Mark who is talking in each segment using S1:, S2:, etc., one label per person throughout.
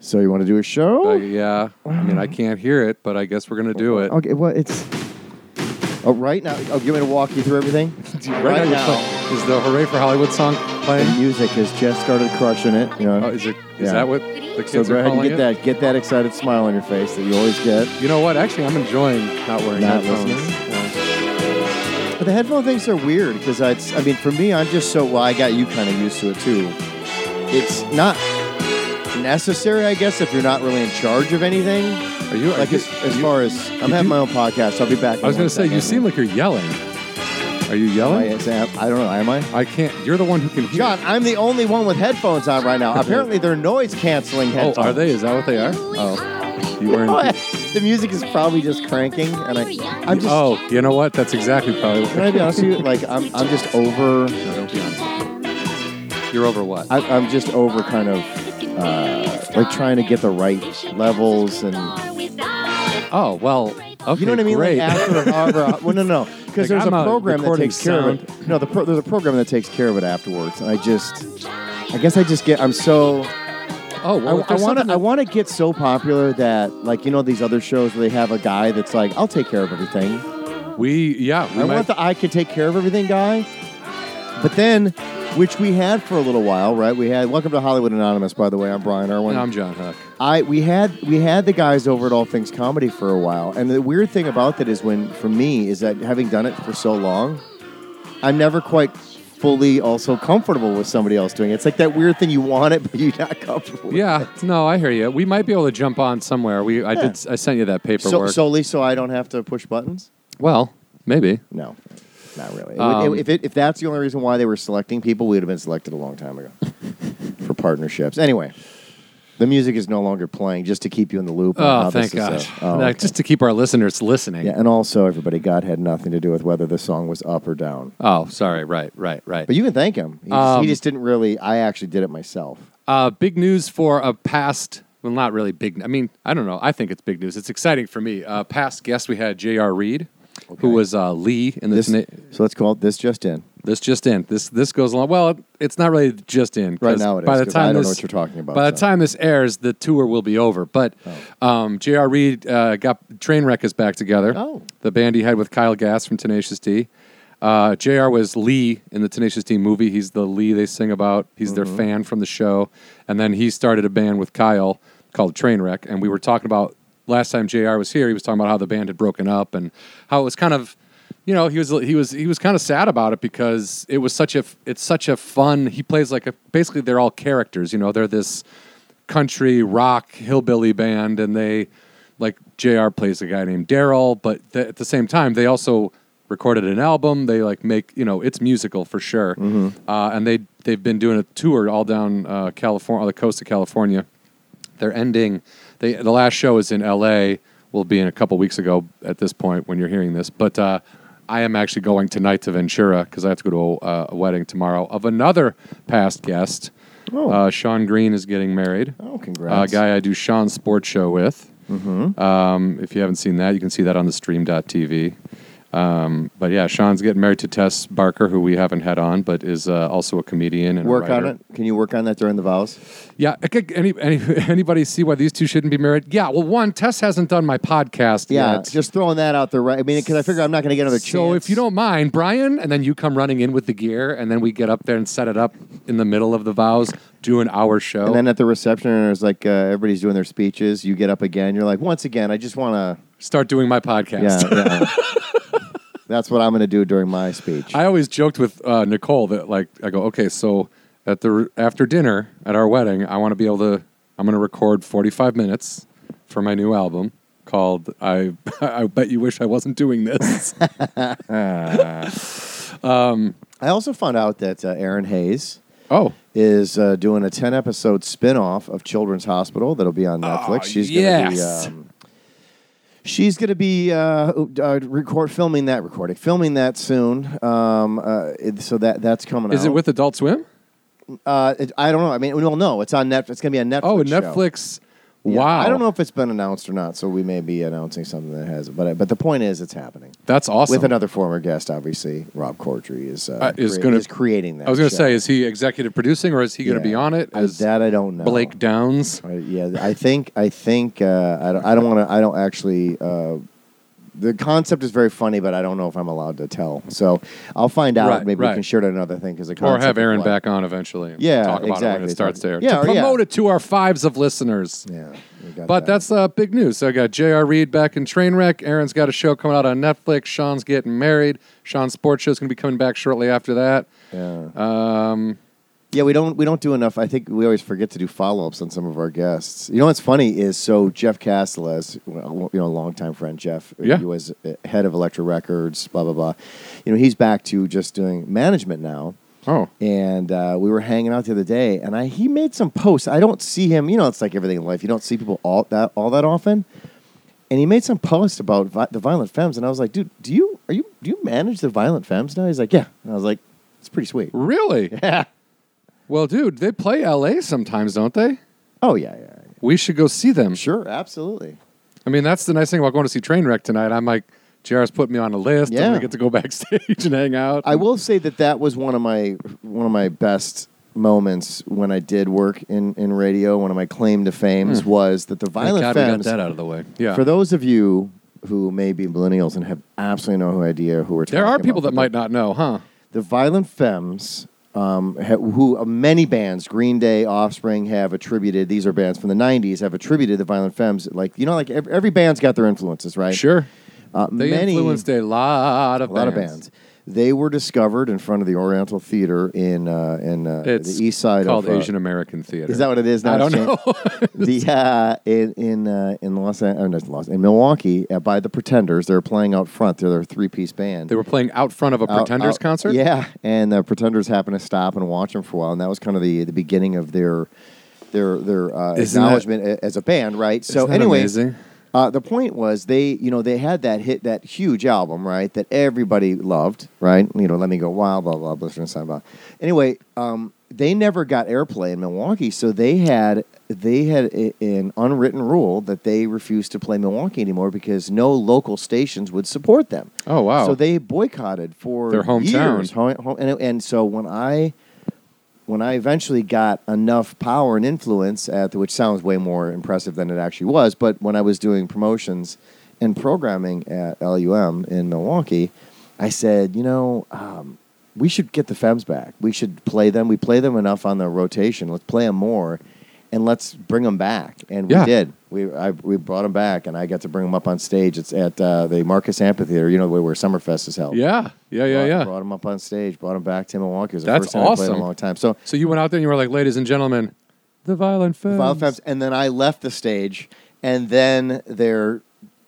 S1: So you want to do a show?
S2: Uh, yeah. I mean, I can't hear it, but I guess we're gonna do it.
S1: Okay, well, it's. Oh, right now. Oh, you want me to walk you through everything?
S2: Right now, it's like- is the "Hooray for Hollywood" song
S1: The
S2: playing?
S1: music has just started crushing it. You know?
S2: Oh, is it? Is
S1: Yeah.
S2: that what the
S1: so
S2: kids
S1: go
S2: are
S1: ahead and
S2: calling
S1: get
S2: it?
S1: that. Get that excited smile on your face that you always get.
S2: You know what? Actually, I'm enjoying not wearing
S1: Not
S2: headphones.
S1: listening?
S2: Yeah.
S1: But the headphone things are weird because it's. I mean, for me, I'm just so. Well, I got you kind of used to it too. It's not necessary, I guess, if you're not really in charge of anything.
S2: Are you? Are
S1: Like
S2: you-
S1: as, as
S2: you-
S1: far as I'm
S2: you
S1: having
S2: do-
S1: my own podcast, I'll be back. in
S2: I was
S1: one
S2: gonna say, you
S1: second.
S2: seem like you're yelling. Are you yelling?
S1: I, I don't know. Am I?
S2: I can't. You're the one who can hear.
S1: John, I'm the only one with headphones on right now. Apparently, they're noise canceling
S2: oh,
S1: headphones.
S2: are they? Is that what they are? Oh, you weren't.
S1: the music is probably just cranking, and I, I'm just.
S2: oh, you know what? That's exactly probably.
S1: Can I be honest with you? Like, I'm, I'm just over.
S2: No, don't be honest. You're over what?
S1: I, I'm just over kind of uh, like trying to get the right levels and
S2: oh well. Okay,
S1: you know what I mean.
S2: Great.
S1: Like after however, well, no, no, because
S2: Like,
S1: there's
S2: I'm
S1: a
S2: out
S1: program that
S2: recording
S1: takes care of it. No, the pro- there's a program that takes care of it afterwards, and I just, I guess I just get. I'm so
S2: oh, well, if
S1: I
S2: there's
S1: want
S2: something
S1: to. I want to get so popular that, like, you know, these other shows where they have a guy that's like, "I'll take care of everything."
S2: that- We yeah. We
S1: I
S2: might,
S1: want the "I can take care of everything" guy. But then, which we had for a little while, right? We had. Welcome to Hollywood Anonymous, by the way. I'm Brian Irwin.
S2: No, I'm John Huck.
S1: I we had we had the guys over at All Things Comedy for a while, and the weird thing about that is when for me is that having done it for so long, I'm never quite fully also comfortable with somebody else doing it. It's like that weird thing you want it, but you're not comfortable. with
S2: Yeah, no, I hear you. We might be able to jump on somewhere. We I did I sent you that
S1: So,
S2: paperwork.
S1: solely so I don't have to push buttons?
S2: well, maybe.
S1: No, not really. It would-
S2: Um,
S1: if, it, if that's the only reason why they were selecting people, we would have been selected a long time ago for partnerships. Anyway, the music is no longer playing just to keep you in the loop. on
S2: Oh,
S1: how
S2: thank
S1: this is, uh,
S2: God.
S1: oh,
S2: Now,
S1: okay.
S2: Just to keep our listeners listening.
S1: yeah, and also, everybody, God had nothing to do with whether the song was up or down.
S2: Oh, sorry. Right, right, right.
S1: But you can thank him. He, just,
S2: Um,
S1: he just didn't really. I actually did it myself.
S2: Uh, big news for a past, well, not really big. I mean, I don't know. I think it's big news. It's exciting for me. Uh, past guest, we had J.R. Reed, who was uh, Lee in this.
S1: This,
S2: This,
S1: so let's call it this just in.
S2: this just in. This this goes along. Well, it- it's not really just in. 'cause
S1: Right now it
S2: by
S1: is,
S2: the
S1: 'cause
S2: time
S1: I don't
S2: this,
S1: know what you're talking about,
S2: By the
S1: so.
S2: time this airs, the tour will be over. But um, J.R. Reed uh, got Trainwreck is back together.
S1: Oh.
S2: The band he had with Kyle Gass from Tenacious D. Uh, JR was Lee in the Tenacious D movie. He's the Lee they sing about. He's their fan from the show. And then he started a band with Kyle called Trainwreck. And we were talking about last time JR was here, he was talking about how the band had broken up and how it was kind of, you know, he was he was he was kind of sad about it because it was such a it's such a fun. He plays like a basically they're all characters. You know, they're this country rock hillbilly band, and they like JR plays a guy named Daryl, but th- at the same time they also recorded an album. They like make you know it's musical for sure,
S1: Mm-hmm.
S2: uh, and they they've been doing a tour all down uh, California, the coast of California. They're ending. They the last show is in L.A. Will be in a couple weeks ago at this point when you're hearing this, but. Uh, I am actually going tonight to Ventura because I have to go to a, uh, a wedding tomorrow of another past guest.
S1: Oh.
S2: Uh, Sean Green is getting married.
S1: Oh,
S2: Uh,
S1: congrats,
S2: guy I do Sean's sports show with.
S1: Mm-hmm.
S2: Um, if you haven't seen that, you can see that on the stream.tv. Um, but yeah, Sean's getting married to Tess Barker, who we haven't had on, but is uh, also a comedian and a
S1: Work on
S2: writer.
S1: it. Can you work on that during the vows?
S2: Yeah, I could- any, any, anybody see why these two shouldn't be married? Yeah, well, one, Tess hasn't done my podcast
S1: Yeah,
S2: yet.
S1: just throwing that out there, right? I mean, because I figure I'm not going to get another chance.
S2: so if you don't mind, Brian, and then you come running in with the gear, and then we get up there and set it up in the middle of the vows, do an hour show.
S1: And then at the reception, there's like uh, everybody's doing their speeches. You get up again. You're like, once again, I just want
S2: start doing my
S1: to.
S2: podcast.
S1: Yeah, yeah. That's what I'm going to do during my speech.
S2: I always joked with uh, Nicole that like I go, okay, so at the after dinner at our wedding, I want to be able to. I'm going to record 45 minutes for my new album called "I I Bet You Wish I Wasn't Doing This."
S1: I also found out that uh, Aaron Hayes
S2: oh,
S1: is uh, doing a 10 episode spin off of Children's Hospital that'll be on Netflix. she's
S2: yes.
S1: going to be. Um, She's going to be uh, uh, record filming that recording, filming that soon. Um, uh, it- so that that's coming.
S2: is
S1: out.
S2: it with Adult Swim?
S1: Uh, it, I don't know. I mean, well, no, it's on Netflix. It's going to be on Netflix.
S2: Oh,
S1: show.
S2: Netflix. Wow.
S1: I don't know if it's been announced or not, so we may be announcing something that has. But but the point is, it's happening
S2: That's awesome.
S1: with another former guest. Obviously, Rob Cordry is uh,
S2: Uh, is
S1: crea-
S2: gonna-
S1: is creating that.
S2: I was going
S1: show.
S2: to say, is he executive producing or is he going to
S1: Yeah.
S2: be on it?
S1: I-
S2: Is
S1: that I don't know.
S2: Blake Downs?
S1: I- yeah, I think I think uh, I don't I don't want to I don't actually. Uh, the concept is very funny, but I don't know if I'm allowed to tell. So I'll find out.
S2: Right,
S1: Maybe
S2: right.
S1: we can share it on another thing because
S2: Or have Aaron back on eventually. and
S1: Yeah,
S2: talk about it when
S1: exactly.
S2: it starts there.
S1: Yeah,
S2: to
S1: or- yeah.
S2: promote it to our fives of listeners.
S1: Yeah, we got
S2: But
S1: that.
S2: that's uh, big news. So I got J.R. Reed back in Trainwreck. Aaron's got a show coming out on Netflix. Sean's getting married. Sean's sports show's going to be coming back shortly after that.
S1: yeah.
S2: Um,
S1: Yeah, we don't we don't do enough. I think we always forget to do follow ups on some of our guests. You know what's funny is so Jeff Castellas, well, you know, longtime friend Jeff,
S2: Yeah.
S1: he was uh, head of Elektra Records, blah blah blah. You know, he's back to just doing management now.
S2: oh,
S1: And uh, we were hanging out the other day, and I he made some posts. I don't see him. You know, it's like everything in life. You don't see people all that all that often. And he made some post about vi- the Violent Femmes, and I was like, dude, do you are you do you manage the Violent Femmes now? He's like, yeah. And I was like, it's pretty sweet.
S2: really? Yeah. Well, dude, they play L.A. sometimes, don't they?
S1: Oh yeah, yeah.
S2: We should go see them.
S1: Sure, absolutely.
S2: I mean, that's the nice thing about going to see Trainwreck tonight. I'm like, JR's put me on a list, and
S1: Yeah.
S2: we get to go backstage and hang out.
S1: I will say that that was one of my one of my best moments when I did work in, in radio. One of my claim to fames was that the
S2: Hmm. Thank
S1: Violent
S2: God we got
S1: Femmes.
S2: that out of the way. Yeah.
S1: For those of you who may be millennials and have absolutely no idea who we're talking
S2: there are people
S1: about,
S2: that might not know, huh?
S1: the Violent Femmes, um, ha- who uh, many bands, Green Day, Offspring, have attributed. These are bands from the '90s have attributed the Violent Femmes. Like you know, like every, every band's got their influences, right?
S2: Sure.
S1: Uh,
S2: They
S1: many,
S2: influenced a lot of
S1: a lot of bands. They were discovered in front of the Oriental Theater in uh, in uh,
S2: It's
S1: the east side
S2: called
S1: of uh,
S2: Asian American Theater.
S1: Is that what it is now?
S2: I don't
S1: Shane?
S2: know.
S1: the uh, in in uh, in Los Angeles, not Los in Milwaukee, uh, by the Pretenders, they were playing out front. They're their three piece band.
S2: they were playing out front of a
S1: Out-
S2: Pretenders
S1: out-
S2: concert.
S1: Yeah, and the Pretenders happened to stop and watch them for a while, and that was kind of the the beginning of their their their uh,
S2: Isn't that-
S1: acknowledgement a- as a band, right? So,
S2: Isn't that
S1: anyway,
S2: amazing?
S1: uh, the point was they you know they had that hit that huge album, right? That everybody loved, right? You know, let me go wild, blah blah blah, blah, blah, blah. Anyway, um, they never got airplay in Milwaukee, so they had they had a, an unwritten rule that they refused to play Milwaukee anymore because no local stations would support them.
S2: Oh wow.
S1: So they boycotted for
S2: Their hometown.
S1: years. Ho- ho- and, and so when I when I eventually got enough power and influence at the, which sounds way more impressive than it actually was, but when I was doing promotions and programming at LUM in Milwaukee, I said, you know, um, we should get the Femmes back. We should play them. We play them enough on the rotation. Let's play them more, and let's bring them back. And we
S2: Yeah.
S1: did. We I, we brought them back, and I got to bring them up on stage. It's at uh, the Marcus Amphitheater, you know, where, where Summerfest is held.
S2: yeah. Yeah. Yeah.
S1: Brought,
S2: Yeah.
S1: brought them up on stage. Brought them back to Milwaukee. It was the
S2: That's
S1: first time I played in
S2: awesome.
S1: a long time. So
S2: So you went out there and you were like, ladies and gentlemen, the violent femmes.
S1: Violent Femmes, and then I left the stage, and then their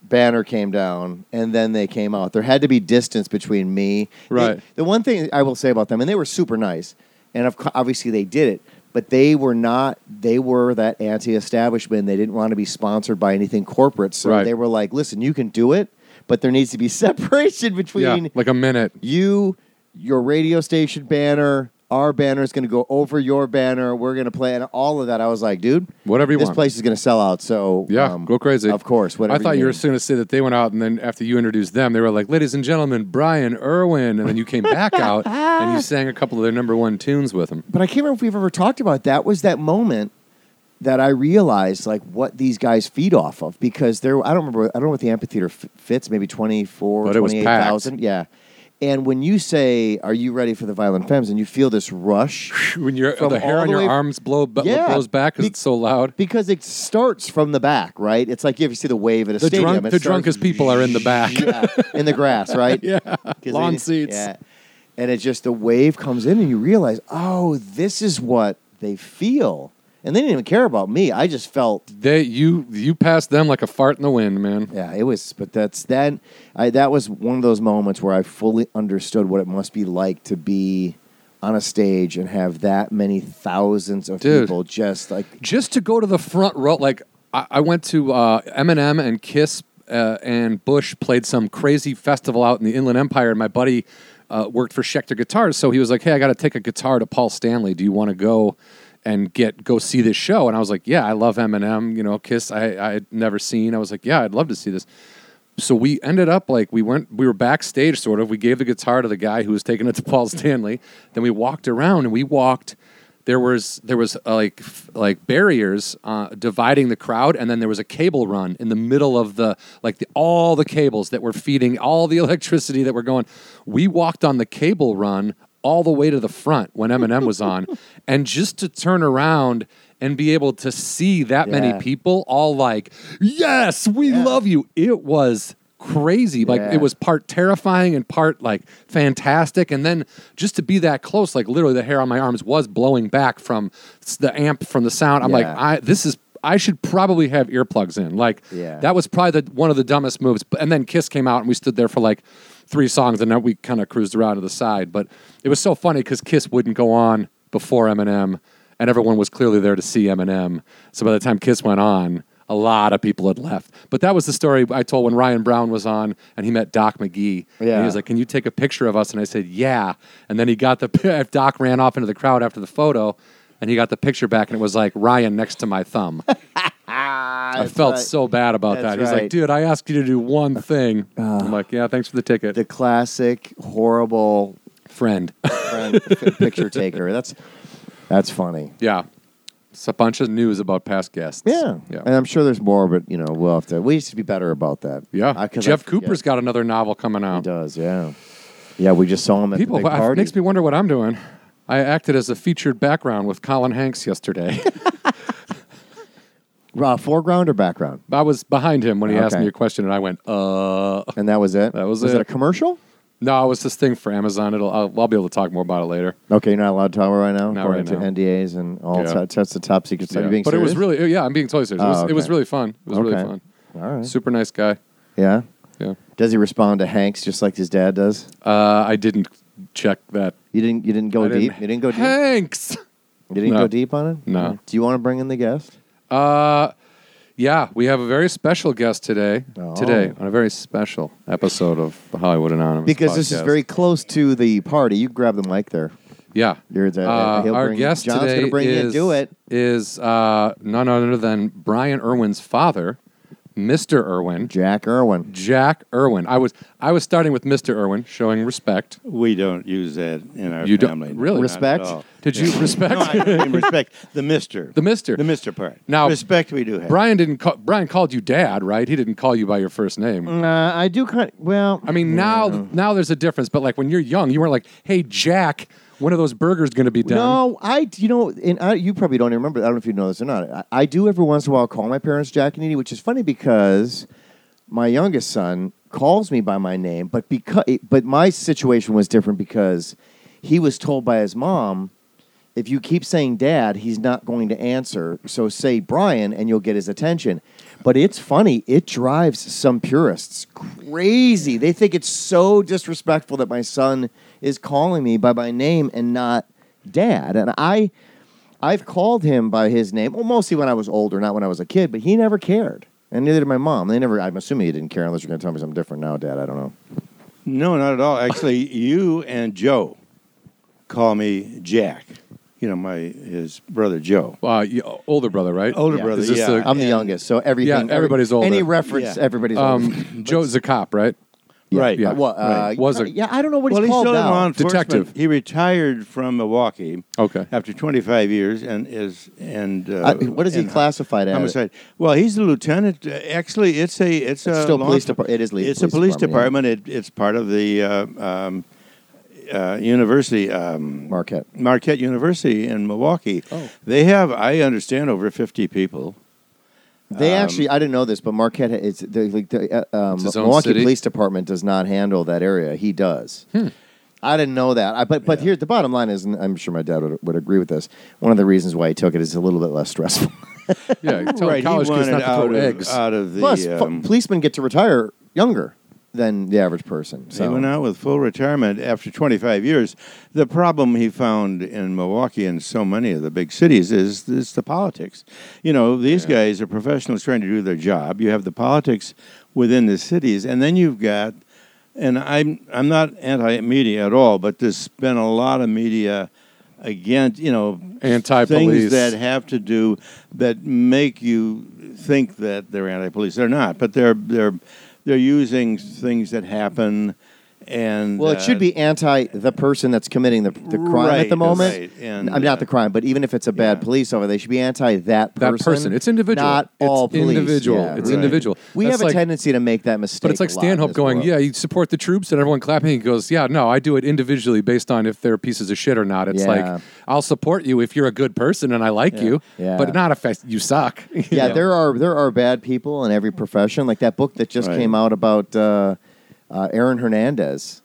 S1: banner came down, and then they came out. There had to be distance between me. They-
S2: Right.
S1: the one thing I will say about them, and they were super nice, and of, co- obviously they did it, but they were not. They were that anti-establishment. They didn't want to be sponsored by anything corporate, so
S2: Right.
S1: they were like, "Listen, you can do it, but there needs to be separation
S2: Yeah.
S1: between
S2: Like a minute.
S1: you, your radio station banner, our banner is going to go over your banner. We're going to play, and all of that. I was like, dude,
S2: Whatever you
S1: this
S2: want.
S1: place is going to sell out. So
S2: Yeah,
S1: um,
S2: go crazy.
S1: Of course, whatever.
S2: I thought you, were
S1: need.
S2: going to say that they went out, and then after you introduced them, they were like, "Ladies and gentlemen, Brian Irwin," and then you came back out and you sang a couple of their number one tunes with them.
S1: but I can't remember if we've ever talked about that. Was that moment that I realized like what these guys feed off of because there I don't remember I don't know what the amphitheater f- fits maybe 24
S2: But it was packed.
S1: 28,000 yeah and when you say are you ready for the violent femmes and you feel this rush
S2: When your
S1: From
S2: the hair
S1: all
S2: on
S1: the
S2: your
S1: way-
S2: arms blow, but
S1: Yeah.
S2: blows back because
S1: Be-
S2: it's so loud.
S1: because it starts from the back right it's like you ever see the wave at a
S2: The
S1: stadium
S2: drunk,
S1: it
S2: the
S1: starts-
S2: drunkest people are in the back.
S1: yeah, in the grass, right? Yeah,
S2: lawn seats.
S1: Yeah, and it's just the wave comes in, and you realize, oh, this is what they feel, and they didn't even care about me. I just felt,
S2: They you you passed them like a fart in the wind, man.
S1: yeah, it was. But that's that. I that was one of those moments where I fully understood what it must be like to be on a stage and have that many thousands of
S2: Dude.
S1: people just like
S2: just to go to the front row. Like I, I went to uh, Eminem and Kiss uh, and Bush played some crazy festival out in the Inland Empire, and my buddy uh, worked for Schecter Guitars, so he was like, "Hey, I got to take a guitar to Paul Stanley. Do you want to go?" and get go see this show. And I was like, yeah, I love Eminem. You know, Kiss. I I had never seen. I was like, yeah, I'd love to see this. So we ended up like we went. We were backstage, sort of. We gave the guitar to the guy who was taking it to Paul Stanley. Then we walked around and we walked. There was there was uh, like f- like barriers uh, dividing the crowd, and then there was a cable run in the middle of the like the, all the cables that were feeding all the electricity that were going. We walked on the cable run all the way to the front when Eminem was on, and just to turn around and be able to see that
S1: Yeah.
S2: many people all like, yes, we
S1: Yeah.
S2: love you. It was crazy. Like
S1: Yeah.
S2: it was part terrifying and part like fantastic. And then just to be that close, like literally the hair on my arms was blowing back from s- the amp from the sound. I'm like,
S1: Yeah.
S2: I this is. I should probably have earplugs in. Like
S1: Yeah.
S2: that was probably the, one of the dumbest moves. But- And then Kiss came out, and we stood there for like three songs, and then we kind of cruised around to the side. But it was so funny because Kiss wouldn't go on before Eminem, and everyone was clearly there to see Eminem. So by the time Kiss went on, a lot of people had left. But that was the story I told when Ryan Brown was on, and he met Doc McGee. And
S1: Yeah.
S2: he was like, "Can you take a picture of us?" And I said, "Yeah." And then he got the Doc ran off into the crowd after the photo. And he got the picture back, and it was like Ryan next to my thumb.
S1: ah,
S2: I felt so bad about
S1: That's
S2: that. He's
S1: right.
S2: like, dude, I asked you to do one thing. I'm like, yeah, thanks for the ticket,
S1: the classic horrible
S2: friend.
S1: friend f- picture taker. That's that's funny.
S2: yeah, it's a bunch of news about past guests.
S1: Yeah. and
S2: yeah,
S1: I'm sure there's more, but you know we'll have to. We used to be better about that.
S2: yeah.
S1: I- 'cause I
S2: Jeff
S1: forget.
S2: Cooper's got another novel coming
S1: He
S2: out.
S1: does. Yeah, yeah. We just saw him at
S2: People,
S1: the big
S2: it
S1: party.
S2: makes me wonder what I'm doing. I acted as a featured background with Colin Hanks yesterday.
S1: uh, foreground or background,
S2: I was behind him when he asked
S1: Okay.
S2: me a question, and I went, uh.
S1: and that was it.
S2: That was
S1: was
S2: it.
S1: it a commercial?
S2: No, it was this thing for Amazon. It'll, I'll, I'll be able to talk more about it later.
S1: Okay, you're not allowed to talk about it right now.
S2: Not
S1: according
S2: right now.
S1: to NDAs and all
S2: Yeah.
S1: yeah. types of top secret stuff.
S2: Yeah.
S1: You being
S2: But it was
S1: serious?
S2: really, yeah, I'm being totally serious.
S1: Oh,
S2: it, was, it was
S1: okay.
S2: really fun. It was really
S1: Okay.
S2: fun.
S1: all right.
S2: Super nice guy.
S1: Yeah.
S2: Yeah.
S1: Does he respond to Hanks just like his dad does?
S2: Uh, I didn't check that.
S1: You didn't. You didn't go
S2: I didn't-
S1: deep. You didn't go deep.
S2: Hanks.
S1: You didn't
S2: No.
S1: go deep on it.
S2: No.
S1: Do you want to bring in the guest?
S2: Uh, yeah, we have a very special guest today.
S1: Oh.
S2: Today on a very special episode of the Hollywood Anonymous.
S1: Because this is
S2: podcast.
S1: very close to the party. You grab the mic there.
S2: yeah.
S1: You're the,
S2: Uh,
S1: he'll
S2: our
S1: bring,
S2: guest
S1: John's
S2: today
S1: gonna bring
S2: is
S1: in. Do it.
S2: is uh, none other than Brian Irwin's father, Mr. Irwin,
S1: Jack Irwin.
S2: Jack Irwin. I was I was starting with Mr. Irwin, showing respect.
S3: We don't use that in our
S2: You don't-
S3: family.
S2: really?
S3: Not at
S1: Respect?
S3: all.
S2: Did you respect
S3: No, I mean respect. The Mister.
S2: the Mister?
S3: The Mister part.
S2: Now-
S3: respect we do have.
S2: Brian didn't. Call, Brian called you dad, right? He didn't call you by your first name.
S1: Uh, I do kind. well,
S2: I mean, now now there's a difference. But like when you're young, you weren't like, "Hey, Jack, when are those burgers going to be done?"
S1: No, I you know, and I, you probably don't even remember. I don't know if you know this or not. I, I do every once in a while call my parents Jack and Edie, which is funny because my youngest son calls me by my name, but because but my situation was different because he was told by his mom. If you keep saying dad, he's not going to answer. So say Brian and you'll get his attention. But it's funny, it drives some purists crazy. They think it's so disrespectful that my son is calling me by my name and not dad. And I I've called him by his name, well, mostly when I was older, not when I was a kid, but he never cared. And neither did my mom. They never I'm assuming he didn't care unless you're gonna tell me something different now, Dad. I don't know.
S3: No, not at all. Actually, you and Joe call me Jack. You know, my his brother Joe.
S2: Uh, you- older brother, right?
S3: Older brother,
S2: Is this
S3: yeah.
S2: a-
S1: I'm the
S3: And-
S1: youngest, so everything every-
S2: everybody's older.
S1: Any reference,
S3: Yeah.
S1: everybody's older.
S2: um, Joe's a cop, right?
S3: Right.
S2: yeah.
S1: Well, uh,
S3: Right.
S2: Was a-
S1: yeah, I don't know what
S3: well,
S1: he's
S3: he's
S1: called
S3: still in
S1: now.
S3: law enforcement.
S2: Detective.
S3: He retired from Milwaukee
S2: Okay.
S3: after 25 years and is and uh,
S1: Uh, what is he
S3: and
S1: classified as?
S3: homicide. Well, he's a lieutenant. Uh, Actually, it's a
S1: It's
S3: it's, a
S1: still
S3: law
S1: police
S3: enfor-
S1: depart- it is le-
S3: It's
S1: police
S3: a police
S1: department,
S3: department. It, it's part of the uh, um, uh, university. Um,
S1: Marquette.
S3: Marquette University in Milwaukee.
S2: Oh.
S3: They have, I understand, over 50 people.
S1: They
S3: Um,
S1: actually, I didn't know this, but Marquette, it's the, like the uh, um,
S2: his own
S1: Milwaukee
S2: city?
S1: Police Department does not handle that area. He does.
S3: Hmm.
S1: I didn't know that. I, but but here, the bottom line is, and I'm sure my dad would, would agree with this. One of the reasons why he took it is a little bit less stressful.
S2: Yeah. you Tell
S3: right,
S2: college
S3: he
S2: kids
S3: wanted
S2: not to
S3: out
S2: throw
S3: of, uh,
S2: eggs.
S3: out of the.
S1: Plus, po-
S3: um,
S1: policemen get to retire younger than the average person. So
S3: He went out with full retirement after 25 years. The problem he found in Milwaukee and so many of the big cities is, is the politics. You know, these guys are professionals trying to do their job. You have the politics within the cities, and then you've got, and I'm I'm not anti-media at all, but there's been a lot of media against you know
S2: Anti-police.
S3: things that have to do that make you think that they're anti-police. They're not, but they're they're they're using things that happen. And
S1: Well,
S3: uh,
S1: it should be anti the person that's committing the, the crime at
S3: Right,
S1: the moment.
S3: right, and,
S1: I'm
S3: uh,
S1: not the crime, but even if it's a bad police officer, they should be anti that
S2: That
S1: person.
S2: person. It's individual.
S1: Not
S2: It's
S1: all police.
S2: individual.
S1: Yeah,
S2: It's
S1: right.
S2: individual.
S1: We
S2: That's
S1: have a
S2: like-
S1: tendency to make that mistake.
S2: But it's like
S1: a lot in
S2: Stanhope
S1: this
S2: going,
S1: world.
S2: yeah, you support the troops and everyone clapping. He goes, yeah, no, I do it individually based on if they're pieces of shit or not. It's
S1: Yeah.
S2: like, I'll support you if you're a good person and I like you,
S1: Yeah.
S2: but not if I, you suck. You
S1: yeah,
S2: know?
S1: there are there are bad people in every profession. Like that book that just
S3: Right.
S1: came out about uh, uh, Aaron Hernandez,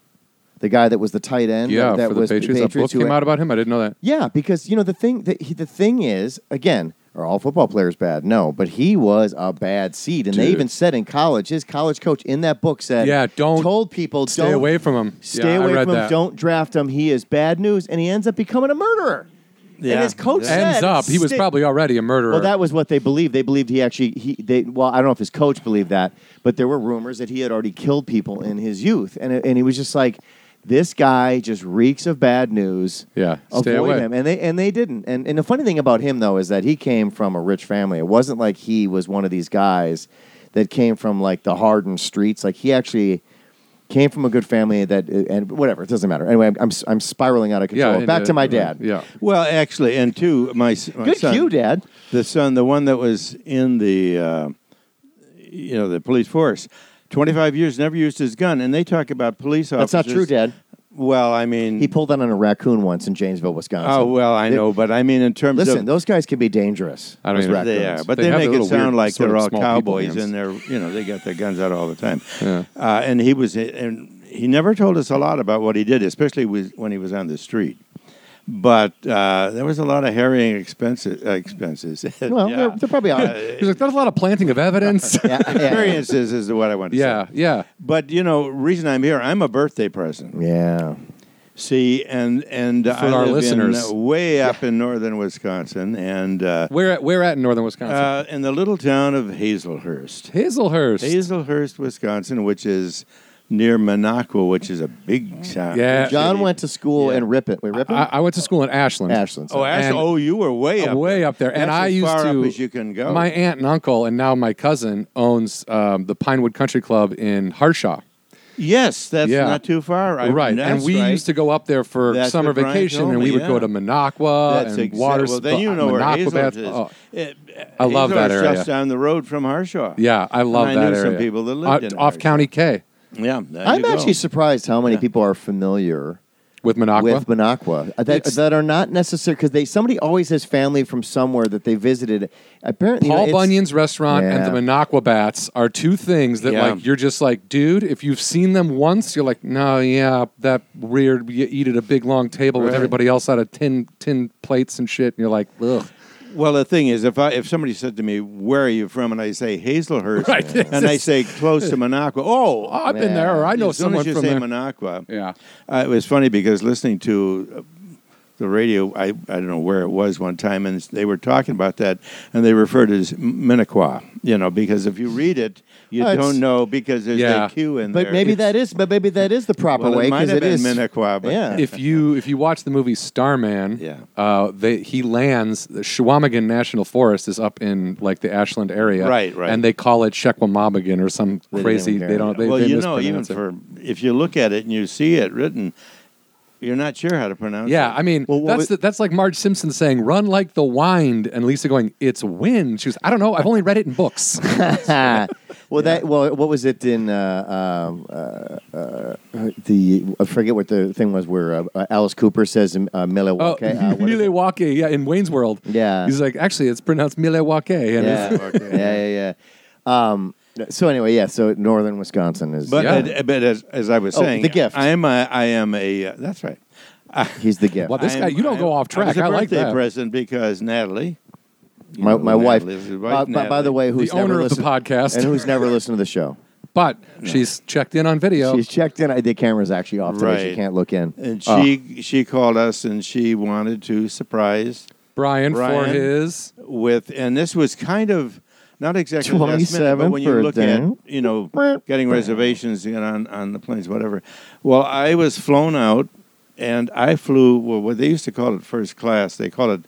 S1: the guy that was the tight end.
S2: Yeah,
S1: that
S2: for the
S1: was
S2: Patriots.
S1: The
S2: that book
S1: Patriots who
S2: came out about him. I didn't know that.
S1: Yeah, because you know the thing that he, the thing is again, are all football players bad? No, but he was a bad seed, and they
S2: Dude.
S1: even said in college, his college coach in that book said,
S2: Yeah, don't
S1: told people
S2: Stay
S1: don't
S2: away from him.
S1: stay
S2: Yeah, I
S1: away
S2: read
S1: from him,
S2: that.
S1: don't draft him. He is bad news, and he ends up becoming a murderer.
S3: Yeah.
S1: And his coach
S3: Ends
S2: Ends
S1: said,
S2: up, he was
S1: "Stay-
S2: probably already a murderer.
S1: well, that was what they believed. They believed he actually he they well, I don't know if his coach believed that, but there were rumors that he had already killed people in his youth, and it- and he was just like, this guy just reeks of bad news.
S2: Yeah, stay
S1: avoid
S2: away.
S1: him, and they and they didn't. And and the funny thing about him though is that he came from a rich family. It wasn't like he was one of these guys that came from like the hardened streets. Like he actually. Came from a good family that, uh, and whatever, it doesn't matter. Anyway, I'm, I'm, I'm spiraling out of
S2: yeah,
S1: control.
S2: and,
S1: Back
S2: uh,
S1: to my dad.
S2: Yeah.
S3: Well, actually, and two, my, s- my
S1: Good
S3: son,
S1: cue, Dad.
S3: the son, the one that was in the, uh, you know, the police force, twenty five years, never used his gun, and they talk about police officers.
S1: That's not true, Dad.
S3: Well, I mean,
S1: He pulled that on a raccoon once in Janesville, Wisconsin.
S3: oh well, I know, but I mean, in terms
S1: Listen,
S3: of
S1: those guys can be dangerous.
S2: I don't
S1: those
S2: even-
S3: they
S1: raccoons.
S3: are, but
S2: They
S3: they,
S2: have
S3: make
S2: the
S3: it
S2: little weird
S3: sound like
S2: sort
S3: they're
S2: of
S3: all
S2: small people
S3: cowboys
S2: hands.
S3: and they're you know they got their guns out all the time.
S2: Yeah.
S3: Uh, and he was, and he never told us a lot about what he did, especially with, when he was on the street. But uh, there was a lot of harrying expenses. Uh, expenses.
S1: Well,
S3: Yeah.
S1: they're, they're probably all right.
S2: He's like, there's a lot of planting of evidence. yeah.
S1: yeah, yeah.
S3: experiences is what I want to
S2: yeah,
S3: say. But you know, reason I'm here, I'm a birthday present.
S1: yeah.
S3: See, and and uh,
S2: For
S3: I
S2: our
S3: live
S2: listeners.
S3: in, way up in northern Wisconsin, and uh,
S2: Where at? Where at in northern Wisconsin?
S3: uh, in the little town of Hazelhurst,
S2: Hazelhurst.
S3: Hazelhurst, Wisconsin, which is near Minocqua, which is a big town.
S2: Yeah.
S1: John went to school
S3: Yeah.
S1: in Ripon. Wait, Ripon?
S2: I, I went to school in Ashland.
S1: Ashland.
S3: Oh, actually,
S2: And-
S3: oh, you were way up,
S2: way up there. And
S3: That's
S2: I
S3: as
S2: used
S3: far
S2: to
S3: up as you can go.
S2: My aunt and uncle, and now my cousin owns um, the Pinewood Country Club in Harshaw.
S3: yes, that's
S2: Yeah.
S3: not too far. I-
S2: right, and
S3: that's
S2: we
S3: right.
S2: used to go up there for
S3: That's
S2: summer
S3: what Brian
S2: vacation,
S3: told
S2: and we
S3: me,
S2: would go
S3: yeah.
S2: to Minocqua
S3: That's
S2: and
S3: exactly.
S2: water.
S3: Well, then
S2: spa-
S3: you know where
S2: Minocqua
S3: Hazel
S2: bath-
S3: is.
S2: oh,
S3: It-
S2: I love that
S3: Hazelhurst
S2: area.
S3: Just down the road from Harshaw.
S2: yeah, I love
S3: I
S2: that
S3: knew
S2: area.
S3: some people that lived
S2: Uh,
S3: in
S2: off
S3: Harshaw.
S2: County K
S3: yeah. there
S1: I'm
S3: you go.
S1: actually surprised how many people are familiar
S2: with Minocqua.
S1: with Minocqua uh, that,
S2: It's-
S1: that are not necessary because they somebody always has family from somewhere that they visited. Apparently, you know,
S2: Paul
S1: it's-
S2: Bunyan's restaurant and the
S1: Yeah.
S2: Minocqua Bats are two things that
S3: Yeah.
S2: like you're just like, dude, if you've seen them once, you're like, no, yeah, that weird. You eat at a big long table with
S3: Right.
S2: everybody else out of tin tin plates and shit, and you're like, ugh.
S3: Well, the thing is, if I if somebody said to me, "Where are you from?" and I say Hazelhurst,
S2: Right, this
S3: and I
S2: is-
S3: say close to Minocqua, oh,
S2: Oh, I've been there, or I know
S3: as soon
S2: someone
S3: as you
S2: from
S3: say
S2: there.
S3: Minocqua,
S2: yeah,
S3: Uh, it was funny because listening to uh, the radio, I, I don't know where it was one time, and they were talking about that, and they referred to it as Minnequa, you know, because if you read it, you
S1: Uh, it's-
S3: don't know because there's
S2: Yeah.
S3: a Q in there.
S1: But maybe that is, but maybe that is the proper
S3: Well, it
S1: way
S3: might
S1: because
S3: have
S1: it
S3: been
S1: is
S3: Minnequa, but-
S1: yeah,
S2: if you if you watch the movie Starman,
S3: Yeah.
S2: uh, they, he lands. The Shawamigan National Forest is up in like the Ashland area,
S3: Right, right.
S2: and they call it Shequamabigan or some
S1: don't
S2: crazy.
S1: even care.
S2: They don't. They,
S3: well,
S2: they
S3: you know, even
S2: mispronounce it.
S3: for if you look at it and you see it written, you're not sure how to pronounce
S2: Yeah,
S3: it.
S2: I mean
S1: Well, what
S2: that's
S1: was-
S2: the, that's like Marge Simpson saying "run like the wind" and Lisa going "it's wind." She was I don't know. I've only read it in books.
S1: well, that well, what was it in uh, um, uh, uh, the? I forget what the thing was where uh, uh, Alice Cooper says uh,
S2: oh,
S1: Milwaukee. uh, what is it?
S2: Milwaukee. Yeah, in Wayne's World.
S1: Yeah.
S2: he's like actually it's pronounced Milwaukee. And it's-
S1: yeah. yeah, yeah, yeah. Um, so anyway, yeah. So northern Wisconsin is. uh,
S3: But,
S2: Yeah.
S3: it- but as, as I was
S1: Oh,
S3: saying,
S1: the gift.
S3: I am a, I am a, uh, that's right.
S1: he's the gift.
S2: Well, this
S3: I
S2: guy,
S3: am-
S2: you don't
S3: I-
S2: go off track.
S3: I, was a
S2: I like
S3: birthday
S2: that.
S3: present because Natalie, you
S1: my
S3: know,
S1: my wife.
S3: Natalie, his
S1: by- by, by
S3: Natalie.
S1: the way, who's
S2: The owner
S1: never
S2: of the
S1: listened-
S2: podcast.
S1: and who's never listened to the show.
S2: but she's checked in on video.
S1: She's checked in. I, the camera's actually off today. She
S3: Right.
S1: can't look in.
S3: And
S1: Oh.
S3: she she called us and she wanted to surprise
S2: Brian, for
S3: Brian.
S2: his
S3: with and this was kind of not exactly last minute, but
S1: 27th
S3: when you look at
S1: birthday.
S3: you know getting reservations you know, on on the planes whatever. Well, I was flown out and I flew well, what they used to call it first class. They call it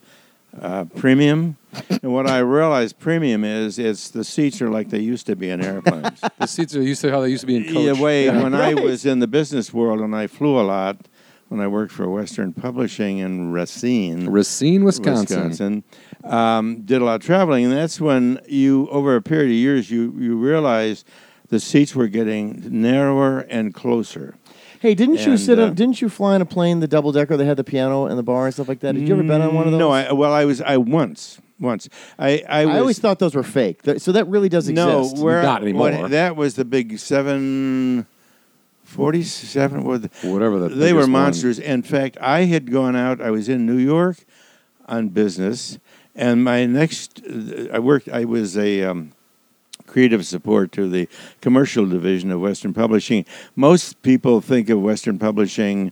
S3: uh, premium. and what I realized premium is, it's the seats are like they used to be in airplanes.
S2: The seats are used to how they used to be in coach.
S3: Yeah, way when I was in the business world and I flew a lot when I worked for Western Publishing in Racine,
S2: Racine, Wisconsin.
S3: Wisconsin, um, did a lot of traveling, and that's when you, over a period of years, you you realize the seats were getting narrower and closer.
S1: Hey, didn't you
S3: And,
S1: sit?
S3: uh,
S1: on, didn't you fly in a plane, the double decker that had the piano and the bar and stuff like that? Did you ever been on one of those?
S3: Mm, No, I, well, I was I once once I I, was,
S1: I always thought those were fake. Th- So that really does
S3: no
S1: exist.
S3: where
S2: Not
S3: what-
S2: anymore.
S3: that was the big seven. 47 what the-
S2: Whatever the
S3: they
S2: biggest
S3: were
S2: one.
S3: monsters in fact i had gone out i was in new york on business and my next uh, i worked i was a um, creative support to the commercial division of western publishing most people think of western publishing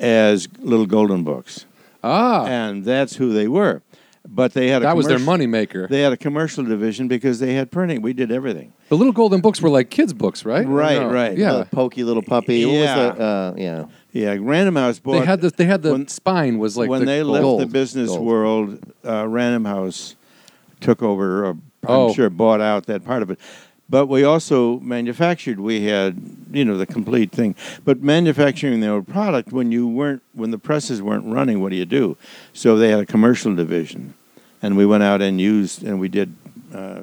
S3: as little golden books
S2: Ah,
S3: and that's who they were but they had a
S2: that was their
S3: commercial-
S2: moneymaker.
S3: they had a commercial division because they had printing we did everything
S2: The little golden books were like kids' books, right? Or
S3: Right, right.
S2: Yeah.
S1: the pokey little puppy. What was
S3: Yeah.
S1: the- uh, yeah.
S3: yeah random house bought
S2: they had the they had the
S3: when-
S2: spine was like
S3: when
S2: the
S3: they left
S2: gold.
S3: the business
S1: gold.
S3: world, uh, Random House took over. Or I'm
S2: Oh.
S3: sure bought out that part of it. But we also manufactured. We had you know the complete thing. But manufacturing their own product when you weren't when the presses weren't running, what do you do? So they had a commercial division, and we went out and used and we did uh,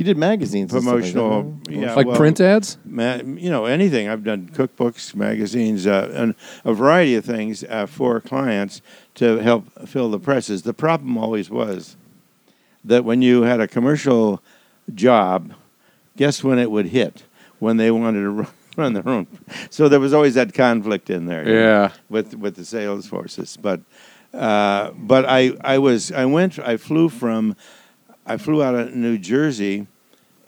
S1: You did magazines, and stuff like that,
S3: promotional,
S1: right?
S3: yeah,
S2: like
S3: well,
S2: print ads.
S3: ma- you know anything i've done cookbooks magazines uh, and a variety of things uh, for clients to help fill the presses the problem always was that when you had a commercial job guess when it would hit when they wanted to run, run their own so there was always that conflict in there you know,
S2: Yeah.
S3: with with the sales forces but uh, but I, I was I went I flew from I flew out of New Jersey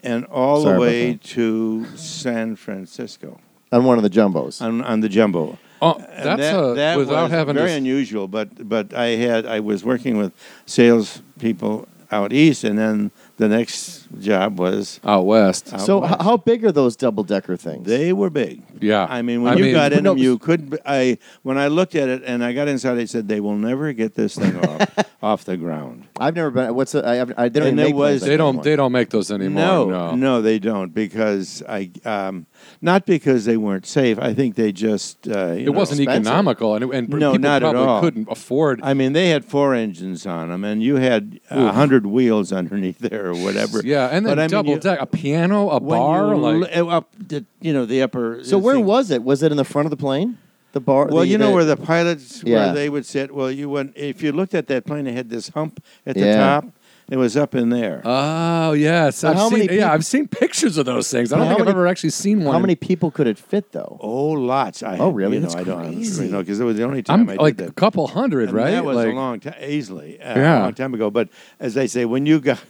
S3: and
S1: Sorry
S3: all the
S1: about
S3: way
S1: that.
S3: to San Francisco
S1: on one of the jumbos.
S3: on, on the jumbo.
S2: Oh,
S3: And
S2: that's a, without
S3: was
S2: having
S3: very
S2: to,
S3: unusual, but but I had I was working with sales people out east, and then the next job was
S2: out west.
S3: Out
S1: so
S3: west.
S1: h- how big are those double decker things?
S3: they were big.
S2: yeah.
S3: I mean, when you got in them, you couldn't. b- I when I looked at it and I got inside, I said they will never get this thing off off the ground.
S1: I've never been. What's the, I, I've- I, they don't even
S3: And there
S1: make
S3: was-
S1: things like
S2: They
S1: that
S2: don't.
S1: anymore.
S2: They don't make those anymore. No.
S3: no, they don't because I um, not because they weren't safe. I think they just uh, you
S2: It
S3: know,
S2: wasn't
S1: expensive.
S2: economical, and, and
S3: No,
S2: people
S3: not at
S2: probably
S3: all.
S2: couldn't afford.
S3: I mean, they had four engines on them, and you had a
S2: Oof.
S3: hundred wheels underneath there or whatever.
S2: yeah, and then
S3: But I mean,
S2: double
S3: you-
S2: deck, a piano, a
S3: when
S2: bar,
S3: you
S2: like
S3: l- eh, up the, you know the upper.
S1: So
S3: the
S1: where
S3: thing-
S1: was it? Was it in the front of the plane? The bar.
S3: Well,
S1: the-
S3: you know where the pilots
S1: Yeah.
S3: where they would sit. Well, you went if you looked at that plane, it had this hump at the
S1: Yeah.
S3: top. It was up in there.
S2: Oh yes,
S1: But
S2: I've
S1: how
S2: seen,
S1: many
S2: yeah,
S1: peop-
S2: I've seen pictures of those things. I don't
S1: How
S2: think I've
S1: many-
S2: ever actually seen one.
S1: How many people could it fit though?
S3: oh, lots. I
S1: Oh, really?
S3: You know,
S1: That's
S3: I don't
S1: crazy.
S3: really know because it was the only
S2: I'm
S3: time I
S2: like
S3: did
S2: a
S3: that.
S2: couple hundred,
S3: And
S2: right?
S3: That was
S2: like,
S3: a long time, easily, uh,
S2: Yeah.
S3: a long time ago. But as they say, when you got,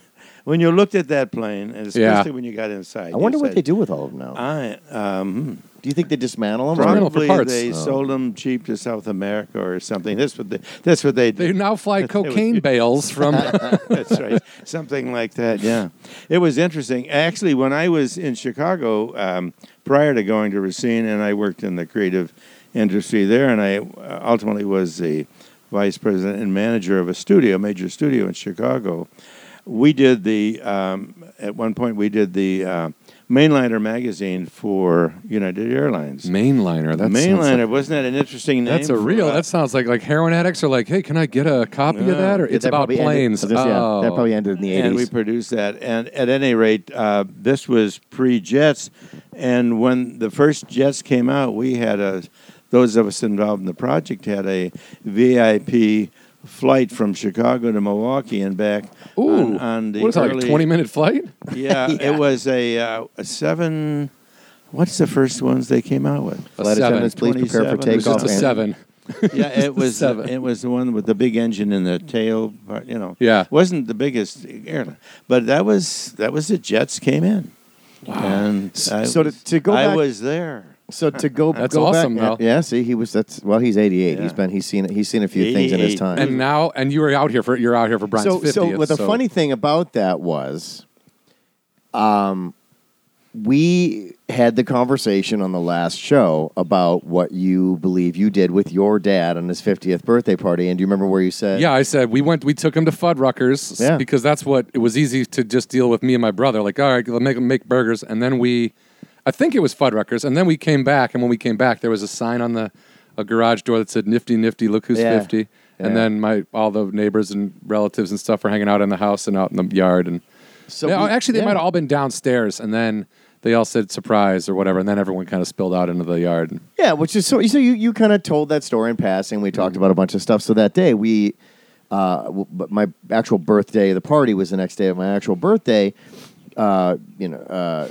S3: when you looked at that plane, and especially
S2: Yeah.
S3: when you got inside,
S1: I wonder
S3: you
S1: what
S3: said,
S1: they do with all of them now.
S2: Uh,
S3: I um,
S1: do you think they dismantle them?
S2: Probably.
S1: Or,
S2: for
S3: probably
S2: parts.
S3: they
S1: Oh.
S3: sold them cheap to South America or something. That's what they. That's what they
S2: they
S3: did.
S2: now fly cocaine bales from.
S3: that's right, something like that. Yeah, it was interesting. Actually, when I was in Chicago um, prior to going to Racine, and I worked in the creative industry there, and I uh, ultimately was the vice president and manager of a studio, major studio in Chicago. We did the um, at one point we did the uh, Mainliner magazine for United Airlines.
S2: Mainliner. That sounds
S3: Mainliner,
S2: like-
S3: wasn't that an interesting name?
S2: that's a
S3: for uh,
S2: real.
S3: us?
S2: That sounds like like heroin addicts are like, hey, can I get a copy
S3: No.
S2: of that? Or
S1: Yeah,
S2: it's
S1: that
S2: about
S1: probably ended-
S2: planes.
S1: so this- yeah, that
S2: Oh.
S1: probably ended in the
S3: and we
S1: eighties.
S3: produced that. And at any rate, uh, this was pre-Jets, and when the first Jets came out, we had a those of us involved in the project had a VIP flight from Chicago to Milwaukee and back.
S2: Ooh,
S3: on, on the
S2: what is that, like
S3: early-
S2: a twenty minute flight?
S3: Yeah, it was a, uh, a seven. What's the first ones they came out with?
S2: A
S1: Flight
S2: seven.
S1: attendants, please prepare for
S3: 27. It
S2: It's
S3: was
S1: takeoff.
S2: just a
S1: and-
S2: seven.
S3: yeah, it was uh,
S2: seven.
S3: it was the one with the big engine in the tail. Part, you know,
S2: Yeah.
S3: wasn't the biggest airline, but that was that was the Jets came in. Wow. And I
S1: so to-
S3: was,
S1: to go
S3: I
S1: back-
S3: was there.
S1: So to go,
S2: That's
S1: go
S2: awesome,
S1: back,
S2: though.
S1: Yeah, see, he was. That's well, he's eighty-eight. He's
S3: Yeah.
S1: been. He's seen. He's seen a few things in his
S3: 88.
S1: time.
S2: And now, and you were out here for you're out here for Brian's
S1: so,
S2: fiftieth.
S1: so well, the funny thing about that was, um, we had the conversation on the last show about what you believe you did with your dad on his 50th birthday party. And do you remember where you said?
S2: Yeah, I said we went. We took him to Fuddruckers s-
S1: Yeah.
S2: because that's what it was easy to just deal with me and my brother. Like, all right, let's make make burgers, and then we, I think it was Fuddruckers, and then we came back, and when we came back, there was a sign on the a garage door that said "Nifty Nifty, look who's
S1: Yeah.
S2: 50. And
S1: Yeah.
S2: then my all the neighbors and relatives and stuff were hanging out in the house and out in the yard, and
S1: So
S2: no,
S1: we-
S2: actually they
S1: yeah.
S2: might have all been downstairs, and then they all said surprise or whatever, and then everyone kind of spilled out into the yard. And,
S1: Yeah, which is so. So you you kind of told that story in passing. We talked
S2: Mm-hmm.
S1: about a bunch of stuff. So that day we, uh, w- but my actual birthday, the party was the next day of my actual birthday. Uh, you know, uh,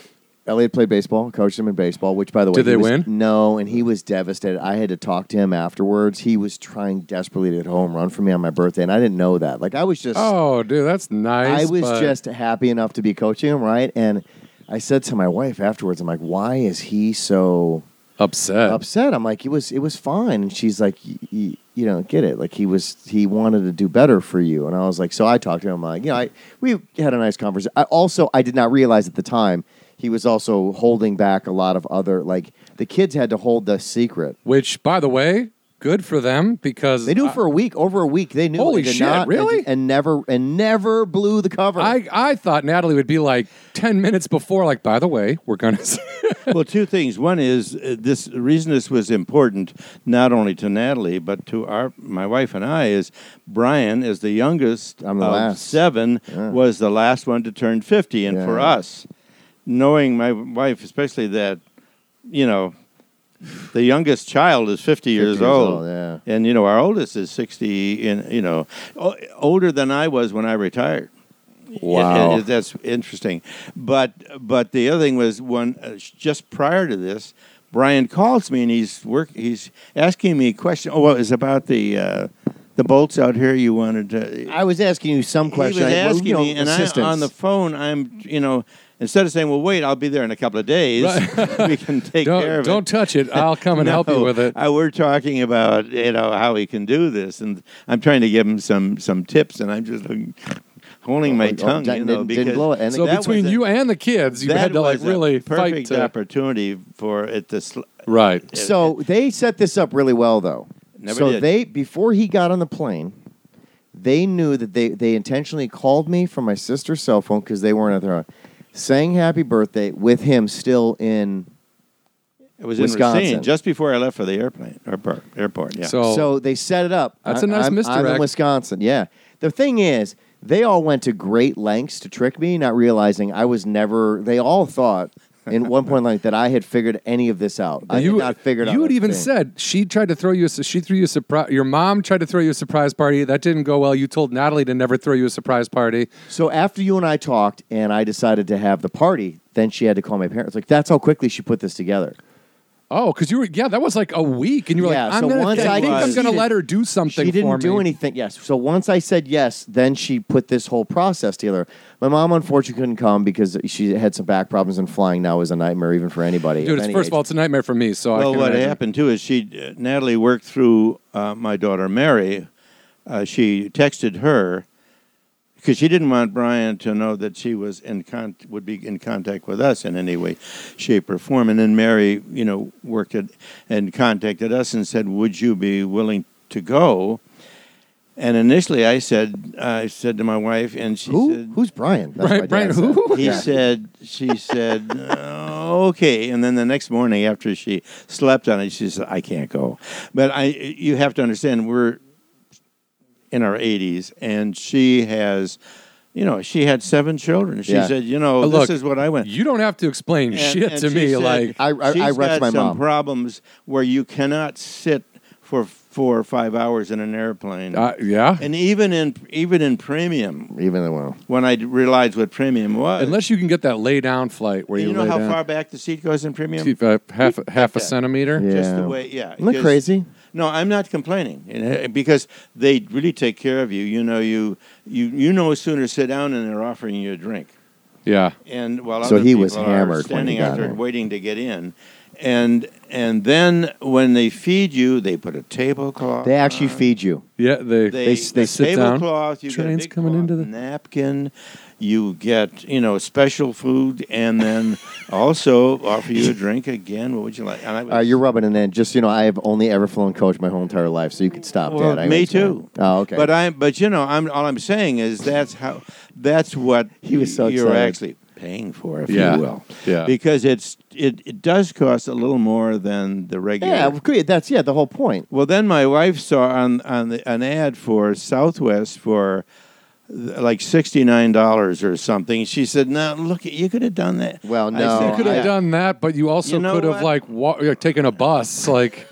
S1: Elliot played baseball, coached him in baseball. Which, by the way,
S2: Did
S1: he
S2: they
S1: was-
S2: win?
S1: No, and he was devastated. I had to talk to him afterwards. He was trying desperately to hit a home run for me on my birthday, and I didn't know that. Like I was just.
S2: oh, dude, that's nice.
S1: I was
S2: but-
S1: just happy enough to be coaching him, right? And I said to my wife afterwards, I'm like, why is he so
S2: upset.
S3: Uh,
S1: upset. I'm like, it was it was fine, and she's like, y- y- you don't get it. Like he was he wanted to do better for you, and I was like, so I talked to him. I'm like, you know, I, we had a nice conversation. I also I did not realize at the time he was also holding back a lot of other like the kids had to hold the secret.
S2: Which, by the way, good for them because
S1: They knew
S3: Uh,
S1: for a week, over a week. They knew.
S2: Holy
S1: They did
S2: shit,
S1: not-
S2: really?
S1: And, and never and never blew the cover.
S2: I, I I thought Natalie would be like ten minutes before. Like, by the way, we're gonna.
S3: well, two things. One is uh, this the reason this was important not only to Natalie but to our my wife and I is Brian is the youngest
S1: I'm the
S3: of
S1: last.
S3: seven
S1: Yeah.
S3: was the last one to turn fifty, and for
S1: Yeah.
S3: us, knowing my wife especially that you know the youngest child is 50, years,
S1: years
S3: old,
S1: old, yeah.
S3: and you know our oldest is 60 in you know o- older than i was when i retired
S2: Wow.
S3: It- it- that's interesting but but the other thing was when uh, sh- just prior to this brian calls me and he's work he's asking me a question oh well it's about the uh, the bolts out here you wanted to uh,
S1: I was asking you some question.
S3: he was
S1: I- well,
S3: asking
S1: you know,
S3: me, and I,
S1: assistance.
S3: on the phone, I'm, you know, instead of saying, "Well, wait, I'll be there in a couple of days," we can take care
S2: don't
S3: of
S2: don't
S3: it.
S2: touch it. I'll come and help you
S3: No,
S2: with it.
S3: I, we're talking about you know how he can do this, and I'm trying to give him some some tips, and I'm just looking, holding my
S1: Oh,
S3: tongue.
S1: didn't-
S3: you know,
S1: didn't
S3: because
S1: blow it. And
S2: so
S1: that
S2: between
S1: was a-
S2: you and the kids, you
S3: that
S2: had to like
S3: was a
S2: really fight
S3: perfect
S2: to.
S3: opportunity for it to. Sl-
S2: Right.
S1: So they set this up really well, though.
S3: Never
S1: so
S3: did.
S1: they before he got on the plane, they knew that they they intentionally called me from my sister's cell phone because they weren't at their own, saying happy birthday with him still in.
S3: it was in
S1: Wisconsin.
S3: Racine just before I left for the airplane airport. Airport. Yeah.
S2: So- Oh.
S1: So they set it up.
S2: That's a nice
S1: I'm, I'm in
S2: misdirect.
S1: Wisconsin. Yeah. The thing is, they all went to great lengths to trick me, not realizing I was never. They all thought. In one point, like that, I had figured any of this out. I had not figured out.
S2: You had
S1: a
S2: even
S1: thing.
S2: said she tried to throw you. A, su- she threw you a surprise. Your mom tried to throw you a surprise party. That didn't go well. You told Natalie to never throw you a surprise party.
S1: So after you and I talked, and I decided to have the party, then she had to call my parents. Like that's how quickly she put this together.
S2: Oh, because you were yeah. That was like a week, and you were
S1: Yeah,
S2: like, I'm
S1: so
S2: gonna.
S1: once
S2: I
S1: I
S2: think I'm gonna
S1: conceded-
S2: let her do something.
S1: she didn't
S2: for
S1: do
S2: me.
S1: anything. Yes. So once I said yes, then she put this whole process together. My mom unfortunately couldn't come because she had some back problems, and flying now is a nightmare even for anybody.
S2: Dude,
S1: of
S2: it's,
S1: any
S2: first of all,
S1: age.
S2: it's a nightmare for me. So I
S3: Well,
S2: can
S3: what
S2: imagine.
S3: happened too is she, Natalie, worked through uh, my daughter Mary. Uh, she texted her because she didn't want Brian to know that she was in con- would be in contact with us in any way, shape, or form. And then Mary, you know, worked it and contacted us and said, "Would you be willing to go?" And initially, I said, I said to my wife, and she
S1: who
S3: said,
S1: who's Brian? That's what my
S2: Brian-
S1: dad
S2: Brian
S1: said.
S2: who?
S3: he said, she said, "Uh, okay. And then the next morning after she slept on it, she said, I can't go. But I, you have to understand, we're in our 80s, and she has, you know, she had seven children. She
S1: Yeah. Uh,
S3: said, you know,
S2: But
S3: this
S2: look,
S3: is what I went.
S2: You don't have to explain
S3: And-
S2: shit
S3: and
S2: to
S3: she
S2: me.
S3: said,
S2: like,
S1: I- I- I
S3: she's
S1: wrecked
S3: got
S1: my
S3: some
S1: mom.
S3: problems where you cannot sit for four or five hours in an airplane.
S2: uh, yeah.
S3: and even in even in premium,
S1: Even though well,
S3: when I realized what premium was,
S2: Unless you can get that lay down flight where
S3: And
S2: you,
S3: you know
S2: lay
S3: how
S2: down
S3: far back the seat goes in premium?
S2: Keep, uh, half half a
S3: that.
S2: centimeter.
S1: Yeah.
S3: Just the way, yeah.
S1: isn't that
S3: just-
S1: crazy?
S3: No, I'm not complaining you know, because they really take care of you. You know, you you you know sooner sit down and they're offering you a drink.
S2: Yeah.
S3: And while
S1: So
S3: other
S1: he was
S3: people
S1: hammered when
S3: are
S1: he
S3: standing
S1: got
S3: out there
S1: in.
S3: waiting to get in, and and then when they feed you, they put a tablecloth.
S1: they actually
S3: on.
S1: feed you.
S2: Yeah. They.
S3: They,
S1: they s- they
S3: the
S1: sit
S2: down.
S3: tablecloth. You get a
S2: Train's
S3: big
S2: coming
S3: cloth,
S2: into the-
S3: napkin. you get you know special food, and then also offer you a drink again. What would you like? And I would-
S1: Uh, you're rubbing it in. Just you know, I have only ever flown coach my whole entire life, so you could stop,
S3: well,
S1: Dad. I
S3: me
S1: understand.
S3: too.
S1: Oh, okay.
S3: But I, but you know, I'm all I'm saying is that's how, that's what
S1: He was so
S3: you're
S1: excited.
S3: actually paying for, if
S2: Yeah.
S3: you will.
S2: Yeah.
S3: Because it's it, it does cost a little more than the regular.
S1: yeah, great. that's yeah the whole point.
S3: Well, then my wife saw on on the, an ad for Southwest for th- like sixty nine dollars or something. She said, "No, look, you could have done that."
S1: Well,
S3: I
S1: no,
S3: said,
S2: You could have
S1: I-
S2: done that, but you also
S3: You know
S2: could have
S3: what?
S2: like wa- like, taken a bus. Like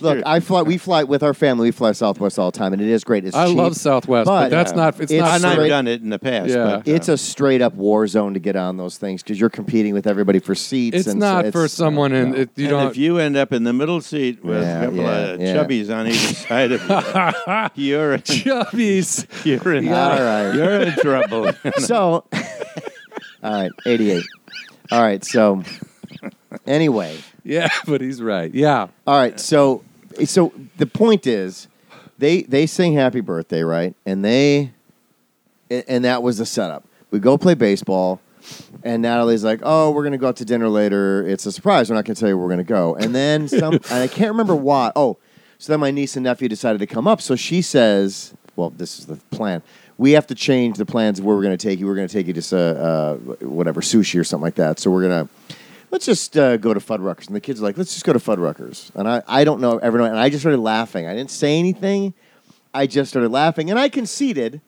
S1: Look,
S3: Here.
S1: I fly. We fly with our family. We fly Southwest all the time, and it is great. It's
S2: I
S1: cheap.
S2: love Southwest,
S1: But-
S2: but, that's
S1: Yeah.
S2: not. It's,
S1: It's
S2: not.
S3: And
S1: not
S2: free.
S3: I've
S1: Straight-
S3: done it in the past.
S2: Yeah.
S3: but, uh,
S1: It's a straight up war zone to get on those things because you're competing with everybody for seats.
S2: It's
S1: and
S2: not
S1: so
S2: for
S1: it's-
S2: someone, and
S1: no.
S2: it, you
S3: and
S2: don't.
S3: if you end up in the middle seat with
S1: Yeah,
S3: a couple
S1: yeah,
S3: of
S1: yeah.
S3: chubbies on either side of you, you're in,
S2: Chubbies.
S3: you're in,
S1: All right.
S3: you're in trouble.
S1: So, all right, 88. All right, so anyway,
S2: Yeah, but he's right. Yeah.
S1: all right, so so the point is, they they sing Happy Birthday, right? And they, a- and that was the setup. We go play baseball, and Natalie's like, "Oh, we're gonna go out to dinner later. It's a surprise. We're not gonna tell you where we're gonna go." And then some, and I can't remember why. Oh, so then my niece and nephew decided to come up. So she says, "Well, this is the plan. We have to change the plans of where we're gonna take you. We're gonna take you to s- uh, uh, whatever sushi or something like that. So we're gonna." Let's just uh, go to Fuddruckers, and the kids are like, "Let's just go to Fuddruckers." And I, I don't know everyone, and I just started laughing. I didn't say anything. I just started laughing, and I conceded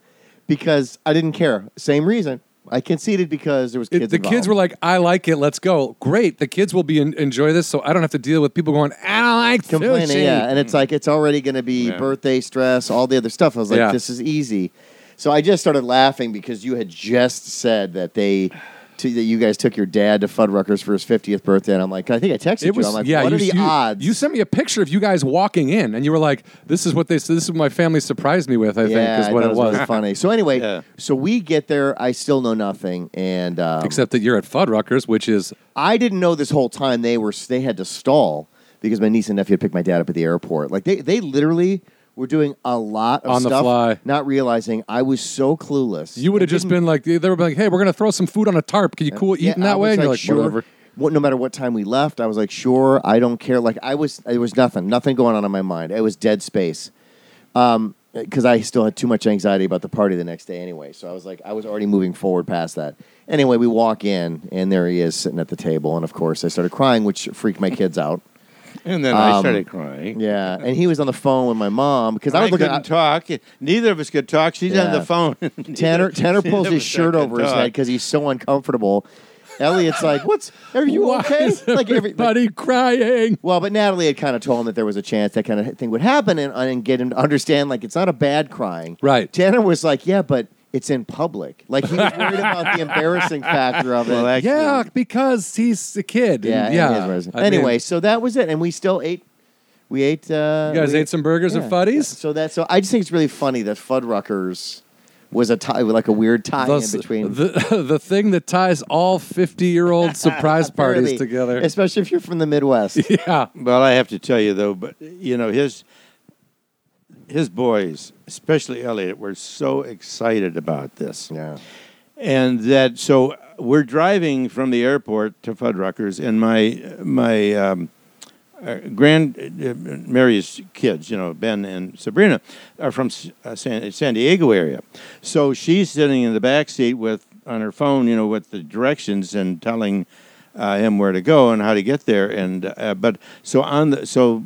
S1: because I didn't care. Same reason. I conceded because there was
S2: It-
S1: kids.
S2: the kids
S1: involved.
S2: were like, "I like it. Let's go." Great. The kids will be en- enjoy this, so I don't have to deal with people going, "I don't like
S1: complaining,
S2: sushi."
S1: yeah. And it's like it's already going to be
S3: Yeah.
S1: birthday stress, all the other stuff. I was like,
S2: Yeah.
S1: this is easy. So I just started laughing because you had just said that they. To, that you guys took your dad to Fuddruckers for his 50th birthday, and I'm like, I think I texted
S2: It was
S1: you. I'm like,
S2: yeah.
S1: what
S2: you,
S1: are the
S2: you-
S1: odds?
S2: You sent me a picture of you guys walking in, and you were like, "This is what they. This is what my family surprised me with." I
S1: yeah,
S2: think is what
S1: I
S2: it
S1: thought
S2: was.
S1: really funny. So anyway,
S3: Yeah.
S1: so we get there. I still know nothing, and um,
S2: Except that you're at Fuddruckers, which is
S1: I didn't know this whole time they were they had to stall because my niece and nephew had picked my dad up at the airport. Like they they literally were doing a lot of
S2: On the
S1: stuff,
S2: fly.
S1: not realizing I was so clueless.
S2: you would have just been like they were like, "Hey, we're gonna throw some food on a tarp. Can you cool
S1: Uh, Yeah,
S2: eating
S1: I
S2: that way?"
S1: was
S2: And you're like,
S1: sure.
S2: "Whatever."
S1: What, no matter what time we left, I was like, sure, I don't care. Like I was, it was nothing, nothing going on in my mind. It was dead space. Um, because I still had too much anxiety about the party the next day anyway. So I was like, I was already moving forward past that. Anyway, we walk in and there he is sitting at the table, and of course I started crying, which freaked my kids out.
S3: and then I started crying.
S1: Um, Yeah, and he was on the phone with my mom because I
S3: I,
S1: was looking.
S3: couldn't talk. Neither of us could talk. She's on
S1: Yeah.
S3: the phone.
S1: Tanner Tanner pulls his shirt over his head because he's so uncomfortable. Elliot's like, "What's? Are you
S2: Why
S1: okay?"
S2: is
S1: Like, every, like-
S2: everybody crying.
S1: well, but Natalie had kind of told him that there was a chance that kind of thing would happen, and, and get him to understand like it's not a bad crying.
S2: Right.
S1: Tanner was like, "Yeah, but it's in public." Like he was worried about the embarrassing factor of it.
S3: Well, that-
S2: Yeah, because he's a kid. and-
S1: yeah,
S2: yeah.
S1: it is.
S2: I mean,
S1: Anyway, so that was it, and we still ate. We ate. Uh,
S2: you guys
S1: we
S2: ate some burgers
S1: Yeah.
S2: and Fuddies.
S1: So that so I just think it's really funny that Fuddruckers was a tie like a weird tie
S2: Thus-
S1: in between
S2: the, the thing that ties all 50 year old surprise
S1: Apparently,
S2: parties together.
S1: Especially if you're from the Midwest.
S2: yeah.
S3: Well, I have to tell you though, but you know his his boys, especially Elliot, were so excited about this,
S1: yeah.
S3: and that so we're driving from the airport to Fuddruckers, and my my um, uh, grand uh, Mary's kids, you know Ben and Sabrina, are from S- uh, San, San Diego area, so she's sitting in the back seat with on her phone, you know, with the directions and telling uh, him where to go and how to get there, and uh, but so on the so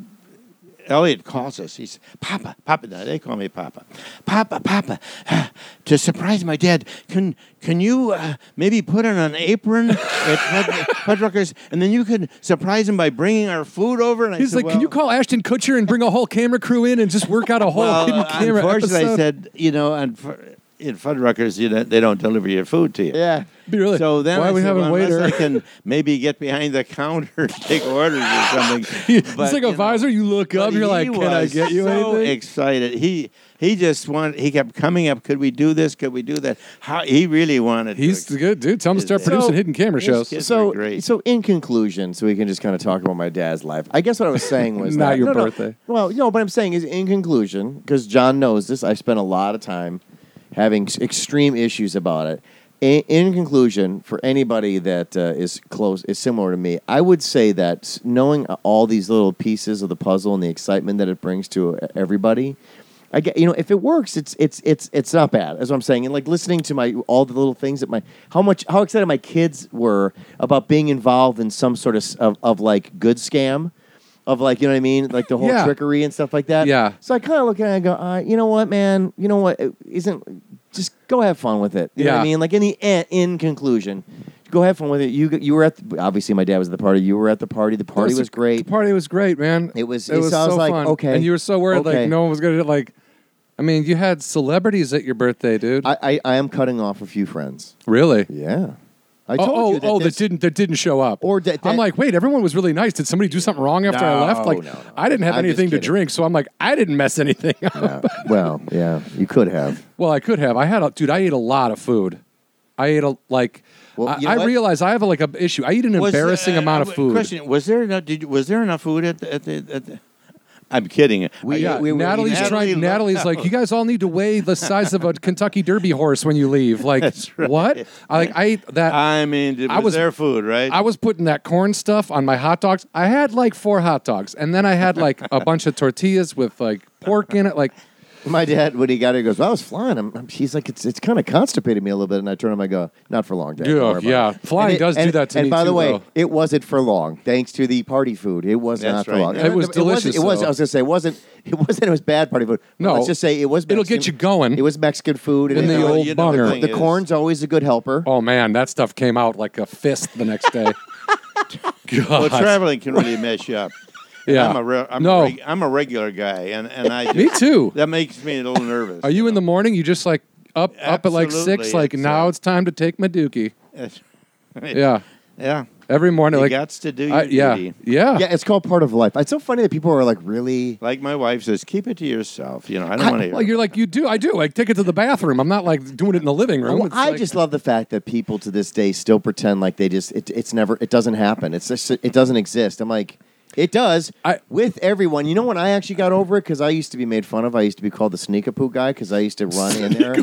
S3: Elliot calls us. He's Papa, Papa. Now they call me Papa, Papa, Papa. ah, to surprise my dad, can can you uh, maybe put on an apron at Hud- Hudruckers, and then you could surprise him by bringing our food over? And I
S2: He's
S3: said,
S2: like,
S3: well,
S2: can you call Ashton Kutcher and bring a whole camera crew in and just work out a whole
S3: Well,
S2: hidden camera
S3: uh, unfortunately,
S2: episode?
S3: I said, you know, and for, in Fuddruckers, you know, they don't deliver your food to you.
S1: Yeah.
S2: Be really,
S3: So then
S2: why
S3: I
S2: we
S3: said,
S2: having
S3: well,
S2: a waiter?
S3: unless I can maybe get behind the counter, take orders or something.
S2: it's like
S3: But, you
S2: a
S3: know,
S2: visor. You look up,
S3: But
S2: you're like,
S3: he
S2: can I
S3: was
S2: get you
S3: so
S2: anything?
S3: excited. He he just wanted. He kept coming up. Could we do this? Could we do that? How he really wanted.
S2: He's
S3: to,
S2: the good dude. Tell him to start
S3: So-
S2: producing hidden camera
S3: Yes,
S2: shows.
S3: yes. Kids
S1: So
S3: are great.
S1: so in conclusion, so we can just kind of talk about my dad's life. I guess what I was saying was
S2: Not
S1: that-
S2: your
S1: no, no.
S2: birthday.
S1: Well, no, but I'm saying is in conclusion because John knows this. I spent a lot of time having s- extreme issues about it. In, in conclusion, for anybody that uh, is close is similar to me, I would say that s- knowing uh, all these little pieces of the puzzle and the excitement that it brings to uh, everybody. I get, you know, if it works, it's it's it's it's not bad. That's what I'm saying. And like listening to my all the little things that my how much how excited my kids were about being involved in some sort of s- of, of like good scam, of like you know what I mean, like the whole
S2: Yeah.
S1: trickery and stuff like that.
S2: Yeah.
S1: So I kind of look at it and I go, uh, you know what, man, you know what, It isn't just go have fun with it. You know what I
S2: Yeah.
S1: mean? Like in the end, in conclusion, go have fun with it. You g- you were at the, obviously my dad was at the party. You were at the party. The party
S2: That
S1: was,
S2: a-
S1: great.
S2: The party was great, man.
S1: It was-
S2: It
S1: it
S2: was
S1: sounds
S2: so
S1: like,
S2: fun.
S1: okay,
S2: And you were so worried,
S1: okay.
S2: like no one was gonna like. I mean, you had celebrities at your birthday, dude.
S1: I, I I am cutting off a few friends.
S2: really?
S1: Yeah. I
S2: Oh,
S1: told
S2: oh,
S1: you that
S2: oh,
S1: this-
S2: that didn't that didn't show up.
S1: Or that- that-
S2: I'm like, wait, everyone was really nice. Did somebody do something wrong after I left?
S1: No,
S2: Like,
S1: no, no.
S2: I didn't have
S1: I'm just
S2: anything to
S1: kidding.
S2: drink, so I'm like, I didn't mess anything up.
S1: Yeah. well, yeah, you could have.
S2: Well, I could have. I had a dude. I ate a lot of food. I ate a like.
S1: Well,
S2: I,
S1: you know
S2: I
S1: what?
S2: realize I have a, like an issue. I eat an
S3: Was,
S2: embarrassing
S3: uh,
S2: amount
S3: uh,
S2: of food.
S3: Question: Was there enough? Did, you- was there enough food at the? At the, at the I'm kidding.
S1: We-
S2: yeah,
S1: we were eating-
S2: Natalie's
S3: Natalie
S2: trying.
S3: left
S2: Natalie's like, you guys all need to weigh the size of a Kentucky Derby horse when you leave. Like,
S3: That's right.
S2: what? I like. I ate that.
S1: Uh,
S3: I mean, it was,
S2: I was-
S3: their food, right?
S2: I was putting that corn stuff on my hot dogs. I had like four hot dogs, and then I had like a bunch of tortillas with like pork in it. Like,
S1: My dad, when he got here, he goes, well, I was flying. I'm, I'm, she's like, it's, it's kind of constipated me a little bit. And I turn him, I go, not for long, Dad. Don't
S2: Yeah,
S1: worry about
S2: yeah.
S1: it." And
S2: Flying
S1: it-
S2: does do
S1: and,
S2: that to
S1: and
S2: me
S1: by the
S2: too,
S1: way,
S2: though.
S1: it wasn't for long, thanks to the party food. It was
S3: That's
S1: not for
S3: right.
S1: long.
S3: It
S1: And
S2: was
S1: it
S2: delicious,
S1: It was,
S2: though.
S1: I was going to say, it wasn't, it wasn't, it was bad party food. But
S2: No.
S1: Let's just say it was
S2: It'll
S1: Mexican-
S2: get you going.
S1: It was Mexican food.
S2: In
S1: it-
S2: the
S1: you know,
S2: old
S1: the,
S2: bunger.
S3: thing is-
S1: corn's always a good helper.
S2: oh man, that stuff came out like a fist the next day. God.
S3: Well, traveling can really mess you up.
S2: Yeah.
S3: I'm a re- I'm,
S2: No.
S3: a reg- I'm a regular guy, and and I
S2: me too.
S3: that makes me a little nervous.
S2: Are you in the morning? You just like up up at like six?
S3: Absolutely,
S2: Like
S3: it's,
S2: now
S3: uh,
S2: it's time to take my dookie.
S3: That's-
S2: Yeah,
S3: yeah.
S2: every morning
S3: You
S2: like
S3: gots to do your
S2: I- yeah,
S3: duty.
S2: yeah,
S1: Yeah, it's called part of life. It's so funny that people are like, really?
S3: Like my wife says, keep it to yourself. You know, I don't want to.
S2: I,
S3: hear.
S2: well, you're like you do. I do. Like take it to the bathroom. I'm not like doing it in the living room.
S1: Well,
S2: It's
S1: Oh, I
S2: like-
S1: just love the fact that people to this day still pretend like they just it, it's never it doesn't happen. It's just, it doesn't exist. I'm like it does
S2: I-
S1: with everyone. You know when I actually got over it because I used to be made fun of. I used to be called the sneaker poo guy because I used to run in there.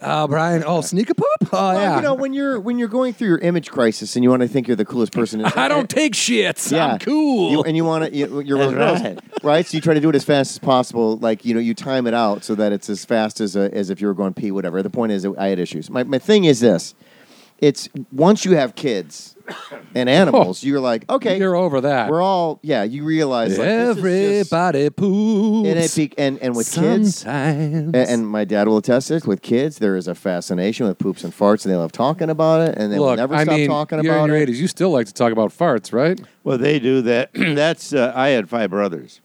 S2: uh, Brian. Oh, sneak a poop. Oh
S1: Well,
S2: yeah.
S1: you know when you're when you're going through your image crisis and you want to think you're the coolest person.
S2: I don't take shits. I'm cool.
S1: You, and you want to, you, you're one of
S3: That's
S1: those, right? So you try to do it as fast as possible. Like you know, you time it out so that it's as fast as a, as if you were going pee. Whatever. The point is, I had issues. My my thing is this: it's once you have kids and animals, you're like, okay,
S2: You're over that.
S1: we're all yeah. You realize like, this is just-
S2: Everybody poops.
S1: and it be, and and with kids.
S2: sometimes.
S1: a- And my dad will attest this. With kids, there is a fascination with poops and farts, and they love talking about it, and they will
S2: Look,
S1: never
S2: I
S1: stop
S2: mean,
S1: talking
S2: you're
S1: about
S2: in your
S1: it.
S2: 80s. You still like to talk about farts, right?
S3: Well, they do that. That's uh, I had five brothers.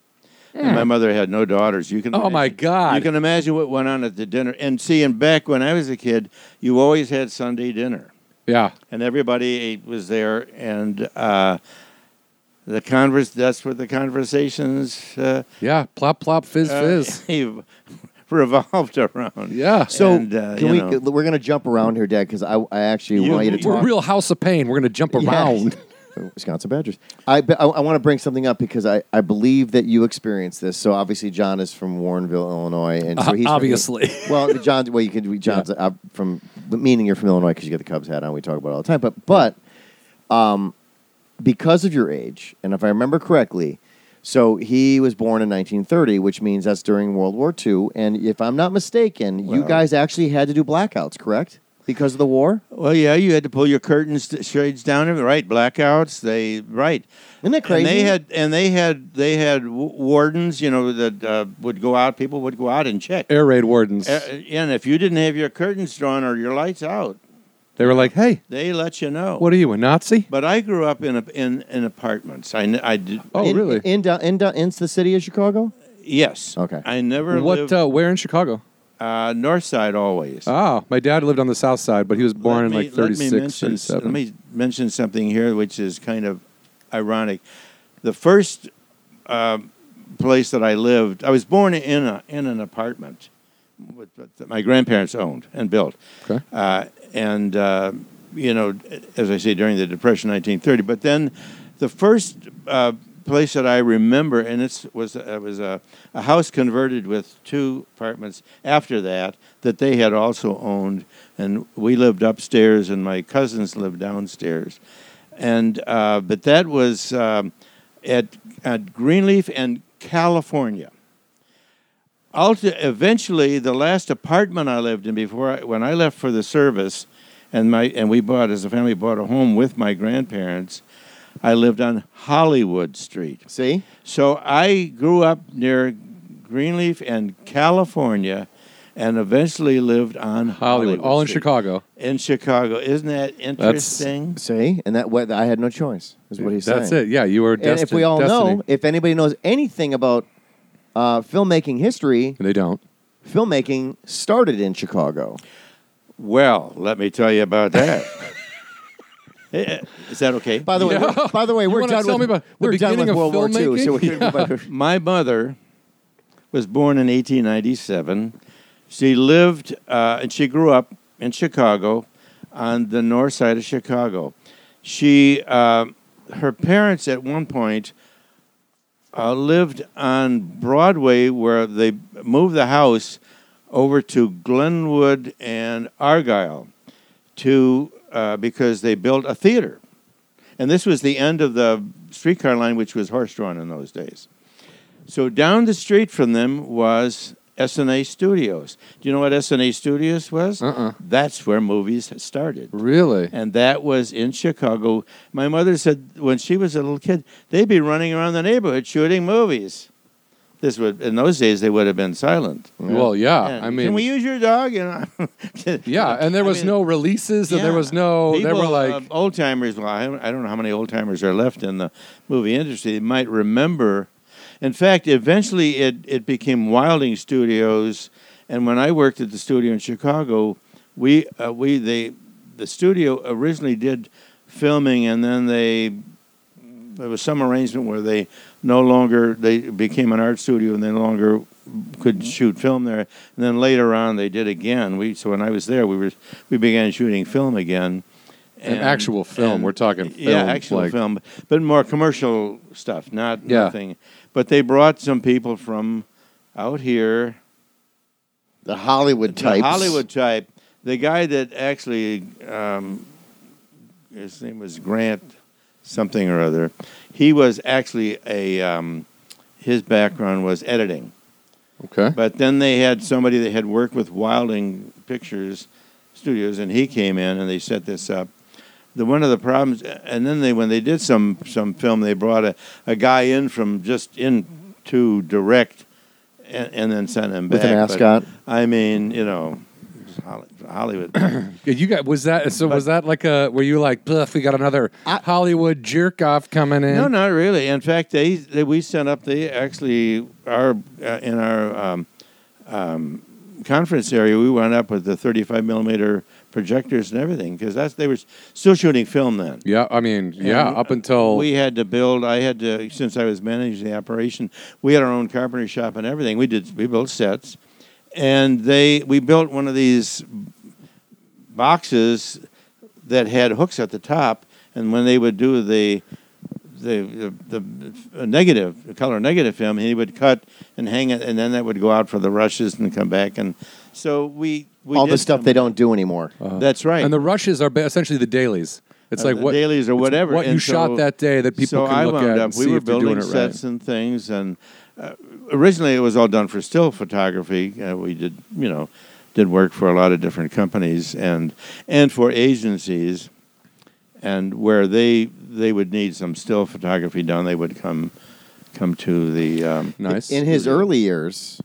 S3: And my mother had no daughters. You can
S2: Oh, my God.
S3: You can imagine what went on at the dinner. And see, and back when I was a kid, you always had Sunday dinner,
S2: Yeah.
S3: and everybody ate, was there, and uh, the converse. That's where the conversations uh,
S2: Yeah. Plop, plop, fizz, fizz.
S3: revolved around.
S2: Yeah.
S1: So
S3: And, uh,
S1: can
S3: you
S1: we?
S3: know.
S1: We're gonna jump around here, Dad, because I, I actually
S3: You-
S1: want you to
S2: We're
S1: talk.
S2: real house of pain. We're going to jump around.
S1: Yeah. Oh, Wisconsin Badgers. I but I, I want to bring something up because I, I believe that you experienced this. So obviously John is from Warrenville, Illinois, and so
S2: Uh,
S1: he's
S2: obviously.
S1: well, John. Well, you can John's uh, from meaning you're from Illinois because you got the Cubs hat on. We talk about it all the time, but but um, because of your age, and if I remember correctly, so he was born in 1930, which means that's during World War II. And if I'm not mistaken, you
S3: Well-
S1: guys actually had to do blackouts, correct? Because of the war?
S3: Well, yeah, you had to pull your curtains t- shades down, right? Blackouts, they right.
S1: Isn't that crazy?
S3: And they had and they had they had w- wardens, you know, that uh, would go out. People would go out and check.
S2: Air raid wardens.
S3: Uh, and if you didn't have your curtains drawn or your lights out,
S2: they were like, hey,
S3: they let you know.
S2: what are you, a Nazi?
S3: But I grew up in a, in, in apartments. I, n- I did,
S2: Oh,
S1: in,
S2: really?
S1: In, down- in, down- in the city of Chicago?
S3: yes.
S1: Okay.
S3: I never
S2: what?
S3: lived
S2: Uh, where in Chicago?
S3: uh, north side always.
S2: Oh, my dad lived on the south side, but he was born
S3: Let
S2: in
S3: me-
S2: like
S3: let me
S2: 36,
S3: mention-
S2: 37.
S3: Let me mention something here, which is kind of ironic. The first um, place that I lived, I was born in a, in an apartment with, that my grandparents owned and built,
S2: okay.
S3: uh, and uh, you know, as I say, during the Depression, 1930. But then, the first uh, place that I remember, and it was uh, it was a, a house converted with two apartments after that that they had also owned, and we lived upstairs, and my cousins lived downstairs, and uh, but that was um, at at Greenleaf and California. Ulti- eventually, the last apartment I lived in before I, when I left for the service, and my and we bought as a family bought a home with my grandparents. I lived on Hollywood Street.
S1: See?
S3: So I grew up near Greenleaf and California, and eventually lived on
S2: Hollywood,
S3: Hollywood,
S2: all in
S3: Street.
S2: Chicago.
S3: In Chicago, isn't that interesting?
S1: See? And that way, I had no choice, is what he's
S2: That's
S1: saying.
S2: it. Yeah, you were.
S1: And
S2: Destined,
S1: if we all
S2: destiny.
S1: know, if anybody knows anything about uh, filmmaking history,
S2: they don't.
S1: filmmaking started in Chicago.
S3: well, let me tell you about that. Eh, Is that okay?
S1: By the way,
S2: Yeah.
S1: we're- by the way,
S2: You
S1: we're
S2: wanna
S1: done
S2: tell
S1: with,
S2: me about the
S1: we're done with
S2: beginning of
S1: World War II, so we
S2: filmmaking?
S1: can go back to-
S3: My mother was born in 1897. She lived uh, and she grew up in Chicago, on the north side of Chicago. She, uh, her parents at one point uh, lived on Broadway, where they moved the house over to Glenwood and Argyle, to uh, because they built a theater, and this was the end of the streetcar line, which was horse-drawn in those days. So down the street from them was SNA Studios. Do you know what SNA Studios was?
S2: Uh-uh.
S3: That's where movies started.
S2: Really?
S3: And that was in Chicago. My mother said when she was a little kid, they'd be running around the neighborhood shooting movies. This would in those days they would have been silent.
S2: Well, yeah.
S3: And,
S2: I mean,
S3: can we use your dog? You know,
S2: yeah. And there
S3: I
S2: was
S3: mean,
S2: no releases, and there
S3: yeah.
S2: was no. there were
S3: People,
S2: like.
S3: uh, old timers. Well, I, don't- I don't know how many old timers are left in the movie industry. They might remember. In fact, eventually it it became Wilding Studios, and when I worked at the studio in Chicago, we uh, we they the studio originally did filming, and then they there was some arrangement where they no longer they became an art studio and they no longer could shoot film there. And then later on, they did again. We so when I was there, we were we began shooting film again.
S2: An actual film. We're talking
S3: yeah,
S2: film,
S3: actual
S2: like-
S3: film, but more commercial stuff, not
S2: Yeah.
S3: nothing. But they brought some people from out here,
S1: the Hollywood
S3: the
S1: types.
S3: Hollywood type. The guy that actually, um, his name was Grant something or other. He was actually a um, his background was editing.
S2: okay.
S3: But then they had somebody that had worked with Wilding Pictures Studios, and he came in and they set this up. The one of the problems, and then they when they did some some film, they brought a, a guy in from just in to direct, and, and then sent him back
S1: With an
S3: But,
S1: ascot.
S3: I mean, you know, it's Holly- Hollywood.
S2: Yeah, you got was that so was that like a were you like "Bluff, we got another Hollywood jerk off coming in?
S3: No, not really. In fact, they, they we sent up. They actually our uh, in our um, um, conference area. We went up with the 35 millimeter projectors and everything because that's they were s- still shooting film then.
S2: Yeah, I mean, yeah,
S3: And
S2: up until
S3: we had to build. I had to since I was managing the operation. We had our own carpenter shop and everything. We did. We built sets, and they we built one of these boxes that had hooks at the top, and when they would do the the the, the negative the color negative film, he would cut and hang it, and then that would go out for the rushes and come back, and so we. we
S1: all
S3: did
S1: the stuff
S3: some-
S1: they don't do anymore.
S3: That's right.
S2: and the rushes are ba- essentially the dailies. It's
S3: Uh,
S2: like
S3: the
S2: what
S3: dailies or
S2: it's
S3: whatever.
S2: what you
S3: And
S2: shot
S3: so-
S2: that day that people
S3: so
S2: can
S3: I
S2: look
S3: wound
S2: at
S3: up,
S2: and
S3: we
S2: see
S3: were
S2: if you're
S3: building
S2: doing it right.
S3: sets and things, and uh, originally it was all done for still photography. Uh, we did, you know, did work for a lot of different companies and and for agencies, and where they they would need some still photography done, they would come come to the. Um,
S2: nice.
S1: In his early years,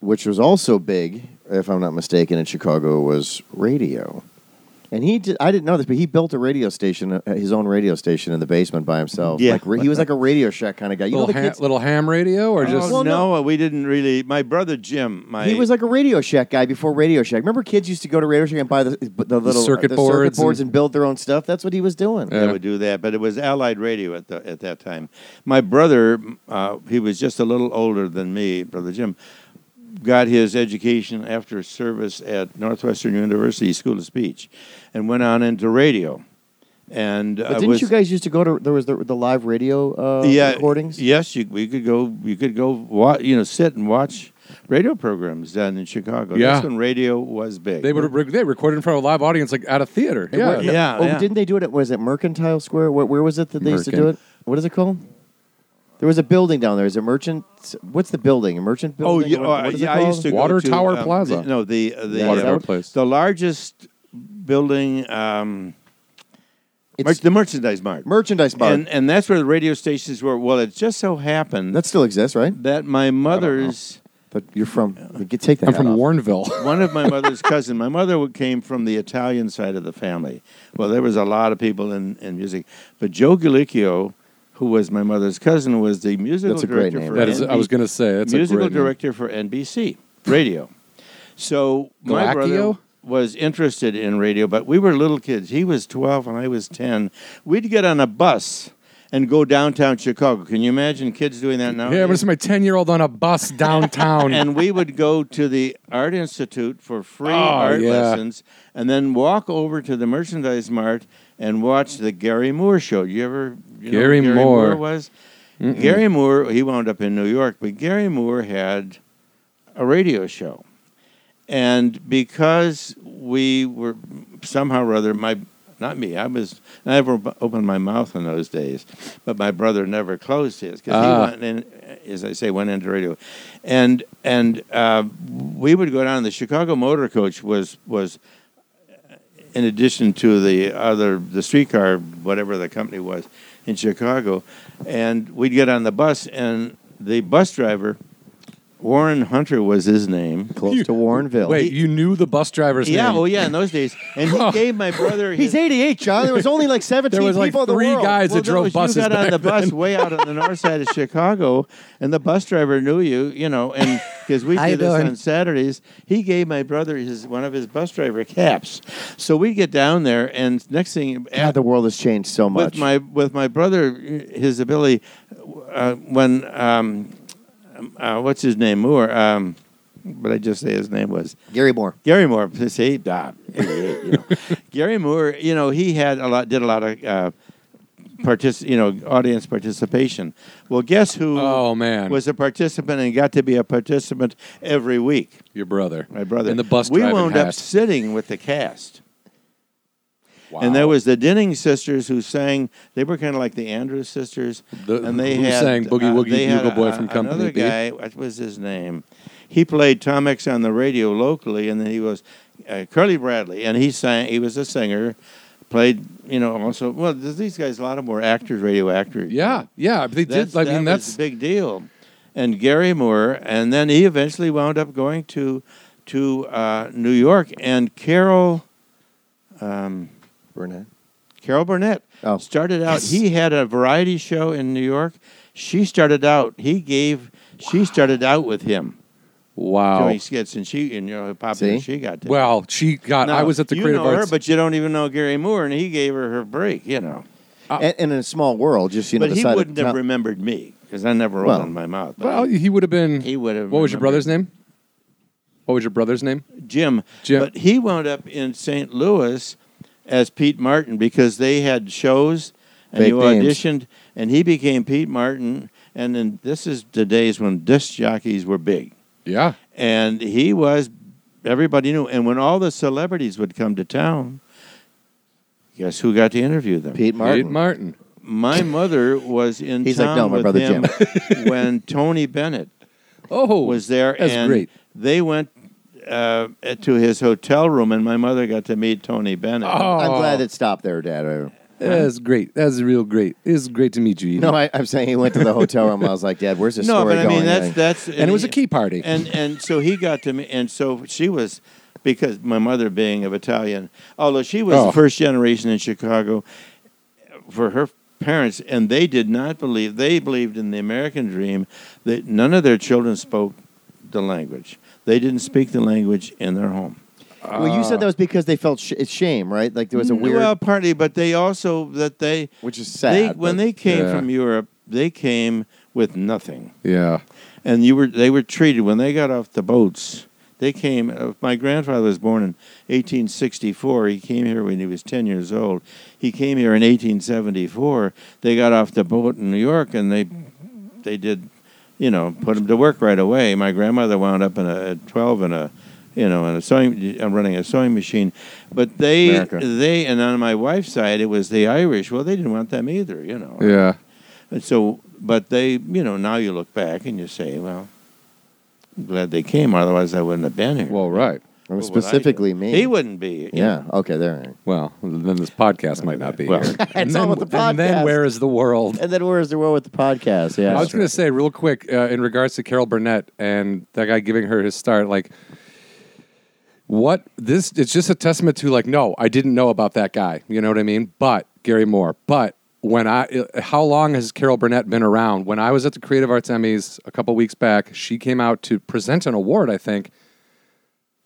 S1: which was also big, if I'm not mistaken, in Chicago, was radio. And he did, I didn't know this, but he built a radio station, uh, his own radio station in the basement by himself.
S3: Yeah.
S1: Like, ra- he was like a Radio Shack kind of guy. You know
S2: little,
S1: the
S2: ha-
S1: kids,
S2: little ham radio or just
S3: oh, no, we didn't really. My brother Jim, my
S1: he was like a Radio Shack guy before Radio Shack. Remember, kids used to go to Radio Shack and buy the, the little
S2: circuit
S1: the
S2: boards
S1: boards
S2: and-
S1: and, build their own stuff. That's what he was doing.
S2: Yeah.
S3: that would do that. But it was Allied Radio at the at that time. My brother, uh, he was just a little older than me, brother Jim, got his education after service at Northwestern University School of Speech, and went on into radio. And
S1: But didn't you guys used to go to there was the, the live radio uh, recordings?
S3: Yes, you, we could go. You could go. Wa- you know, sit and watch radio programs down in Chicago.
S2: Yeah.
S3: That's when radio was big.
S2: They would re- they recorded in front of a live audience, like at a theater.
S1: It
S2: yeah,
S1: wa-
S3: yeah,
S1: Oh,
S3: yeah.
S1: didn't they do it at was it Mercantile Square? Where, where was it that they used to do it?
S2: Mercant.
S1: What is it called? There was a building down there. Is it Merchant? What's the building? A merchant
S3: Oh,
S1: building?
S3: yeah,
S1: What-
S3: oh,
S1: what is it
S3: yeah, I used
S1: called?
S3: to go
S2: Water
S3: to,
S2: Tower
S3: um,
S2: Plaza.
S3: the- no, the uh, the
S1: Yeah,
S2: Water
S1: that
S2: Tower
S1: would-
S2: Place.
S3: the largest building, um,
S1: It's-
S3: mer- the merchandise mart.
S1: merchandise bar.
S3: and and that's where the radio stations were. Well, it just so happened
S1: that still exists, right?
S3: that my mother's
S1: But you're from. you can Take that.
S2: I'm
S1: hat
S2: from
S1: off.
S2: Warrenville.
S3: one of my mother's cousin. My mother wa- came from the Italian side of the family. Well, there was a lot of people in, in music, but Joe Galicchio, who was my mother's cousin, was the musical
S1: That's a great
S3: director
S1: name.
S3: for
S2: that is, I
S3: NBC
S2: was going to say that's
S3: musical
S2: a great name.
S3: director for NBC radio. So my brother
S2: Galacchio?
S3: was interested in radio, but we were little kids. He was 12 and I was 10. We'd get on a bus and go downtown Chicago. Can you imagine kids doing that now?
S2: Yeah, I'm going to see my 10 year old on a bus downtown.
S3: and we would go to the art institute for free art
S2: Oh, yeah.
S3: lessons and then walk over to the merchandise mart and watch the Gary Moore show. You ever you know
S2: Gary
S3: who Gary
S2: Moore.
S3: was? Gary Moore, he wound up in New York, but Gary Moore had a radio show. And because we were somehow or other, my not me, I was I never opened my mouth in those days, but my brother never closed his because
S2: Ah.
S3: he went in, as I say, went into radio, and and uh, we would go down. The Chicago Motor Coach was was uh, in addition to the other the streetcar whatever the company was in Chicago and we'd get on the bus and the bus driver Warren Hunter was his name
S1: close to Warrenville.
S2: Wait, you knew the bus driver's
S3: yeah
S2: name?
S3: oh yeah in those days and he gave my brother his,
S1: he's 88, John. There was only like 17
S2: There was like
S1: people in the
S2: three
S1: world.
S2: guys that
S3: there
S2: drove
S3: was-
S2: buses
S3: You got on
S2: back
S3: the bus way out on the north side of Chicago, and the bus driver knew you, you know, and because we
S1: How you
S3: did this
S1: doing?
S3: on Saturdays, he gave my brother his one of his bus driver caps. So we get down there, and next thing, uh,
S1: God, the world has changed so much.
S3: with my with my brother, his ability uh, when um, uh, what's his name Moore, um, but I just say his name was
S1: Gary Moore.
S3: Gary Moore, see, ah, idiot, you know. Gary Moore, you know, he had a lot, did a lot of uh, partic- you know, audience participation. Well, guess who?
S2: Oh, man.
S3: was a participant and got to be a participant every week.
S2: Your brother.
S3: My brother
S2: And the bus
S3: We
S2: driving
S3: wound up
S2: hat.
S3: sitting with the cast,
S2: Wow.
S3: and there was the Denning sisters who sang. They were kind of like the Andrews sisters,
S2: The-
S3: and they
S2: who
S3: had uh,
S2: sang Boogie Woogie
S3: they had
S2: Bugle Boy
S3: a-
S2: from Company
S3: Another
S2: B.
S3: guy, what was his name? He played Tom X on the radio locally, and then he was uh, Curly Bradley, and he sang. He was a singer, played you know also. Well, there's these guys a lot of more actors, radio actors.
S2: Yeah, yeah. They
S3: That's,
S2: did. I mean,
S3: that was
S2: that's.
S3: a big deal. And Gary Moore, and then he eventually wound up going to to uh, New York, and Carol um,
S1: Burnett.
S3: Carol Burnett
S1: Oh.
S3: started out.
S2: Yes.
S3: He had a variety show in New York. She started out. He gave. She started out with him.
S2: Wow.
S3: Joey Skits, and she and you know how popular
S1: Oh. See?
S3: she got. To.
S2: Well, she got. I
S3: Now,
S2: was at the
S3: you
S2: Creative
S3: know her,
S2: Arts.
S3: but you don't even know Gary Moore, and he gave her her break. You know,
S1: And, and in a small world, just you know,
S3: Uh, but
S1: the
S3: he
S1: side of
S3: wouldn't have
S1: town-
S3: remembered me because I never
S1: Well,
S3: opened my mouth. But
S2: well, he would have been.
S3: he would have.
S2: what was your
S3: remembered.
S2: brother's name? What was your brother's name?
S3: Jim.
S2: Jim.
S3: But he wound up in St. Louis as Pete Martin because they had shows and
S1: Fake
S3: you
S1: names.
S3: auditioned, and he became Pete Martin. And then this is the days when disc jockeys were big,
S2: Yeah.
S3: and he was everybody knew. And when all the celebrities would come to town, guess who got to interview them?
S1: Pete Martin.
S2: Pete Martin.
S3: My mother was in
S1: He's like,
S3: town
S1: "No, my
S3: with
S1: brother
S3: him when Tony Bennett
S2: Oh,
S3: was there,
S2: That's
S3: and
S2: great.
S3: they went uh, to his hotel room, and my mother got to meet Tony Bennett.
S2: Oh.
S1: I'm glad it stopped there, Dad. I-
S2: That's great. That's real great. It's great to meet you. Edie.
S1: No, I, I'm saying he went to the hotel room. I was like, Dad, where's this
S3: no,
S1: story
S3: but I
S1: going?
S3: mean that's that's
S2: and it was a key party.
S3: and and so he got to me, and so she was because my mother being of Italian, although she was
S2: Oh.
S3: the first generation in Chicago for her parents, and they did not believe they believed in the American dream that none of their children spoke the language. They didn't speak the language in their home.
S1: well, you said that was because they felt sh- it's shame, right? Like there was a weird,
S3: Uh, Mm, Well, partly, but they also that they
S1: which is sad.
S3: they, when
S1: but- uh,
S3: they came
S2: Yeah.
S3: from Europe, they came with nothing,
S2: yeah.
S3: and you were they were treated when they got off the boats. They came. Uh, my grandfather was born in 1864. He came here when he was 10 years old. He came here in 1874. They got off the boat in New York and they they did, you know, put him to work right away. My grandmother wound up in a at 12 in a you know, in a sewing, I'm running a sewing machine, but they,
S1: America.
S3: they, and on my wife's side, it was the Irish. Well, they didn't want them either, you know.
S2: Yeah.
S3: And so, but they, you know, now you look back and you say, well, I'm glad they came, otherwise I wouldn't have been here.
S2: Well, right.
S1: I mean,
S3: What would I do?
S1: specifically me.
S3: He wouldn't be. you
S1: yeah. Okay. There.
S2: Well, then this podcast might not be
S3: Well.
S2: here. and
S1: It's
S2: then,
S1: all with the
S2: And then
S1: podcast.
S2: where is the world?
S1: And then where's the world with the podcast? Yeah.
S2: I was going to say real quick uh, in regards to Carol Burnett and that guy giving her his start, like what this it's just a testament to like no, I didn't know about that guy. You know what I mean? But Gary Moore, but when I uh, how long has Carol Burnett been around? When I was at the Creative Arts Emmys a couple weeks back, she came out to present an award, I think.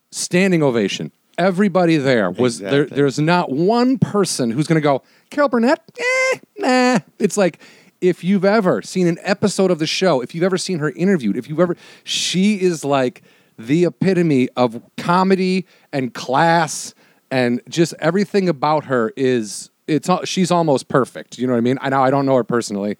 S2: Standing ovation. Everybody there was there
S3: Exactly.
S2: there's not one person who's going to go, Carol Burnett, eh, nah. It's like, if you've ever seen an episode of the show, if you've ever seen her interviewed, if you've ever, she is like the epitome of comedy and class and just everything about her is, it's, al- she's almost perfect. You know what I mean? I know I don't know her personally,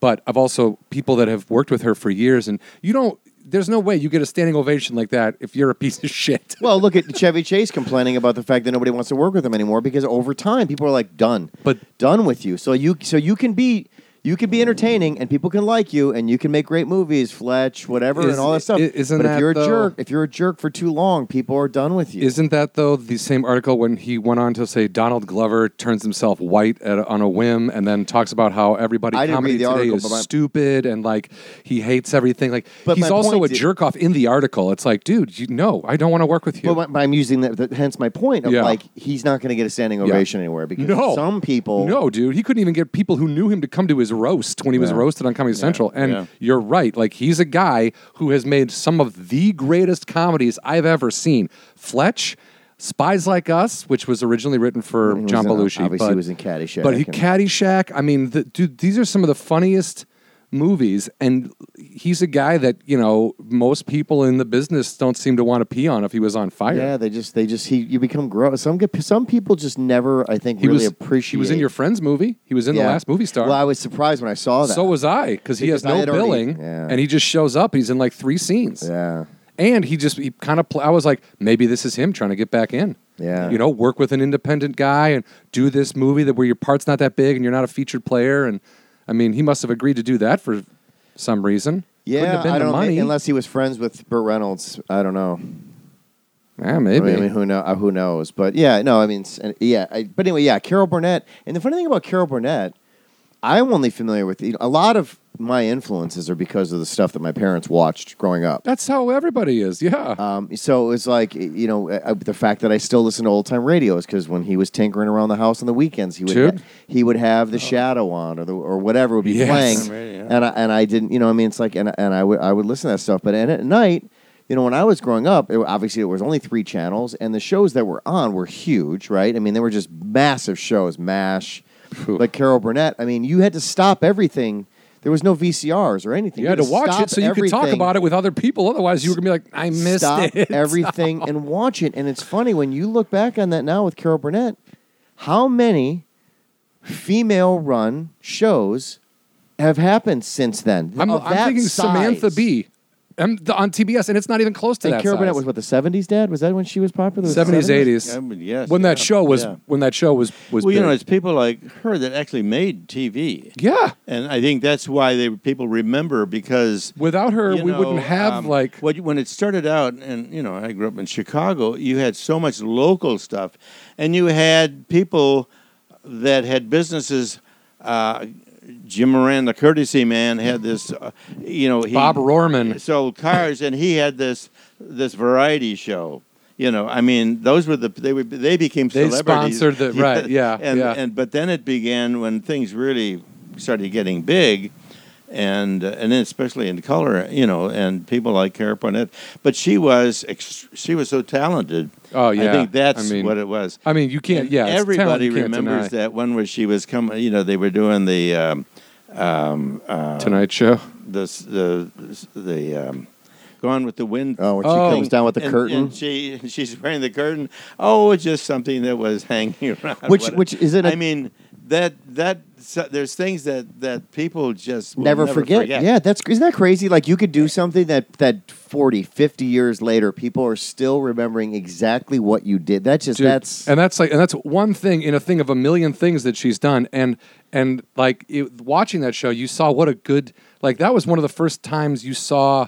S2: but I've also people that have worked with her for years and you don't, there's no way you get a standing ovation like that if you're a piece of shit.
S1: Well, look at Chevy Chase complaining about the fact that nobody wants to work with him anymore because over time people are like done,
S2: But-
S1: done with you. So you so you can be you can be entertaining and people can like you and you can make great movies, Fletch, whatever,
S2: Is-
S1: and all that stuff.
S2: i- isn't
S1: but
S2: that,
S1: if you're a
S2: though-
S1: jerk, if you're a jerk for too long, people are done with you.
S2: Isn't that though the same article when he went on to say Donald Glover turns himself white at, on a whim and then talks about how everybody
S1: I didn't
S2: comedy
S1: read the
S2: today
S1: article,
S2: is
S1: but my-
S2: stupid and like he hates everything. Like
S1: But
S2: he's
S1: my
S2: also a
S1: point i-
S2: jerk off in the article. It's like, dude, you no, I don't want to work with you.
S1: Well, my- I'm using that. that- Hence my point of
S2: Yeah.
S1: like he's not going to get a standing ovation anywhere because
S2: No.
S1: some people.
S2: no, dude, he couldn't even get people who knew him to come to his roast when he was
S1: Yeah.
S2: roasted on Comedy Central. And
S3: yeah.
S2: you're right. Like he's a guy who has made some of the greatest comedies I've ever seen. Fletch. Spies Like Us, which was originally written for
S1: he was
S2: John
S1: in-
S2: Belushi,
S1: obviously
S2: but
S1: was in Caddyshack.
S2: But he
S1: and-
S2: Caddyshack. I mean, the, dude, these are some of the funniest movies, and he's a guy that you know most people in the business don't seem to want to pee on if he was on fire.
S1: Yeah, they just they just he you become gross. Some get some people just never I think
S2: he
S1: really
S2: was.
S1: appreciate.
S2: He was in your friends movie. He was in
S1: Yeah.
S2: the last movie star.
S1: Well, I was surprised when I saw that.
S2: so was I because he has
S1: Because I
S2: no
S1: had already-
S2: billing,
S1: Yeah.
S2: and he just shows up. He's in like three scenes.
S1: yeah.
S2: And he just he kind of pl- I was like maybe this is him trying to get back in.
S1: Yeah.
S2: You know, work with an independent guy and do this movie that where your part's not that big and you're not a featured player and I mean, he must have agreed to do that for some reason. Couldn't
S1: Yeah,
S2: have been
S1: I
S2: the
S1: don't
S2: money.
S1: unless he was friends with Burt Reynolds. I don't know.
S2: yeah,
S1: I
S2: maybe.
S1: mean, I mean, who know? uh, Who knows? But yeah, no, I mean, s- and- yeah. I, but anyway, yeah. Carol Burnett, and the funny thing about Carol Burnett, I'm only familiar with you know, a lot of my influences are because of the stuff that my parents watched growing up.
S2: That's how everybody is. Yeah.
S1: Um, so it was like you know uh, the fact that I still listen to old time radio is because when he was tinkering around the house on the weekends, he would
S2: Dude.
S1: ha- he would have the shadow on or the, or whatever would be
S2: Oh.
S1: playing,
S2: Yes.
S3: Radio.
S1: and I, and I didn't you know I mean it's like and and I would I would listen to that stuff, but and at night. You know, when I was growing up, it, obviously there was only three channels, and the shows that were on were huge, right? I mean, they were just massive shows, MASH,
S2: Phew.
S1: like Carol Burnett. I mean, you had to stop everything. There was no VCRs or anything.
S2: you had to watch it so you could talk
S1: about
S2: about it with other people. Otherwise, you were going to be like, I missed
S1: stop
S2: it.
S1: everything and watch it. And it's funny when you look back on that now with Carol Burnett, how many female-run shows have happened since then?
S2: I'm,
S1: Of
S2: I'm
S1: that
S2: thinking
S1: size.
S2: Samantha B. I'm- the- on TBS, and it's not even close to
S1: And
S2: that.
S1: Carol
S2: size.
S1: Burnett was what the '70s, Dad? Was that when she was popular? Was it
S2: 70s, 80s.
S3: I mean, yes,
S2: when that
S3: yeah,
S2: show was
S3: yeah.
S2: when that show was was
S3: Well, you
S2: big.
S3: know, it's people like her that actually made TV.
S2: yeah.
S3: And I think that's why they people remember because
S2: Without her,
S3: you
S2: we
S3: know,
S2: wouldn't have
S3: um,
S2: like
S3: what you- when it started out. And you know, I grew up in Chicago. You had so much local stuff, and you had people that had businesses. Uh, Jim Moran, the courtesy man, had this. Uh, you know, he,
S2: Bob Rorman.
S3: sold cars, and he had this this variety show. You know, I mean, those were the they were they became
S2: They
S3: celebrities.
S2: sponsored the- right, yeah,
S3: and
S2: yeah.
S3: and but then it began when things really started getting big, and uh, and then especially in color, you know, and people like Cara Barnett. But she was ex- she was so talented.
S2: Oh, yeah.
S3: I think that's
S2: I mean-
S3: what it was.
S2: I mean, you can't.
S3: And
S2: Yeah, it's talent
S3: everybody
S2: you can't
S3: remembers
S2: deny.
S3: that one where she was coming. You know, they were doing the. Um, um, uh,
S2: Tonight Show.
S3: the the the um, Gone with the Wind.
S1: Oh, when she
S2: Oh.
S1: comes down with the
S3: and,
S1: curtain.
S3: and she she's wearing the curtain. Oh, it's just something that was hanging around.
S1: Which-
S3: What-
S1: which isn't a-
S3: I mean that that so, there's things that that people just will
S1: never, forget. Yeah, that's isn't that crazy? Like you could do something that that 40, 50 years later, people are still remembering exactly what you did. That's just
S2: Dude,
S1: that's
S2: and that's like and that's one thing in a thing of a million things that she's done and and like it, watching that show you saw what a good like that was one of the first times you saw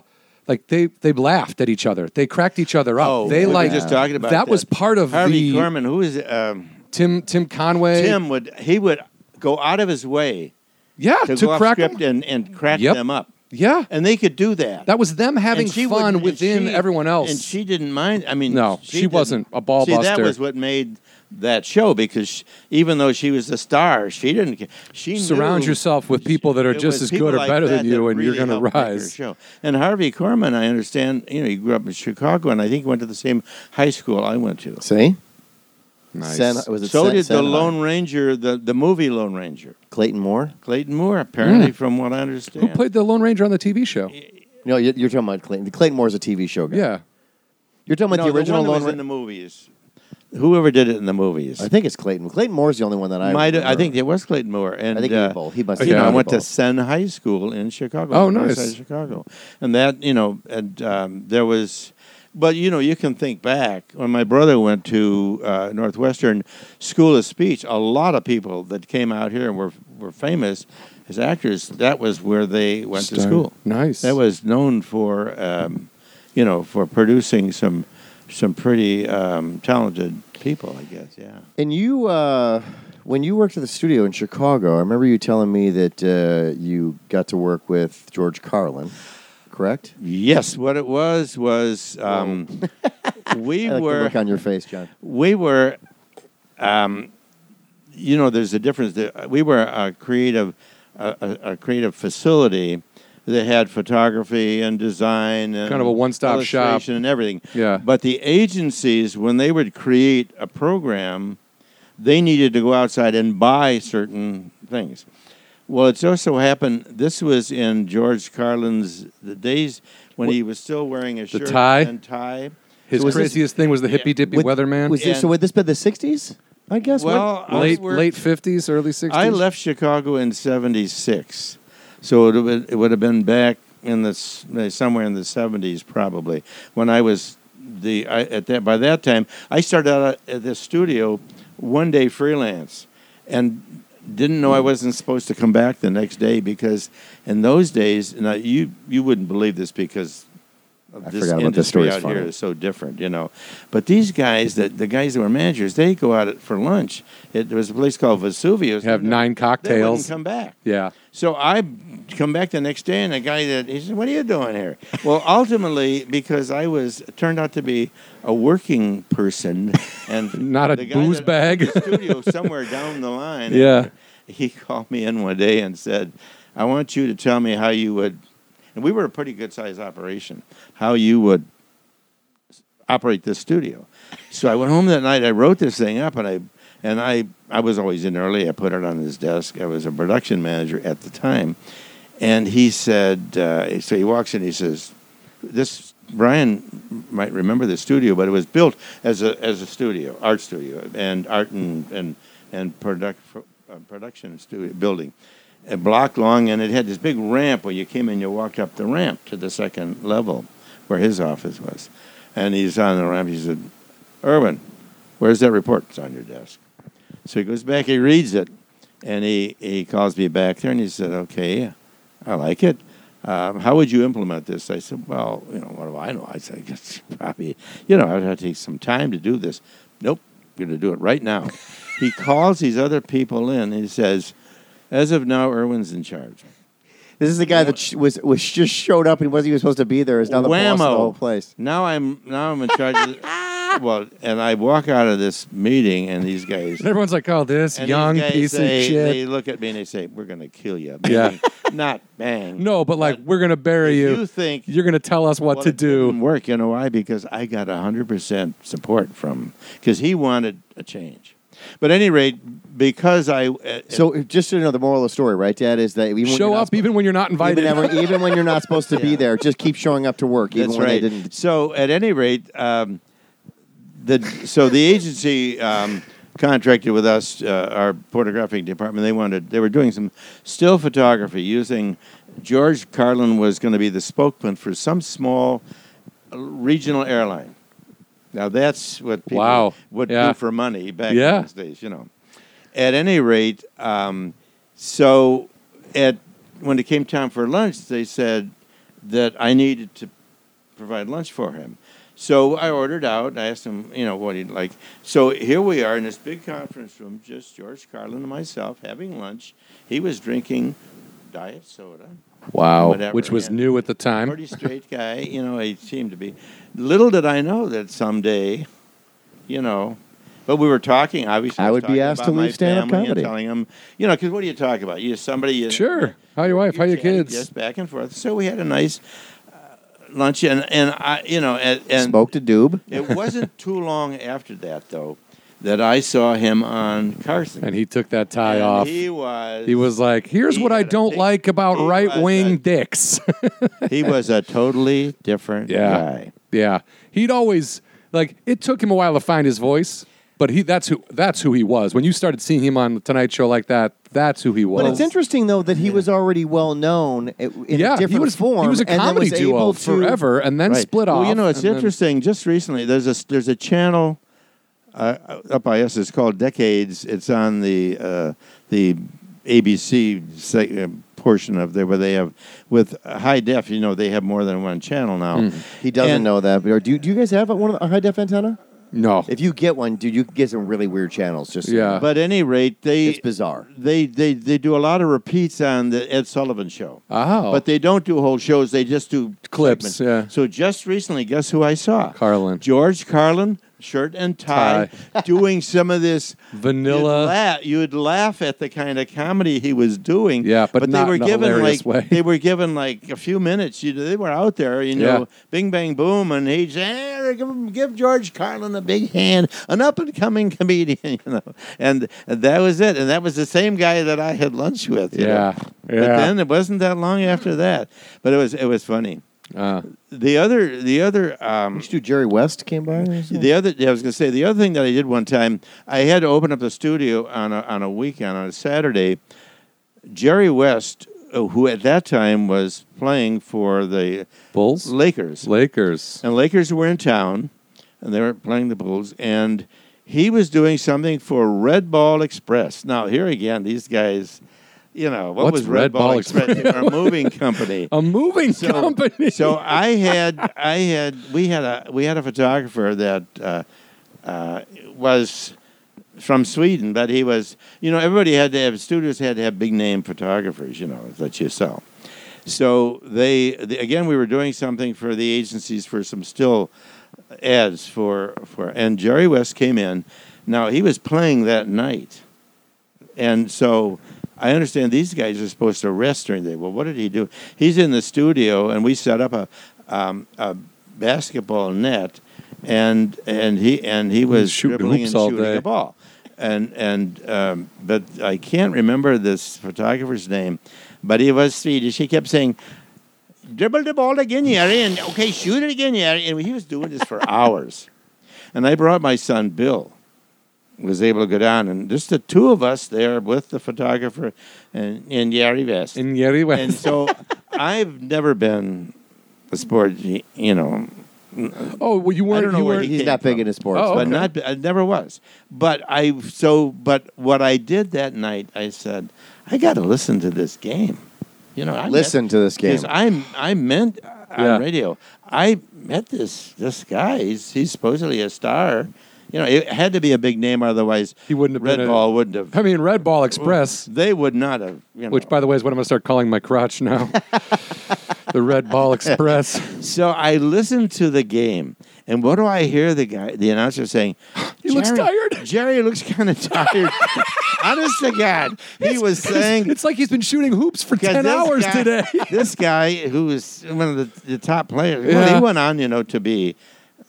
S2: like they they laughed at each other they cracked each other up
S3: Oh,
S2: they
S3: we were
S2: like
S3: just talking about
S2: that was part of
S3: Harvey
S2: the
S3: Korman. Who is um,
S2: Tim Tim Conway
S3: Tim? Would he would go out of his way
S2: yeah
S3: to,
S2: to,
S3: go off
S2: crack
S3: script
S2: them.
S3: and and crack
S2: Yep.
S3: them up,
S2: yeah
S3: and they could do that.
S2: that was them having
S3: And she
S2: fun
S3: wouldn't- and
S2: within
S3: she-
S2: everyone else
S3: And she didn't mind. I mean,
S2: No, she
S3: didn't-
S2: wasn't a ball
S3: See, that
S2: buster.
S3: was what made that show because she, even though she was the star, she didn't. ca- She
S2: surround
S3: knew
S2: yourself with people that are
S3: it
S2: just
S3: was
S2: as
S3: people
S2: good or
S3: like
S2: better
S3: that
S2: than you
S3: that
S2: and
S3: really
S2: you're going
S3: helped
S2: to
S3: make her
S2: rise
S3: show. And Harvey Korman, I understand. You know, he grew up in Chicago, and I think he went to the same high school I went to.
S1: see.
S2: Nice.
S1: Sen- was it
S3: So
S1: Sen-
S3: did the
S1: Senhai?
S3: Lone Ranger, the, the movie Lone Ranger,
S1: Clayton Moore?
S3: Clayton Moore, apparently, from what I understand.
S2: Mm. who played the Lone Ranger on the TV show
S1: No, you- you're talking about Clayton. Clayton Moore's a TV show guy.
S2: yeah
S1: you're talking about
S3: No,
S1: the original
S3: one that
S1: Lone
S3: was in the
S1: Ranger.
S3: movies. Whoever did it in the movies,
S1: I think it's Clayton. Clayton Moore's the only one that I.
S3: Might I
S1: remember.
S3: think it was Clayton Moore, and
S1: I think he
S3: uh,
S1: did both. He must. have
S2: okay,
S3: you know,
S1: done
S3: I went to
S1: both.
S3: Sen High School in Chicago.
S2: Oh,
S3: on the north
S2: nice.
S3: side of Chicago, and that you know, and um, there was, but you know, you can think back when my brother went to uh, Northwestern School of Speech. A lot of people that came out here and were were famous as actors. That was where they went to
S2: Star-
S3: school.
S2: nice
S3: That was known for, um, you know, for producing some some pretty um, talented people. I guess, yeah.
S1: And you, uh, when you worked at the studio in Chicago, I remember you telling me that uh, you got to work with George Carlin, correct?
S3: Yes, what it was was um, we
S1: I like the
S3: were
S1: look on your face, John.
S3: we were, um, you know, there's a difference. There- We were a creative, a, a, a creative facility that had photography and design, and
S2: Kind of a one-stop shop.
S3: illustration and everything.
S2: Yeah.
S3: But the agencies, when they would create a program, they needed to go outside and buy certain things. Well, it's also happened. This was in George Carlin's the days when he was still wearing a shirt
S2: tie?
S3: and tie.
S2: his
S1: So was this-
S2: craziest thing was the hippy dippy
S1: Would-
S2: weatherman
S1: Was this, so
S3: And-
S1: would this be the '60s? I guess. what-
S3: Well, I
S2: late
S3: worked-
S2: late fifties, early sixties.
S3: I left Chicago in '76, so it would, it would have been back in the s- eh, somewhere in the '70s probably when I was the I, at that by that time I started out at the studio one day freelance and didn't know I
S1: Hmm.
S3: wasn't supposed to come back the next day because in those days now you you wouldn't believe this because of
S1: I
S3: this
S1: forgot about this
S3: industry
S1: story. It's
S3: out here
S1: funny.
S3: is so different, you know. But these guys, that the guys that were managers, they go out for lunch. It, there was a place called Vesuvius.
S2: have
S3: They-
S2: nine
S3: They wouldn't
S2: cocktails.
S3: come back.
S2: yeah,
S3: So I come back the next day, and the guy that he said, "What are you doing here?" Well, ultimately, because I was turned out to be a working person and
S2: not a
S3: the guy
S2: booze
S3: that-
S2: bag.
S3: the studio somewhere down the line.
S2: Yeah.
S3: he called me in one day and said, "I want you to tell me how you would." And we were a pretty good sized operation. How you would operate this studio. So I went home that night. I wrote this thing up, and I and I I was always in early. I put it on his desk. I was a production manager at the time, and he said, uh, so he walks in. He says, "This Brian might remember the studio, but it was built as a as a studio, art studio, and art and and and product uh, production studio building." A block long, and it had this big ramp where you came in, you walked up the ramp to the second level where his office was. And he's on the ramp. He said, Irwin, where's that report? It's on your desk. So he goes back, he reads it, and he, he calls me back there and he said, Okay, I like it. Um, how would you implement this? I said, Well, you know, what do I know? I said, "It's probably, you know, I'd have to take some time to do this. Nope, going to do it right now. he calls these other people in and he says, As of now, Irwin's in charge.
S1: This is the guy that sh- was was just showed up and wasn't even supposed to be there. Is now the boss of the
S3: Whammo.
S1: whole place.
S3: Now I'm now I'm in charge. of the- Well, and I walk out of this meeting, and these guys,
S2: And everyone's like, "Oh, this
S3: and these
S2: young
S3: guys
S2: piece
S3: say-
S2: of shit."
S3: They look at me and they say, "We're gonna kill you."
S2: Yeah.
S3: Meaning, not bang.
S2: no, but like, we're gonna bury
S3: If
S2: you.
S3: you think
S2: You're gonna tell us what
S3: well,
S2: to
S3: it didn't
S2: do.
S3: work. You know why? Because I got hundred percent support from because he wanted a change. But any rate, because I uh,
S1: So if- just to know the moral of the story, right, Dad, is that even when
S2: Show
S1: you're not
S2: up even when you're not
S1: spo-
S2: invited.
S1: even, when- even when you're not supposed to be there, just keep showing up to work, even
S3: That's
S1: when
S3: right.
S1: they didn't.
S3: So at any rate, um, the so the agency um, contracted with us, uh, our photographic department. They wanted they were doing some still photography using George Carlin was going to be the spokesman for some small uh, regional airline. Now that's what people
S2: Wow.
S3: would
S2: Yeah.
S3: do for money back
S2: Yeah.
S3: in those days, you know. At any rate, um, so at when it came time for lunch, they said that I needed to provide lunch for him. So I ordered out. I asked him, you know, what he'd like. So here we are in this big conference room, just George Carlin and myself having lunch. He was drinking diet soda.
S2: wow,
S3: Whatever,
S2: which was
S3: yeah.
S2: new at the time.
S3: Pretty straight guy, you know, he seemed to be. Little did I know that someday, you know, but we were talking, obviously.
S1: I would
S3: was
S1: be
S3: talking
S1: asked
S3: about
S1: to leave
S3: my
S1: stand-up
S3: family and
S1: comedy.
S3: telling him, you know, because what do you talk about? You're somebody. You,
S2: Sure. How your wife? How your kids?
S3: Just back and forth. So we had a nice uh, lunch, and, and I, you know, and, and
S1: Smoked a doob.
S3: it wasn't too long after that, though, that I saw him on Carson.
S2: And he took that tie
S3: And
S2: off.
S3: He was.
S2: He was like, "Here's
S3: He
S2: what I
S3: had a
S2: don't
S3: big-
S2: like about
S3: he
S2: right wing
S3: was a-
S2: dicks."
S3: He was a totally different
S2: Yeah.
S3: guy.
S2: yeah, he'd always like. It took him a while to find his voice, but he that's who that's who he was. When you started seeing him on the Tonight Show like that, that's who he was.
S1: But it's interesting though that he was already well known i- in
S2: yeah,
S1: a different
S2: he was
S1: form.
S2: He was a
S1: and then
S2: comedy
S1: was
S2: duo
S1: able to-
S2: forever, and then
S3: Right.
S2: split off.
S3: Well, you know, it's
S2: and then-
S3: interesting. Just recently, there's a there's a channel uh, up by us. It's called Decades. It's on the uh, the ABC se- uh, portion of there where they have with high def. You know, they have more than one channel now.
S2: Hmm.
S1: He doesn't
S3: And-
S1: know that. But are- do, you- do you guys have a- one of the, a high def antenna?
S2: no,
S1: If you get one, dude, you can get some really weird channels. Just so you
S2: Yeah.
S1: know.
S3: But at any rate, they
S1: it's bizarre.
S3: they they they do a lot of repeats on the Ed Sullivan show.
S2: oh,
S3: But they don't do whole shows. They just do
S2: Clips, yeah.
S3: So just recently, guess who I saw?
S2: Carlin.
S3: George Carlin, shirt and tie, doing some of this
S2: vanilla.
S3: You'd laugh, you'd laugh at the kind of comedy he was doing.
S2: Yeah, but not
S3: they were
S2: in a
S3: given
S2: hilarious
S3: like
S2: way.
S3: they were given like a few minutes. You they were out there, you know,
S2: Yeah.
S3: Bing Bang Boom, and he eh, give, him- give George Carlin a big hand, an up and coming comedian, you know, and that was it. And that was the same guy that I had lunch with. you
S2: Yeah,
S3: know.
S2: yeah.
S3: But then it wasn't that long after that. But it was it was funny.
S2: Uh,
S3: The other the other um,
S1: Did you do Jerry West came by? Or something?
S3: the other, yeah, I was going to say the other thing that I did one time. I had to open up the studio on a, on a weekend on a Saturday. Jerry West, uh, who at that time was playing for the
S2: Bulls,
S3: Lakers,
S2: Lakers.
S3: and Lakers were in town, and they were playing the Bulls, and he was doing something for Red Ball Express. Now here again, these guys, you know, what
S2: What's
S3: was Red, Ball, Express? they were a moving company.
S2: A moving
S3: So-
S2: company.
S3: So I had, I had, we had a, we had a photographer that uh, uh, was from Sweden, but he was, you know, everybody had to have studios had to have big name photographers, you know, that you saw. So they, the, again, we were doing something for the agencies for some still ads for for, and Jerry West came in. Now he was playing that night, and so. I understand these guys are supposed to rest during the day. Well, what did he do? He's in the studio, and we set up a, um, a basketball net, and and he and he was
S2: shooting Mm,
S3: dribbling
S2: hoops
S3: and
S2: all
S3: shooting
S2: day.
S3: a ball, and and um, but I can't remember this photographer's name, but he was Swedish. He kept saying, "Dribble the ball again, Jerry, and okay, shoot it again, Jerry." And he was doing this for hours, and I brought my son Bill was able to go down, and just the two of us there with the photographer and, and Yari Vest.
S2: in Yeri West.
S3: and so I've never been a sport, ge- you know,
S2: oh, well, you
S3: I
S2: weren't.
S3: don't know
S2: you
S3: where
S2: weren't
S3: he-
S1: He's not big
S3: from.
S1: into sports.
S2: Oh,
S1: but
S3: but not I never was. But I so but what I did that night, I said, I got to listen to this game. You know, I met-
S1: listen to this game.
S3: because I'm I meant uh, on
S2: Yeah.
S3: radio. I met this this guy. He's he's supposedly a star. You know, it had to be a big name, otherwise
S2: He wouldn't have
S3: Red
S2: been a-
S3: Ball wouldn't have.
S2: I mean, Red Ball Express,
S3: They would not have. You know.
S2: which, by the way, is what I'm going to start calling my crotch now. the Red Ball Express.
S3: so I listened to the game, and what do I hear? The guy, the announcer, saying,
S2: He looks
S3: "Jerry-
S2: tired."
S3: Jerry looks kind of tired." Honest to God, he was saying
S2: It's like he's been shooting hoops for
S3: 'Cause
S2: ten
S3: this
S2: hours
S3: guy-
S2: today.
S3: this guy who was one of the, the top players,
S2: Yeah.
S3: well, he went on, you know, to be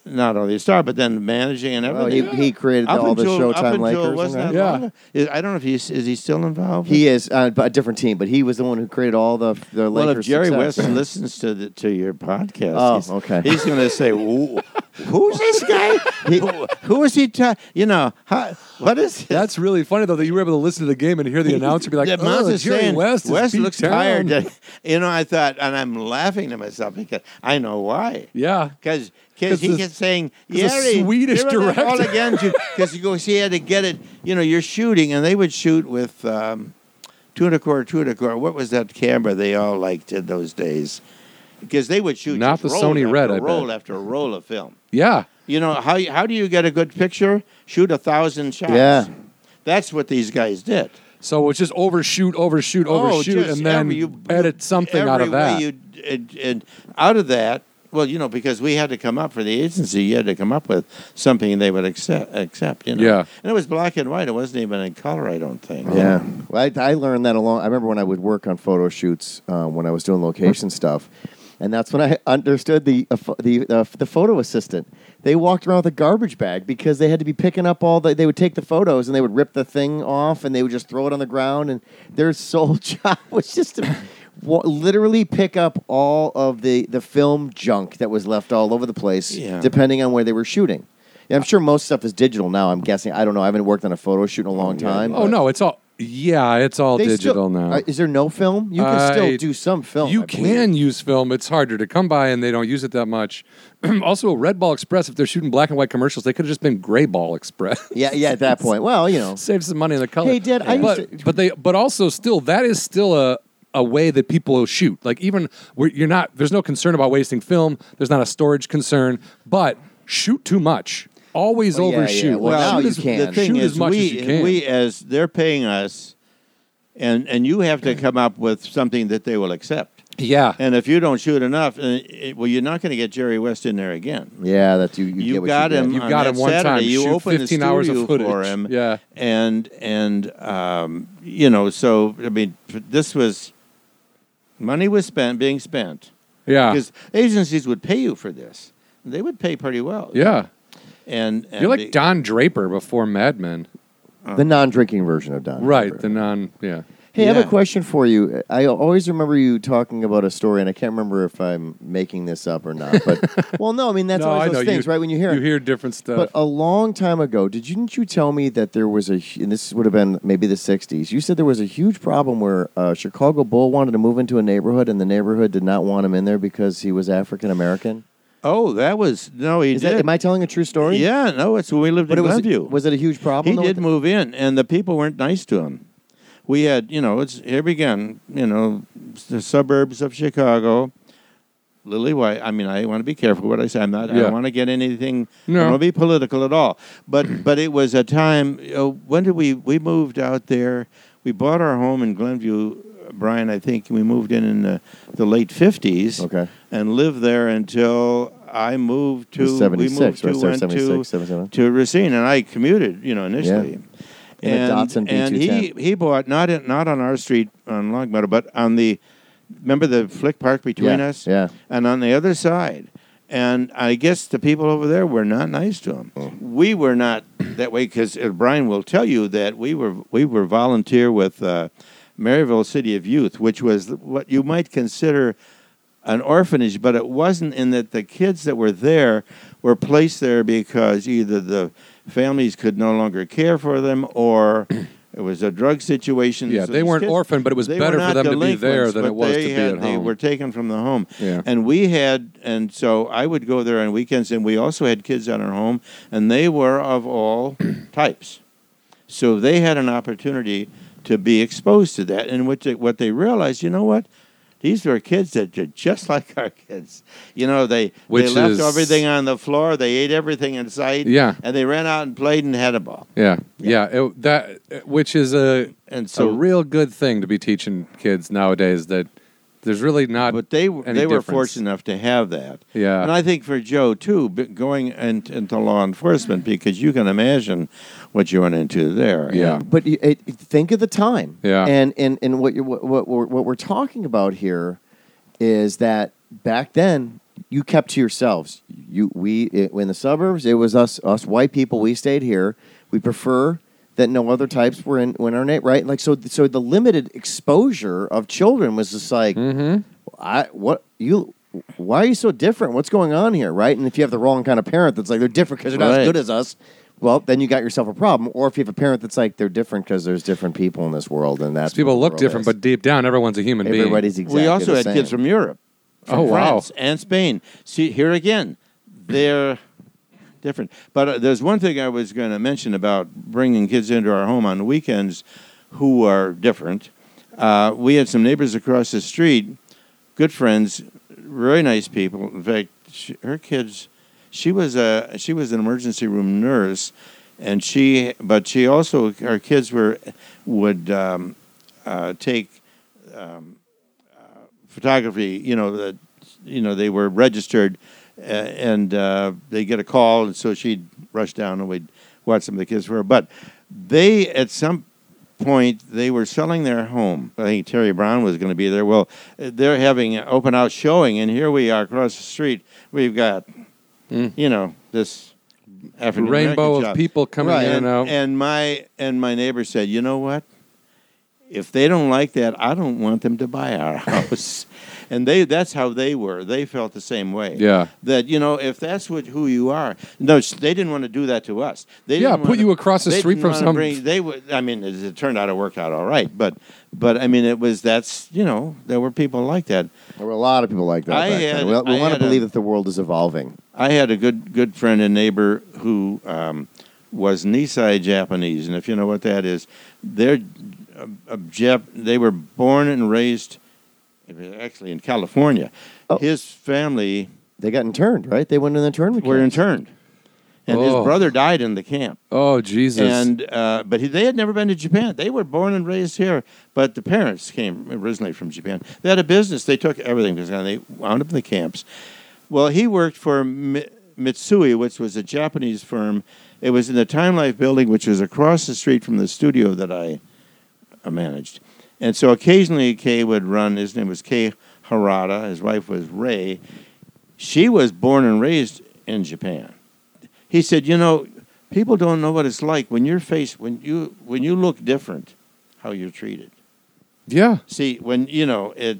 S3: not only a star, but then managing and
S1: Well, he,
S3: everything.
S1: he created
S3: Up
S1: all the
S3: until- up
S1: Showtime
S3: until
S1: Lakers.
S3: wasn't
S1: and
S3: that
S1: that.
S2: Yeah.
S3: long? Is- I don't know if he's is he still involved.
S1: He is uh, but a different team, but he was the one who created all the the
S3: well, if
S1: Lakers.
S3: Jerry
S1: success.
S3: West listens to the, to your podcast,
S1: Oh,
S3: he's,
S1: okay.
S3: he's going to say, "Who- "Who's this guy? who, who is he? Ta- you know, how, what is this?"
S2: That's really funny though that you were able to listen to the game and hear the announcer be like,
S3: that Maz
S2: "Oh,
S3: is
S2: Jerry
S3: saying,
S2: West, is beat
S3: looks
S2: down."
S3: tired." you know, I thought, and I'm laughing to myself because I know why.
S2: Yeah,
S3: Because
S2: 'Cause
S3: he
S2: the-
S3: kept saying,
S2: the
S3: Jerry,
S2: Swedish
S3: give it up all
S2: director."
S3: again. Because you go, see, he had to get it. You know, you're shooting, and they would shoot with um, two and a quarter, two and a quarter. What was that camera they all liked in those days? Because they would shoot
S2: Not
S3: just
S2: the
S3: roll
S2: Sony
S3: after
S2: Red, I bet.
S3: roll after roll of film.
S2: yeah.
S3: You know how you- how do you get a good picture? Shoot a thousand shots.
S1: Yeah.
S3: that's what these guys did.
S2: So it's just overshoot, overshoot,
S3: Oh,
S2: overshoot,
S3: just
S2: and then
S3: every- you-
S2: edit something out
S3: every
S2: of that.
S3: way you- and, and out of that, well, you know, because we had to come up for the agency, you had to come up with something they would accept. Accept, you know.
S2: Yeah.
S3: And it was black and white. It wasn't even in color. I don't think.
S1: Yeah, well, I, I learned that along. I remember when I would work on photo shoots uh, when I was doing location stuff, and that's when I understood the uh, pho- the uh, the photo assistant. They walked around with a garbage bag because they had to be picking up all the. They would take the photos and they would rip the thing off and they would just throw it on the ground. And their sole job was just to wa- literally pick up all of the the film junk that was left all over the place,
S3: Yeah.
S1: depending on where they were shooting. Yeah, I'm sure most stuff is digital now. I'm guessing. I don't know. I haven't worked on a photo shoot in a long time.
S2: oh
S1: but-
S2: no, it's all yeah, it's all
S1: they still-
S2: digital now.
S1: uh, is there no film? You can
S2: I-
S1: still do some film.
S2: you
S1: I believe.
S2: can use film. It's harder to come by, and they don't use it that much. also, Red Ball Express. If they're shooting black and white commercials, they could have just been Gray Ball Express.
S1: Yeah, yeah. At that point, well, you know,
S2: Save some money in the color.
S1: Hey, Dad, I used
S2: but,
S1: to-
S2: but they but also still that is still a a way that people shoot. Like even where you're not there's no concern about wasting film. There's not a storage concern, but shoot too much. Always
S1: Well, yeah, yeah.
S2: overshoot.
S1: Well,
S2: Shoot
S1: now you
S2: as-
S1: can.
S3: The thing
S2: shoot
S3: is,
S2: as much
S3: we
S2: as you can.
S3: we as they're paying us, and and you have to come up with something that they will accept.
S2: Yeah.
S3: And if you don't shoot enough, uh, it, well, you're not going to get Jerry West in there again.
S1: yeah. That you you, get
S3: you
S1: what
S3: got
S1: you get.
S3: him.
S2: You
S3: on
S2: got
S3: that
S2: him one
S3: Saturday.
S2: time.
S3: You
S2: Shoot
S3: opened
S2: 15
S3: the
S2: hours of
S3: studio for
S2: footage.
S3: him.
S2: Yeah.
S3: and and um, you know, so I mean, this was money was spent being spent
S1: Ah.
S2: yeah.
S3: because agencies would pay you for this. They would pay pretty well.
S2: Yeah.
S3: and, and
S2: You're
S3: the-
S2: like Don Draper before Mad Men.
S1: the non-drinking version of Don.
S2: Right.
S1: Draper.
S2: The non yeah.
S1: Hey, I have
S3: Yeah.
S1: a question for you. I always remember you talking about a story, and I can't remember if I'm making this up or not. But well, no, I mean that's
S2: no, I
S1: always
S2: know
S1: those things,
S2: you,
S1: right? When you hear
S2: you
S1: it.
S2: hear different stuff.
S3: Uh,
S1: But uh, a long time ago, did you, didn't you tell me that there was a, hu- and this would have been maybe the 60s, you said there was a huge problem where a Chicago Bull wanted to move into a neighborhood and the neighborhood did not want him in there because he was African American?
S3: oh, that was no, he
S1: Is
S3: did.
S1: that, am I telling a true story?
S3: yeah, no, it's when we lived
S1: But it
S3: in
S1: was,
S3: Glenview.
S1: was it a huge problem?
S3: he
S1: though,
S3: did
S1: with
S3: move in, and the people weren't nice to him. We had, you know, it's here again, you know, s- the suburbs of Chicago. Lily White. I mean, I want to be careful what I say. I'm not. I
S2: Yeah.
S3: don't want to get anything. I
S2: No.
S3: don't want to be political at all. But but it was a time. You know, when did we we moved out there? We bought our home in Glenview, Brian. I think we moved in in the, the late fifties.
S1: Okay.
S3: And lived there until I moved to
S1: the 76,
S3: we moved to,
S1: right? So
S3: went to-
S1: 76, 77.
S3: to Racine, and I commuted, you know, initially.
S1: In a Datsun
S3: and he
S1: B210.
S3: he bought not in, not on our street on Longmeadow, but on the remember the Flick Park between
S1: Yeah,
S3: us,
S1: yeah.
S3: and on the other side. And I guess the people over there were not nice to him.
S2: Oh.
S3: We were not that way because Brian will tell you that we were we were volunteer with uh, Maryville City of Youth, which was what you might consider an orphanage, but it wasn't in that the kids that were there were placed there because either the families could no longer care for them or it was a drug situation.
S2: Yeah,
S3: So
S2: they
S3: these
S2: weren't
S3: kids-
S2: orphaned, but it was
S3: they
S2: better
S3: were
S2: for
S3: not
S2: them to be there
S3: delinquents,
S2: than it
S3: but
S2: was to
S3: they
S2: be
S3: had-
S2: at
S3: They
S2: home.
S3: were taken from the home.
S2: Yeah.
S3: And we had, and so I would go there on weekends, and we also had kids on our home, and they were of all types. So they had an opportunity to be exposed to that, and what they, what they realized, you know what? These were kids that are just like our kids. You know, they
S2: Which
S3: they left
S2: is-
S3: everything on the floor, they ate everything in sight,
S2: Yeah.
S3: and they ran out and played and had a ball.
S2: Yeah, yeah, it- that which is a
S3: And
S2: it's a
S3: so
S2: real good thing to be teaching kids nowadays that there's really not.
S3: but they were
S2: any
S3: they were
S2: difference.
S3: fortunate enough to have that.
S2: Yeah.
S3: and I think for Joe too, b- going in, into law enforcement because you can imagine what you went into there.
S2: Yeah.
S1: it? But you- it, it- think of the time.
S2: Yeah.
S1: And, and, and what, you're, what, what, we're, what we're talking about here is that back then, you kept to yourselves. You we it, in the suburbs. It was us us white people. We stayed here. We prefer that no other types were in when our na- right like so so the limited exposure of children was just like
S2: Mm-hmm.
S1: I what you. Why are you so different? What's going on here, right? And if you have the wrong kind of parent that's like they're different because they're not
S3: Right.
S1: as good as us, well, then you got yourself a problem. Or if you have a parent that's like they're different because there's different people in this world, and that's what
S2: People
S1: the
S2: look
S1: world
S2: different,
S1: is.
S2: but deep down, everyone's a human
S1: everybody's exactly
S3: we also
S1: the
S3: had
S1: same.
S3: kids from Europe, from
S2: Oh, wow.
S3: France and Spain. See here again, they're different. But uh, there's one thing I was going to mention about bringing kids into our home on weekends who are different. Uh, we had some neighbors across the street, good friends, very nice people. In fact, she, her kids, she was a she was an emergency room nurse, and she but she also her kids were would um, uh, take photography, you know, the, you know, they were registered, uh, and uh, they get a call, and so she'd rush down and we'd watch some of the kids for her. But they, at some point, they were selling their home. I think Terry Brown was going to be there. Well, uh, they're having an open house showing, and here we are across the street. We've got, you know,
S2: being.
S3: this African
S2: Hmm. Rainbow of people coming in and out.
S3: and my and my neighbor said, you know what? If they don't like that, I don't want them to buy our house. and they that's how they were. They felt the same way.
S2: Yeah.
S3: That you know, if that's what who you are, no, s- they didn't want to do that to us. They
S2: Yeah,
S3: didn't
S2: put
S3: wanna-
S2: you across the
S3: they
S2: street
S3: didn't
S2: from
S3: wanna
S2: some-
S3: Bring, they would. I mean, it, it turned out it worked out all right. But but I mean, it was that's you know there were people like that.
S1: There were a lot of people like that.
S3: I
S1: back
S3: had-
S1: then. We,
S3: I
S1: want
S3: had
S1: to believe
S3: a-
S1: that the world is evolving.
S3: I had a good good friend and neighbor who um, was Nisei Japanese, and if you know what that is, they're uh, uh, Jap- they were born and raised actually in California.
S1: Oh.
S3: His family
S1: They got interned, right? They went in the internment.
S3: were
S1: camps.
S3: interned, and
S2: Oh.
S3: his brother died in the camp.
S2: oh, Jesus.
S3: And uh, but he, they had never been to Japan. They were born and raised here, but the parents came originally from Japan. They had a business. They took everything. They wound up in the camps. Well, he worked for Mi- Mitsui, which was a Japanese firm. It was in the Time Life building, which was across the street from the studio that I uh, managed. And so occasionally Kay would run. His name was Kay Harada. His wife was Ray. She was born and raised in Japan. He said, "You know, people don't know what it's like when you're faced when you when you look different, how you're treated.
S2: yeah.
S3: See, when you know it,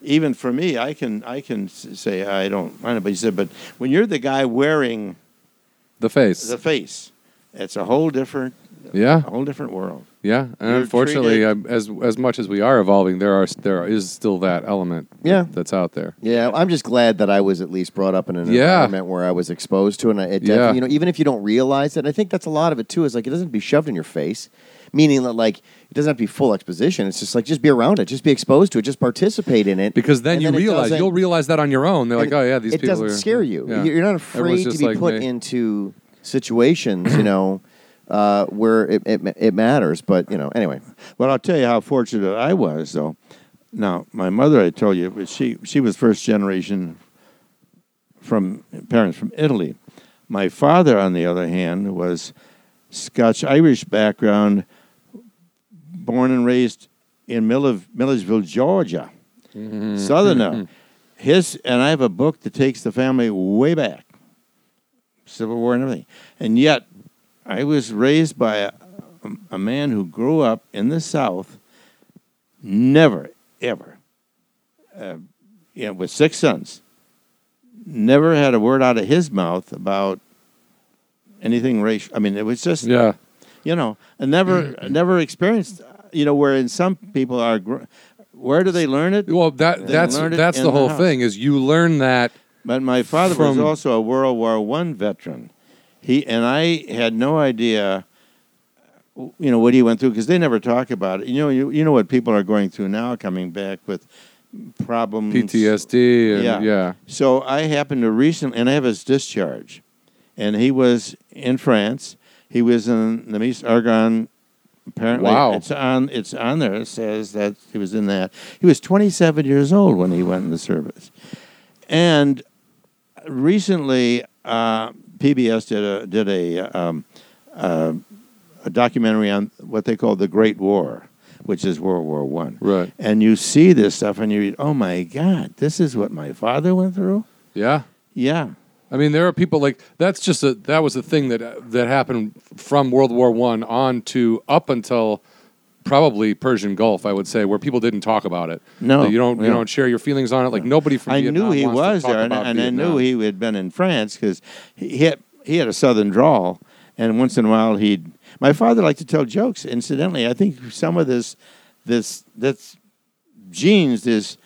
S3: even for me, I can I can s- say I don't mind it. But he said, but when you're the guy wearing
S2: The face.
S3: the face, it's a whole different
S2: yeah.
S3: a whole different world.
S2: Yeah. And
S3: You're
S2: unfortunately, um,
S3: treated-
S2: as as much as we are evolving, there are there is still that element
S1: Yeah.
S2: that's out there.
S1: Yeah, I'm just glad that I was at least brought up in an
S2: Yeah.
S1: environment where I was exposed to, it, and I- it
S2: Yeah.
S1: definitely, you know, even if you don't realize it, and I think that's a lot of it too. Is like it doesn't be shoved in your face, meaning that like it doesn't have to be full exposition. It's just like just be around it, just be exposed to it, just participate in it.
S2: Because then
S1: And
S2: you
S1: it
S2: realize
S1: doesn't-
S2: you'll realize that on your own. They're like,
S1: and
S2: oh yeah, these
S1: it
S2: people
S1: doesn't
S2: are,
S1: scare you.
S2: Yeah.
S1: You're not
S2: Everyone's
S1: afraid to
S2: just
S1: be
S2: like
S1: put
S2: me.
S1: into situations, you know, uh, where it, it it matters. But you know, anyway,
S3: Well, I'll tell you how fortunate I was, though. Now, my mother, I told you, was- she she was first generation from parents from Italy. My father, on the other hand, was Scotch Irish background, born and raised in Millev- Millersville, Georgia, Southerner. His and I have a book that takes the family way back, Civil War and everything. And yet, I was raised by a, a man who grew up in the South, never, ever, uh, you know, with six sons, never had a word out of his mouth about anything racial. I mean, it was just,
S2: Yeah.
S3: you know, I never,
S2: Mm-hmm.
S3: never experienced, you know, wherein some people are, gr- where do they learn it?
S2: Well, that
S3: They
S2: that's
S3: learned it
S2: that's
S3: in
S2: the
S3: the
S2: whole
S3: house.
S2: thing is you learn that.
S3: But my father was
S2: From-
S3: also a World War One veteran. He and I had no idea, you know, what he went through because they never talk about it. You know, you, you know what people are going through now, coming back with
S1: Mm.
S3: problems,
S2: PTSD. And, yeah.
S3: Yeah. So I happened to recently, and I have his discharge, and he was in France. He was in the Meuse Argonne. Apparently,
S2: Wow.
S3: it's on it's on there. It says that he was in that. He was 27 years old when he went in the service, and recently uh, PBS did a did a, um, uh, a documentary on what they call the Great War, which is World War One.
S2: Right.
S3: And you see this stuff, and you read, "Oh my God, this is what my father went through."
S2: Yeah.
S3: Yeah.
S2: I mean, there are people like that's just a that was a thing that that happened from World War One on to up until probably Persian Gulf, I would say, where people didn't talk about it.
S3: No,
S2: you don't you
S3: yeah.
S2: don't share your feelings on it. Like nobody from
S3: I
S2: Vietnam
S3: knew he
S2: wants to
S3: was
S2: talk
S3: there, and,
S2: about
S3: and I
S2: Vietnam.
S3: knew he had been in France because he had, he had a southern drawl, and once in a while he'd. My father liked to tell jokes. Incidentally, I think some of this, this, this, genes, this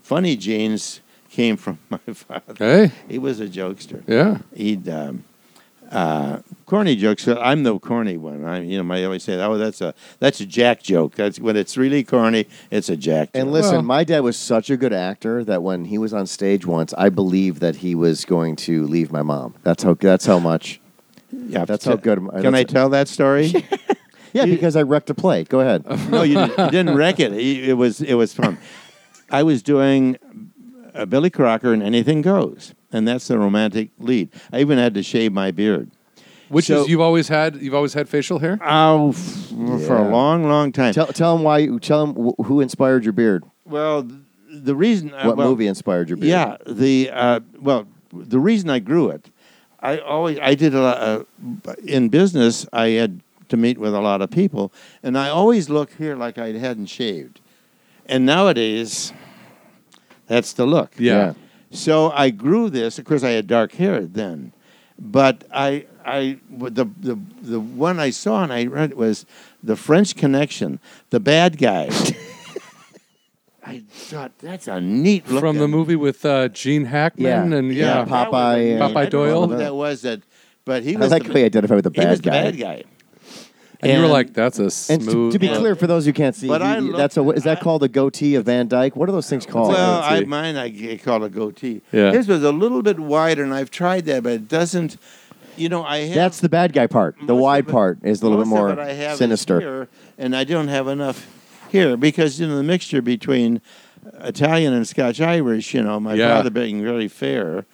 S3: funny genes came from my father.
S2: Hey,
S3: He was a jokester.
S2: yeah,
S3: He'd. Um, uh, corny jokes. so I'm the corny one. I, you know, I always say, "Oh, that's a that's a Jack joke." That's when it's really corny. It's a Jack.
S1: And
S3: joke.
S1: listen,
S2: Well-
S1: my dad was such a good actor that when he was on stage once, I believed that he was going to leave my mom. That's how. That's how much.
S3: yeah,
S1: that's how good-
S3: Can
S1: that's-
S3: I tell that story?
S1: Yeah,
S3: You-
S1: because I wrecked a plate. Go ahead.
S3: no, you didn't, you didn't wreck it. It it was it was fun. I was doing a Billy Crocker and Anything Goes, and that's the romantic lead. I even had to shave my beard.
S2: which
S3: So-
S2: is you've always had you've always had facial hair.
S3: Oh, f- for a
S1: Yeah.
S3: long, long time.
S1: tell tell him why. you- Tell him wh- who inspired your beard.
S3: well, th- the reason uh,
S1: What
S3: well,
S1: movie inspired your beard?
S3: Yeah, the uh, well, the reason I grew it, I always I did a lot, uh, in business. I had to meet with a lot of people, and I always look here like I hadn't shaved, and nowadays, that's the look.
S1: Yeah.
S3: So I grew this. Of course, I had dark hair then, but I, I, the, the, the one I saw and I read was the French Connection, the bad guy. I thought that's a neat look
S2: from the movie with uh, Gene Hackman
S1: Yeah.
S2: and yeah,
S1: Yeah, Pop- Popeye,
S2: uh, Popeye
S3: I don't know
S2: Doyle.
S3: who that was that, but he
S1: I
S3: was
S1: like
S3: the,
S1: how you identify with the
S3: he
S1: bad
S3: was the
S1: guy.
S3: bad guy.
S2: and, you were
S3: and-
S2: like, that's a
S1: And
S2: smooth.
S1: to, to be
S3: Yeah.
S1: clear, for those who can't see,
S3: But I
S1: he-
S3: look-
S1: that's a is that
S3: I-
S1: called a goatee of Van Dyke? What are those things called?
S3: Well,
S2: goatee.
S3: I mine I g- call it goatee.
S2: Yeah.
S3: His was a little bit wider, and I've tried that, but it doesn't. You know, I have
S1: that's the bad guy part. The
S3: most
S1: wide
S3: of it-
S1: part is a little bit
S3: most of
S1: more
S3: it I have is
S1: sinister.
S3: here, and I don't have enough here because you know the mixture between Italian and Scotch Irish. You know, my
S2: Yeah.
S3: father being very fair,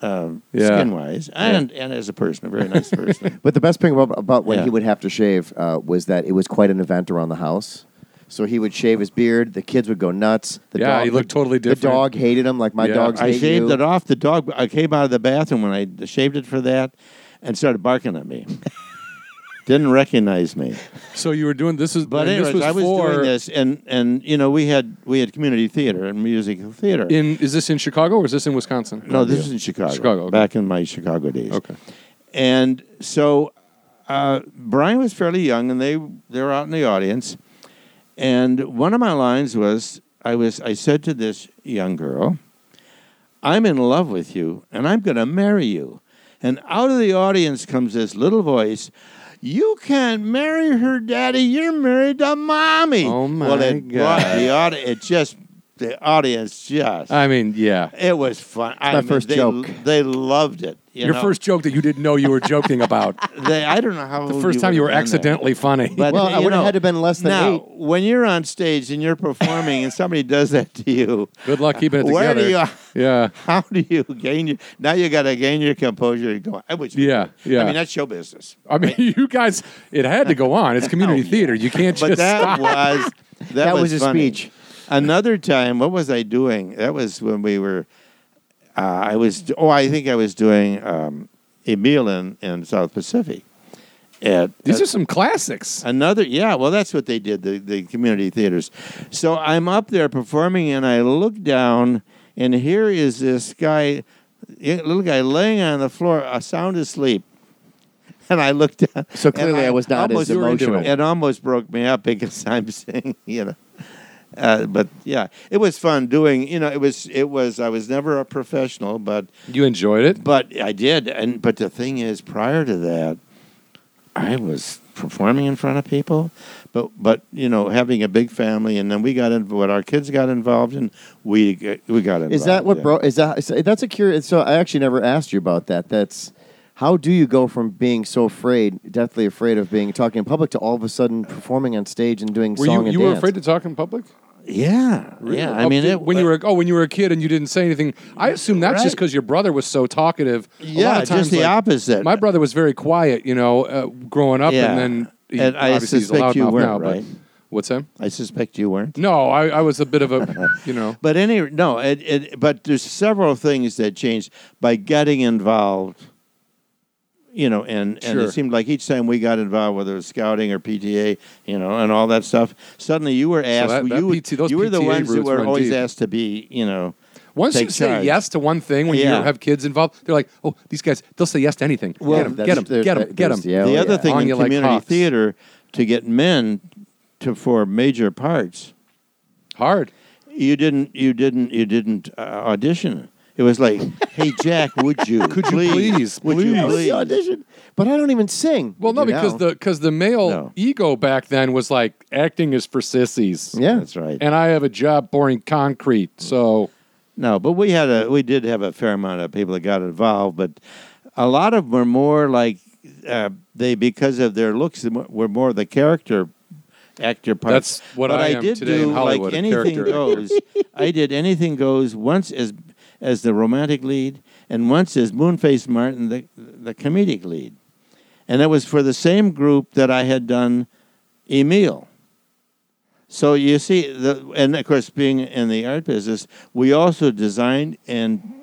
S3: um,
S2: Yeah.
S3: skin wise, and and as a person, a very nice person.
S1: But the best thing about, about when
S3: Yeah.
S1: he would have to shave uh, was that it was quite an event around the house. So he would shave his beard. The kids would go nuts. The
S2: Yeah,
S1: dog,
S2: he looked totally
S1: The
S2: different.
S1: dog hated him like my
S2: Yeah.
S1: dogs
S3: I
S1: hate
S3: shaved
S1: you.
S3: it off the dog. I came out of the bathroom when I shaved it for that, and started barking at me. Didn't recognize me.
S2: so you were doing this is and
S3: But anyways,
S2: this was
S3: I was
S2: for,
S3: doing this, and and you know we had we had community theater and musical theater.
S2: in is this in Chicago or is this in Wisconsin?
S3: No, this is in Chicago.
S2: Chicago, okay.
S3: Back in my Chicago days.
S2: Okay.
S3: And so uh, Brian was fairly young, and they they were out in the audience, and one of my lines was I was I said to this young girl, "I'm in love with you, and I'm going to marry you," and out of the audience comes this little voice. You can't marry her, Daddy. You're married to mommy.
S2: Oh,
S3: Well,
S2: my
S3: it brought
S2: God.
S3: the audi- It just the audience just.
S2: I mean, yeah.
S3: It was fun. I
S1: my
S3: mean,
S1: first
S3: they,
S1: joke.
S3: They loved it. you
S2: Your
S3: know?
S2: first joke that you didn't know you were joking about.
S3: They, I don't know how.
S2: The first time you were accidentally funny.
S3: But
S1: Well, I
S3: you
S1: would've
S3: know,
S1: had to been less than
S3: now,
S1: eight.
S3: when you're on stage and you're performing and somebody does that to you,
S2: Good luck keeping it
S3: Where
S2: together.
S3: do
S2: yeah.
S3: how do you gain your? Now you got to gain your composure. and go, I wish. we
S2: Yeah,
S3: could."
S2: yeah.
S3: I mean, that's show business.
S2: I mean, you guys, it had to go on. It's community theater. You can't
S3: Oh, But
S2: just
S3: that
S2: stop.
S3: was that,
S1: That was
S3: was
S1: his
S3: funny.
S1: speech.
S3: Another time, what was I doing? That was when we were. Uh, I was oh, I think I was doing um, a meal in, in South Pacific. At,
S2: These
S3: at-
S2: are some classics.
S3: Another, yeah, well, that's what they did, the, the community theaters. So I'm up there performing, and I look down, and here is this guy, eh, little guy, laying on the floor, uh, sound asleep. And I looked down.
S1: So
S3: and
S1: clearly I was not as
S3: almost-
S1: emotional.
S3: It almost broke me up because I'm saying, you know. Uh, but yeah, it was fun doing. You know, it was it was. I was never a professional, but
S2: You enjoyed it.
S3: but I did, and but the thing is, prior to that, I was performing in front of people, but but you know, having a big family, and then we got in. What our kids got involved in, we g- we got involved.
S1: Is that what
S3: in.
S1: bro? Is that so that's a curious? So I actually never asked you about that. That's how do you go from being so afraid, deathly afraid of being talking in public, to all of a sudden performing on stage and doing
S2: Were
S1: song
S2: you
S1: and
S2: you were
S1: dance?
S2: afraid to talk in public?
S3: Yeah, yeah. I
S2: Oh,
S3: mean,
S2: did-
S3: it,
S2: when you were oh, when you were a kid and you didn't say anything, I assume that's just
S3: Right.
S2: because your brother was so talkative. A lot
S3: yeah,
S2: of times,
S3: just the
S2: like,
S3: opposite.
S2: My brother was very quiet, you know, uh, growing up,
S3: Yeah.
S2: and then he,
S3: And I
S2: obviously he's a
S3: suspect you
S2: loudmouth
S3: weren't,
S2: now, but
S3: right?
S2: What's that?
S3: I suspect you weren't.
S2: No, I, I was a bit of a, you know.
S3: But any no, it, it, but there's several things that changed by getting involved. You know, and, and
S2: Sure.
S3: it seemed like each time we got involved, whether it was scouting or PTA, you know, and all that stuff, suddenly you were asked.
S2: that- that
S3: you
S2: PT those
S3: you were the
S2: PTA
S3: ones that
S2: roots
S3: were
S2: run
S3: always
S2: deep.
S3: asked to be, you know,
S2: Once you
S3: take
S2: say
S3: charge.
S2: yes to one thing when you
S3: Yeah.
S2: have kids involved, they're like, oh, these guys, theyeyll say yes to anything.
S3: Well,
S2: get 'em,
S1: that's-
S2: get 'em,
S1: there's-
S2: get 'em,
S1: that-
S2: get 'em.
S1: there's- yeah. Oh,
S3: the other thing
S2: On
S3: in
S2: you like
S3: community
S2: hawks.
S3: theater to get men to for major parts,
S2: Hard.
S3: you didn't, you didn't, you didn't uh, audition. It was like, hey Jack, would you? Could
S2: you please,
S3: Would you
S1: That was the
S3: please?
S1: audition, but I don't even sing.
S2: Well, no,
S1: You
S2: because
S1: know?
S2: the because the male
S3: No.
S2: ego back then was like acting is for sissies.
S1: yeah,
S3: That's right.
S2: And I have a job pouring concrete, so
S3: No, but we had a we did have a fair amount of people that got involved, but a lot of them were more like uh, they because of their looks were more the character actor part.
S2: That's what
S3: but
S2: I
S3: I,
S2: am
S3: did
S2: today in
S3: do
S2: Hollywood,
S3: like
S2: a
S3: anything
S2: character actor.
S3: goes. I did anything goes once as as the romantic lead and once as Moonface Martin the the comedic lead, and that was for the same group that I had done Emil. So you see, the, and of course, being in the art business, we also designed and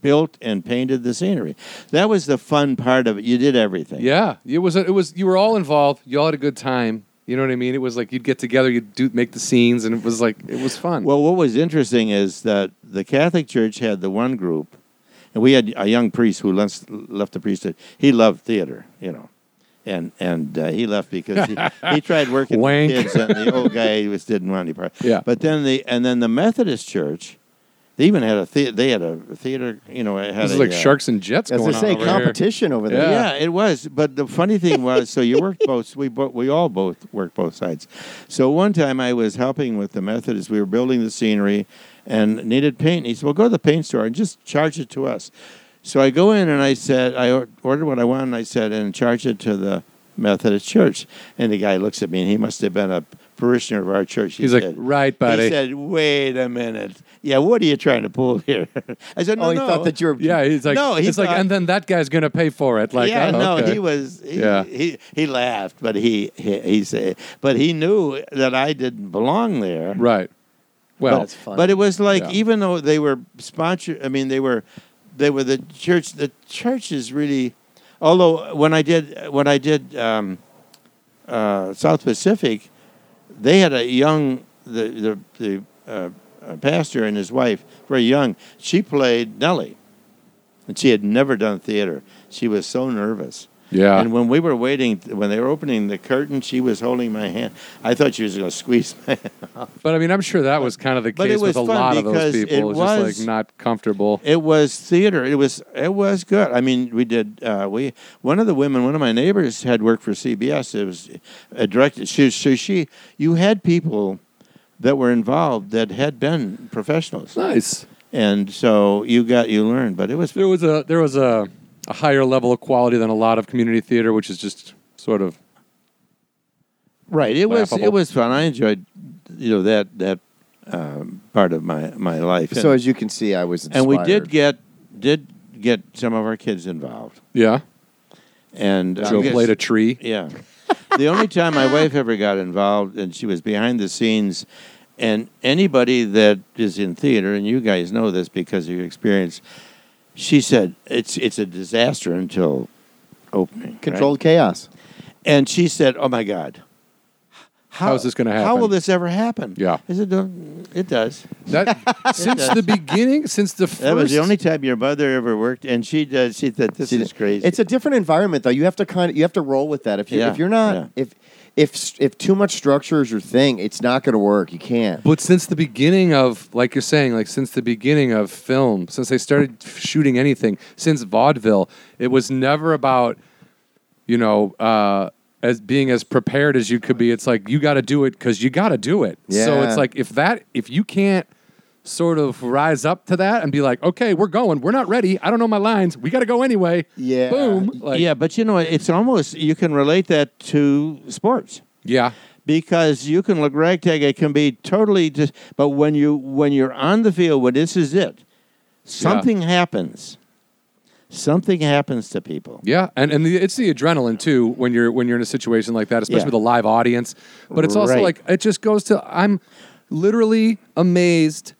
S3: built and painted the scenery. That was the fun part of it. You did everything.
S2: yeah, it was it was you were all involved. You all had a good time. You know what I mean? It was like you'd get together, you'd do make the scenes, and it was like it was fun.
S3: Well, what was interesting is that the Catholic Church had the one group, and we had a young priest who left, left the priesthood. He loved theater, you know, and and uh, he left because he, he tried working with
S2: Wank.
S3: kids, and the old guy just didn't want any part.
S2: Yeah.
S3: But then the and then the Methodist Church, they even had a the, they had a theater, you know, it had
S2: this
S3: a,
S2: is like
S3: uh,
S2: sharks and jets
S1: as
S2: going
S1: I say,
S2: on over here.
S1: competition over there.
S2: Yeah.
S3: yeah. it was. But the funny thing was, so you worked both. We both, we all both worked both sides. So one time I was helping with the Methodists. We were building the scenery, and needed paint. And he said, "Well, go to the paint store and just charge it to us." So I go in and I said, I or- ordered what I wanted. And I said, and charge it to the Methodist Church. And the guy looks at me, and he must have been a parishioner of our church. He
S2: He's like,
S3: said,
S2: "Right, buddy."
S3: He said, "Wait a minute. Yeah, what are you trying to pull here?" I said, "No,
S1: Oh, he
S3: no."
S1: thought that you were.
S2: Yeah, he's like,
S3: No, he
S2: it's like,
S3: thought-
S2: and then that guy's gonna pay for it. Like,
S3: yeah,
S2: oh,
S3: no,
S2: okay.
S3: he was. He,
S2: Yeah.
S3: he he laughed, but he, he he said, but he knew that I didn't belong there.
S2: right. Well,
S1: That's funny.
S3: But it was like
S2: Yeah.
S3: even though they were sponsor, I mean they were, they were the church. The church is really, although when I did when I did um, uh, South Pacific, they had a young the the, the uh, uh, pastor and his wife very young. She played Nellie, and she had never done theater. She was so nervous.
S2: yeah.
S3: And when we were waiting, when they were opening the curtain, she was holding my hand. I thought she was going to squeeze my hand.
S2: But I mean, I'm sure that was kind of the
S3: But it
S2: case with
S3: was
S2: a
S3: fun
S2: lot of those
S3: because
S2: people.
S3: it
S2: It was just
S3: was-
S2: like not comfortable.
S3: It was theater. It was it was good. I mean, we did uh, we one of the women, one of my neighbors had worked for CBS. It was a directed. She, so she you had people that were involved that had been professionals,
S2: Nice.
S3: and so you got you learned. But it was
S2: There was a there was a, a higher level of quality than a lot of community theater, which is just sort of
S3: right. It was
S2: Laughable.
S3: it was fun. I enjoyed you know that that um, part of my my life.
S1: So as you can see, I was. Inspired.
S3: and we did get did get some of our kids involved.
S2: yeah.
S3: And
S2: Joe
S3: I'm guess-
S2: played a tree.
S3: Yeah. the only time my wife ever got involved, and she was behind the scenes, and anybody that is in theater, and you guys know this because of your experience, she said it's it's a disaster until opening. right?
S1: controlled chaos.
S3: And she said, "Oh my God."
S2: How is this gonna
S3: How will
S2: happen?"
S3: this ever happen?
S2: Yeah.
S3: I said, "Don't- it does.
S2: That since the beginning, since the first.
S3: That was the only time your mother ever worked, and she does. She said, "This
S1: See,
S3: is crazy."
S1: It's a different environment though. You have to kind of you have to roll with that. If you
S3: Yeah,
S1: if you're not
S3: yeah.
S1: if if if too much structure is your thing, it's not going to work. You can't.
S2: But since the beginning of, like you're saying, like since the beginning of film, since they started shooting anything, since vaudeville, it was never about, you know, uh, as being as prepared as you could be. It's like you got to do it because you got to do it. So
S1: Yeah.
S2: it's like if that, if you can't sort of rise up to that and be like, okay, we're going, we're not ready, I don't know my lines, we got to go anyway.
S1: Yeah.
S2: Boom. Like,
S3: yeah, but you know, it's almost you can relate that to sports.
S2: Yeah.
S3: because you can look ragtag. It can be totally just. But when you when you're on the field, when this is it, something happens something happens to people.
S2: Yeah, and and the, it's the adrenaline too when you're when you're in a situation like that, especially
S3: Yeah.
S2: with a live audience. But it's also
S3: Right.
S2: like it just goes to I'm literally amazed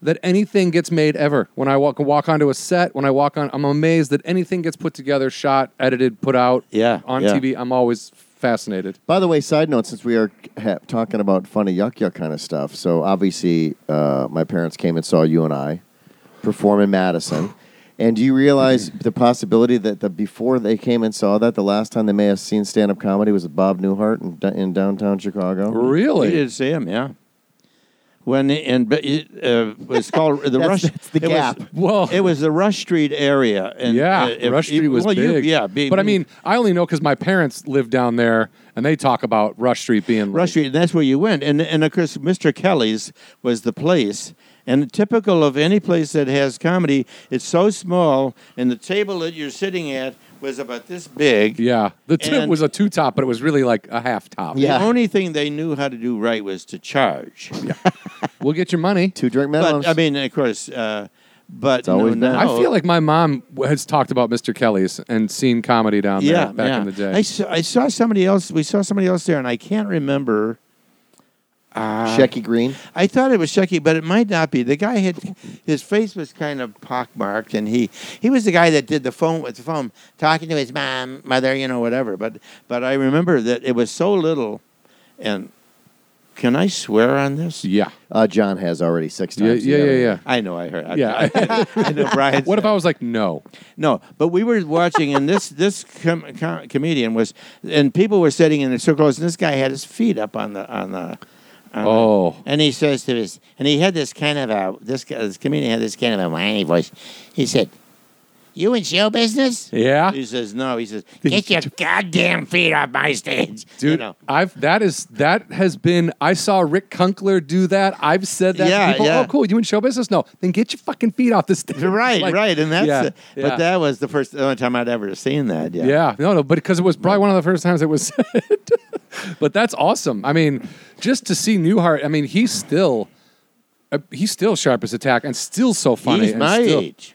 S2: that anything gets made ever. When I walk walk onto a set, when I walk on, I'm amazed that anything gets put together, shot, edited, put out.
S3: Yeah,
S2: on
S3: yeah.
S2: TV, I'm always fascinated.
S1: By the way, side note, since we are ha- talking about funny yuck yuck kind of stuff, so obviously uh, my parents came and saw you and I perform in Madison. And do you realize the possibility that the before they came and saw that, the last time they may have seen stand up comedy was with Bob Newhart in, d- in downtown Chicago?
S2: Really,
S3: You did see him, yeah. When and but it uh, was called the
S1: That's-
S3: Rush.
S1: that's the
S3: it was-
S1: gap.
S2: Well-
S3: it was the Rush Street area, and
S2: Yeah,
S3: uh, if-
S2: Rush Street was
S3: well, you-
S2: big.
S3: yeah,
S2: but I mean, I only know because my parents live down there, and they talk about Rush Street being like-
S3: Rush Street, and that's where you went. And and of course, Mr. Kelly's was the place. And typical of any place that has comedy, it's so small, and the table that you're sitting at was about this big.
S2: Yeah, the tip
S3: And-
S2: was a two top, but it was really like a half top.
S1: Yeah.
S3: The only thing they knew how to do right was to charge.
S2: we'll get your money.
S1: Two drink minimums.
S3: But I mean, of course, uh, but
S1: It's always
S3: no,
S1: been-
S2: I
S3: now-
S2: feel like my mom has talked about Mr. Kelly's and seen comedy down there back in the
S3: I
S2: day.
S3: saw, I saw somebody else. We saw somebody else there, and I can't remember.
S2: Uh-huh.
S1: Shecky Green.
S3: I thought it was Shecky, but it might not be. The guy had his face was kind of pockmarked, and he he was the guy that did the phone with the phone, talking to his mom, mother, you know, whatever. But but I remember that it was so little, and can I swear on this?
S2: yeah.
S1: Uh, John has already six
S2: Yeah,
S1: times.
S2: yeah, yeah,
S1: together.
S2: yeah.
S3: I know I heard. I-
S2: Yeah.
S3: I, know Brian.
S2: What if I was like, no?
S3: No, but we were watching, and this this com- com- comedian was, and people were sitting in the circles, and this guy had his feet up on the on the. on the-
S2: Oh.
S3: and he says to his, and he had this kind of a this guy- this comedian had this kind of a whiny voice. He said, "You in show business?"
S2: Yeah.
S3: He says, "No." He says, "Get your goddamn feet off my stage,
S2: Dude,
S3: You know.
S2: I've that is that has been. I saw Rick Kunkler do that. I've said that.
S3: Yeah,
S2: to people.
S3: yeah.
S2: Oh, cool. You in show business? No. Then get your fucking feet off the stage.
S3: Right,
S2: Like,
S3: right, and that's
S2: yeah, yeah.
S3: but that was the first the only time I'd ever seen that. Yeah,
S2: Yeah, no, no, but because it was probably one of the first times it was said. but that's awesome. I mean, just to see Newhart. I mean, he's still, uh, he's still sharp as a tack and still so funny.
S3: he's
S2: and
S3: my
S2: still-
S3: age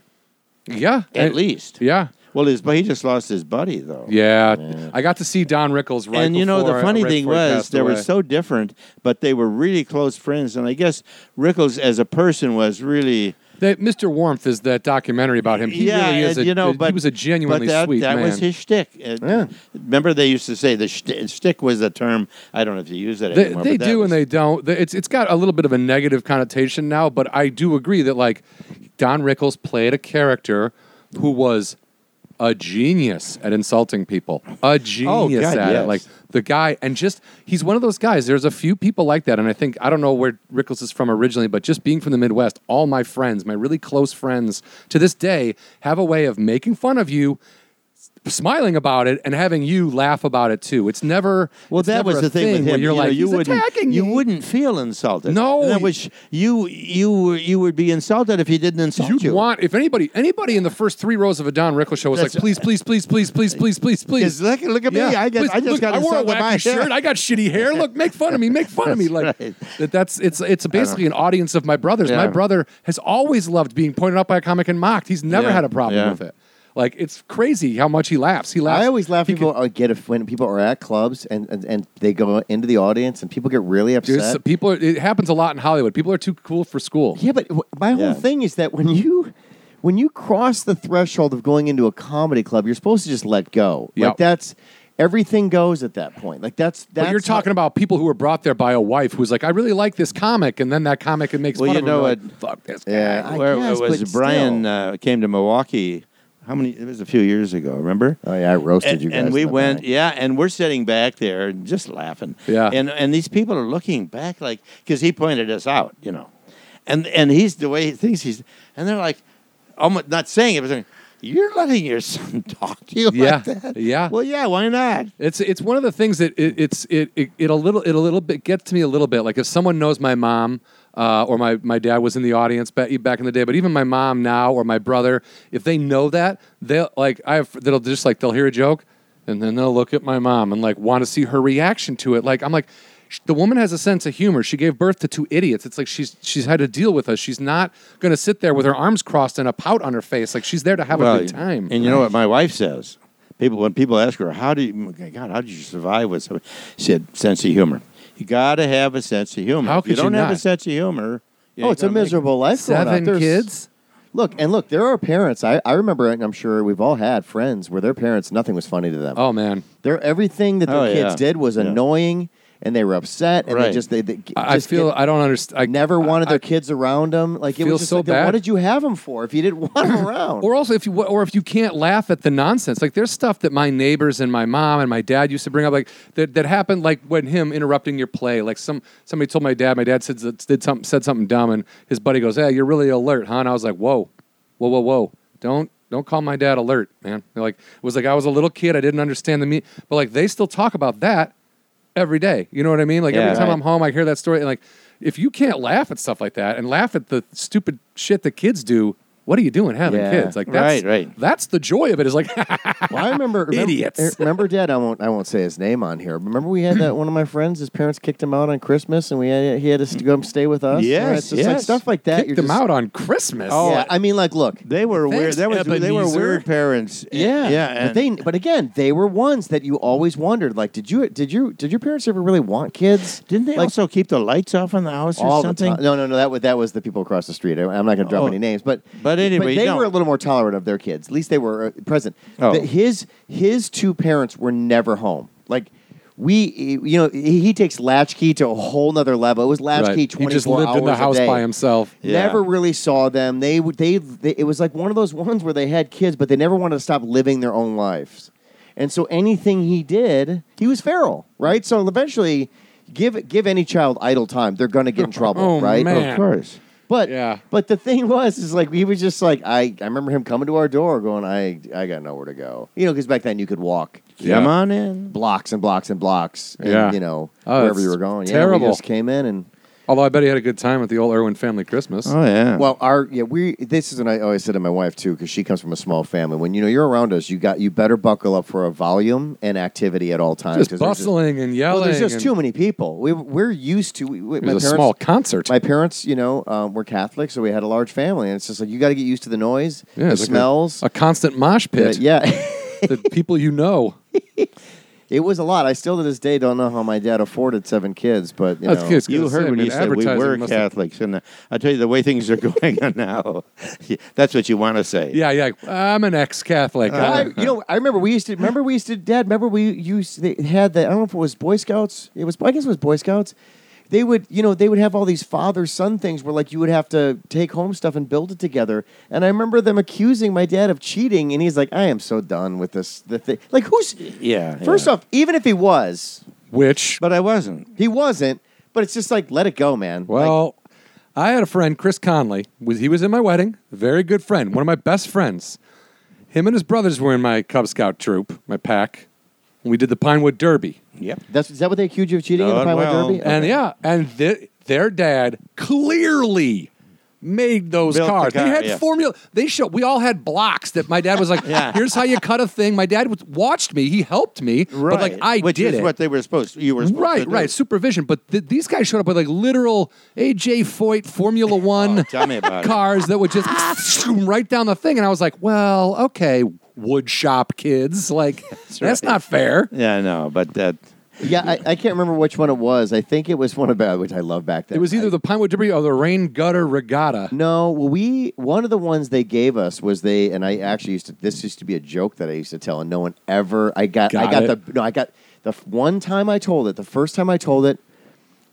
S2: Yeah,
S3: at
S2: and-
S3: least.
S2: Yeah,
S3: Well, his but he just lost his buddy though.
S2: yeah. I got to see Don Rickles right.
S3: and you know the
S2: before- uh,
S3: funny
S2: right
S3: thing
S2: before he
S3: was
S2: passed
S3: they were
S2: away.
S3: so different but they were really close friends and i guess rickles as a person was really
S2: That Mr. Warmth is that documentary about him. He
S3: yeah
S2: really is.
S3: and,
S2: a,
S3: you know but
S2: he was a
S3: but
S2: genuinely
S3: that,
S2: sweet
S3: that
S2: man.
S3: was his shtick. And
S1: Yeah.
S3: remember they used to say the shtick, shtick was a term i don't know if you use that
S2: They,
S3: anymore
S2: they
S3: but that
S2: do
S3: was-
S2: and they don't. They- It's it's got a little bit of a negative connotation now, but I do agree that like Don Rickles played a character who was a genius at insulting people, a genius
S3: Oh, God,
S2: at
S3: yes.
S2: it. Like the guy, and just he's one of those guys. There's a few people like that, and I think I don't know where Rickles is from originally, but just being from the Midwest, all my friends, my really close friends, to this day have a way of making fun of you. Smiling about it and having you laugh about it too. It's never
S3: well,
S2: it's
S3: that
S2: never
S3: was
S2: a
S3: the thing, with
S2: where
S3: him.
S2: You're
S3: you know,
S2: like,
S3: you
S2: "He's
S3: wouldn't,
S2: attacking
S3: you
S2: me."
S3: wouldn't feel insulted.
S2: No.
S3: And that was you. You were- you would be insulted if he didn't insult
S2: You'd
S3: you.
S2: want if anybody anybody in the first three rows of a Don Rickles show was
S3: That's-
S2: like, please, please, please, please, please, please, please, please.
S3: Is- look, look at me. I,
S2: please,
S3: just I just
S2: look,
S3: got
S2: I wore a
S3: insulted by
S2: wacky shirt. I got shitty hair. Look, make fun of me. Make fun of me. Like
S3: right.
S2: that. That's it's it's basically an audience of my brothers. My
S3: Yeah.
S2: brother has always loved being pointed out by a comic and mocked. He's never
S3: Yeah,
S2: had a problem
S3: yeah.
S2: with it. Like it's crazy how much he laughs. He laughs.
S1: I always laugh people are get if, when people are at clubs and, and, and they go into the audience and people get really
S2: Dude,
S1: upset.
S2: so people. are- It happens a lot in Hollywood. People are too cool for school.
S1: Yeah, but wh- my whole
S3: Yeah.
S1: thing is that when you when you cross the threshold of going into a comedy club, you're supposed to just let go.
S2: Yep.
S1: Like that's everything goes at that point. Like that's that's
S2: But you're
S1: how-
S2: talking about people who were brought there by a wife who's like, I really like this comic, and then that comic it makes fun
S3: Well, you
S2: of him.
S3: know
S2: You're like,
S3: what?
S2: Fuck this guy.
S1: Yeah, I
S3: Where
S1: guess,
S3: it was
S1: but
S3: Brian
S1: still.
S3: uh, came to Milwaukee. How many? It was a few years ago. Remember?
S1: oh yeah, I roasted
S3: And,
S1: you guys.
S3: and we
S1: in the
S3: went,
S1: back.
S3: yeah, and we're sitting back there and just laughing.
S2: Yeah.
S3: And and these people are looking back like because he pointed us out, you know, and and he's the way he thinks he's, and they're like, almost not saying it, but saying, you're letting your son talk to you
S2: Yeah,
S3: like that.
S2: yeah.
S3: Well, yeah. Why not?
S2: It's it's one of the things that it, it's it, it it a little it a little bit gets to me a little bit. Like if someone knows my mom uh, or my my dad was in the audience back back in the day, but even my mom now or my brother, if they know that they'll like I have they'll just like they'll hear a joke and then they'll look at my mom and like want to see her reaction to it. Like I'm like. Sh- The woman has a sense of humor. She gave birth to two idiots. It's like she's she's had to deal with us. She's not going to sit there with her arms crossed and a pout on her face. Like she's there to have a good time.
S3: And you know what my wife says? People when people ask her, "How do you, oh God? How did you survive with something?" She said, "Sense of humor. You got to have a sense of humor.
S2: How
S3: if you
S2: could you
S3: don't have a
S2: not?
S3: sense of humor, you
S1: Oh,
S3: ain't
S1: it's a
S3: gonna make
S1: miserable life. growing up.
S2: Seven
S1: There's-
S2: kids.
S1: Look and look, there are parents. I, I remember, and I'm sure we've all had friends where their parents nothing was funny to them.
S2: Oh man,
S1: Their everything that their
S3: Oh,
S1: kids
S3: yeah.
S1: did was
S3: Yeah.
S1: annoying, and they were upset, and they
S3: Right.
S1: just they, they
S2: I, I
S1: just
S2: feel
S1: get-
S2: I don't understand.
S1: never wanted their kids around them. Like it
S2: feel
S1: was just
S2: so
S1: like, then
S2: bad.
S1: what did you have them for if you didn't want them around?
S2: Or also, if you or if you can't laugh at the nonsense, like there's stuff that my neighbors and my mom and my dad used to bring up, like that, that happened, like when him interrupting your play, like some somebody told my dad, my dad said did something said something dumb, and his buddy goes, "Hey, you're really alert, huh?" And I was like, "Whoa, whoa, whoa, whoa, don't." Don't call my dad alert, man. They're Like it was like I was a little kid, I didn't understand the mean, but like they still talk about that every day. You know what I mean? Like
S3: Yeah.
S2: every time
S3: Right.
S2: I'm home, I hear that story. And like, if you can't laugh at stuff like that and laugh at the stupid shit that kids do, what are you doing having
S1: Yeah.
S2: kids? Like that's
S3: Right, right.
S2: That's the joy of it. Is like
S1: Well, I remember, remember
S2: Idiots.
S1: eh, Remember, Dad. I won't. I won't say his name on here. Remember, we had that one of my friends. His parents kicked him out on Christmas, and we had, he had to st- come stay with us. You
S3: Yes,
S1: know, it's just like
S3: yes.
S1: stuff like that.
S2: kick
S1: you're
S2: them
S1: just-
S2: out on Christmas.
S3: Oh,
S1: yeah, I mean, like, look.
S3: They were
S2: Thanks,
S3: weird. That was they were
S2: Ebenezer.
S3: weird parents.
S1: Yeah,
S3: yeah.
S1: But they, but again, they were ones that you always wondered. Like, did you, did you, did your parents ever really want kids?
S3: didn't they
S1: like,
S3: also keep the lights off in the house or
S1: all
S3: something?
S1: the time? No, no, no. That was that was the people across the street. I, am not going to drop
S3: Oh.
S1: any names, but
S3: But anyway,
S1: they
S3: no.
S1: were a little more tolerant of their kids. At least they were uh, present.
S3: Oh.
S1: The- his his two parents were never home. Like we, you know, he, he takes latchkey to a whole nother level. It was latchkey
S2: Right. He
S1: 24
S2: just lived
S1: hours
S2: in the house
S1: a day.
S2: by himself.
S3: Yeah.
S1: Never really saw them. They would they, they it was like one of those ones where they had kids, but they never wanted to stop living their own lives. And so anything he did, he was feral, right? So eventually, give give any child idle time, they're going to get in trouble,
S2: Oh,
S1: right?
S2: man.
S3: Of course.
S1: But
S2: Yeah.
S1: but the thing was is like he was just like I, I remember him coming to our door going I I got nowhere to go you know because back then you could walk
S2: Yeah.
S3: Come on in.
S1: blocks and blocks and blocks and,
S2: Yeah.
S1: you know
S2: Oh,
S1: wherever
S2: that's
S1: you were going yeah
S2: terrible.
S1: we just came in and
S2: Although I bet he had a good time at the old Irwin family Christmas.
S3: Oh yeah.
S1: well our yeah we this is what I always said to my wife too because she comes from a small family when you know you're around us you got you better buckle up for a volume and activity at all times
S2: just
S1: 'cause there's just-
S2: bustling and yelling.
S1: well there's just
S2: and
S1: too many people we we're used to we, we-
S2: It
S1: my
S2: was a
S1: parents-
S2: small concert.
S1: my parents, you know, um, were Catholic, so we had a large family, and it's just like you got to get used to the noise,
S2: Yeah,
S1: the
S2: it's like a-
S1: smells,
S2: a constant mosh
S1: Yeah,
S2: pit.
S1: yeah,
S2: the people you know.
S1: it was a lot. I still to this day don't know how my dad afforded seven kids, but you
S2: That's
S1: know,
S2: good. I
S3: You
S2: was
S3: heard
S2: gonna
S3: when
S2: say,
S3: you
S2: I mean,
S3: said we
S2: advertising
S3: were
S2: must have-
S3: Catholics, and uh, I tell you the way things are going on now, yeah, that's what you want to say.
S2: Yeah, yeah. I'm an ex-Catholic.
S1: Uh, I,
S2: Uh, I-
S1: you know, I remember we used to remember we used to dad. Remember we used they had the I don't know if it was Boy Scouts. It was I guess it was Boy Scouts. They would you know they would have all these father son things where like you would have to take home stuff and build it together. And I remember them accusing my dad of cheating, and he's like, I am so done with this. The thing like who's
S3: Yeah,
S1: First
S3: yeah.
S1: off, even if he was,
S2: which
S3: But I wasn't.
S1: He wasn't, but it's just like let it go, man. Like,
S2: Well, I had a friend, Chris Conley. Was he was in my wedding? Very good friend, one of my best friends. Him and his brothers were in my Cub Scout troop, my pack. And we did the Pinewood Derby,
S3: Yep.
S1: that's is that what they accused you of cheating in the
S3: Done
S1: Pinewood
S3: well.
S1: Derby?
S2: and yeah, and th- their dad clearly made those
S3: Built the
S2: cars.
S3: car,
S2: they had
S3: yeah.
S2: formula. They show. We all had blocks that my dad was like,
S3: Yeah.
S2: "Here's how you cut a thing." My dad was- watched me. He helped me, but like I
S3: which
S2: did
S3: is
S2: it.
S3: what they were supposed. You were supposed
S2: Right,
S3: to
S2: right,
S3: Do.
S2: supervision. But th- these guys showed up with like literal AJ Foyt Formula One
S3: Oh, tell me about it.
S2: cars that would
S1: Ah.
S2: just right down the thing, and I was like, well, okay, wood shop kids, like that's,
S3: right.
S2: not fair.
S3: Yeah, no, but that.
S1: yeah, I, I can't remember which one it was. I think it was one about which I love back then.
S2: It was either
S1: I-
S2: the Pinewood Derby or the Rain Gutter Regatta.
S1: no, well, we one of the ones they gave us was they and I actually used to this used to be a joke that I used to tell and no one ever I got, I
S2: Got
S1: got
S2: it.
S1: the no I got the f- one time I told it the first time I told it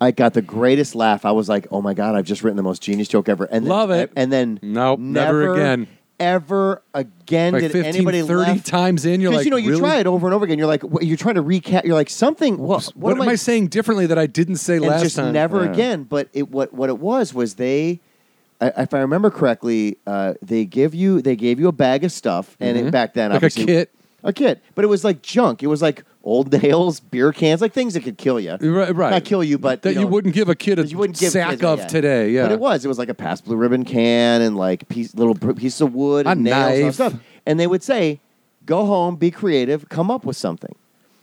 S1: I got the greatest laugh I was like oh my god I've just written the most genius joke ever and then-
S2: Love it.
S1: and then
S2: Nope, never again.
S1: ever again
S2: Like
S1: did
S2: 15,
S1: anybody
S2: 30
S1: laugh
S2: times in, you're
S1: Because
S2: like,
S1: you know you
S2: really?
S1: try it over and over again. You're like what, you're trying to recap. You're like something. What,
S2: What, am, I, saying differently that I didn't say
S1: and
S2: last
S1: just
S2: time?
S1: never
S3: Yeah.
S1: again. But it, what what it was was they, I, if I remember correctly, uh, they give you they gave you a bag of stuff, and it, back then
S2: Mm-hmm. Like a
S1: obviously,
S2: kit.
S1: a kit. But it was like junk. It was like old nails, beer cans, like things that could kill you.
S2: Right, right.
S1: Not kill you, but
S2: that you,
S1: know,
S2: wouldn't give a kid a
S1: you wouldn't give
S2: sack
S1: kids-
S2: of
S1: yeah.
S2: today. Yeah,
S1: But it was. It was like a past blue ribbon can and like piece, little pr- pieces of wood
S2: A
S1: and nails and all that
S2: knife.
S1: stuff. And they would say, "Go home, be creative, come up with something."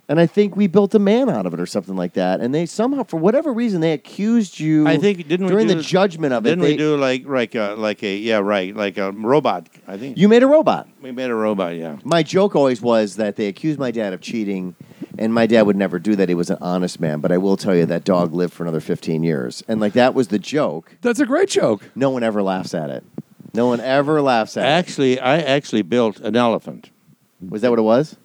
S1: And I think we built a man out of it or something like that. And they somehow, for whatever reason, they accused you.
S3: I think didn't we
S1: during
S3: do-
S1: the judgment of
S3: Didn't
S1: it.
S3: we
S1: they-
S3: do like like a, like a yeah right like a robot? I think
S1: you made a robot.
S3: we made a robot. Yeah,
S1: My joke always was that they accused my dad of cheating, and my dad would never do that. He was an honest man. But I will tell you that dog lived for another 15 years, and like that was the joke.
S2: That's a great joke.
S1: No one ever laughs at it. No one ever laughs at
S3: actually, I actually built an elephant.
S1: it. Was that what it was?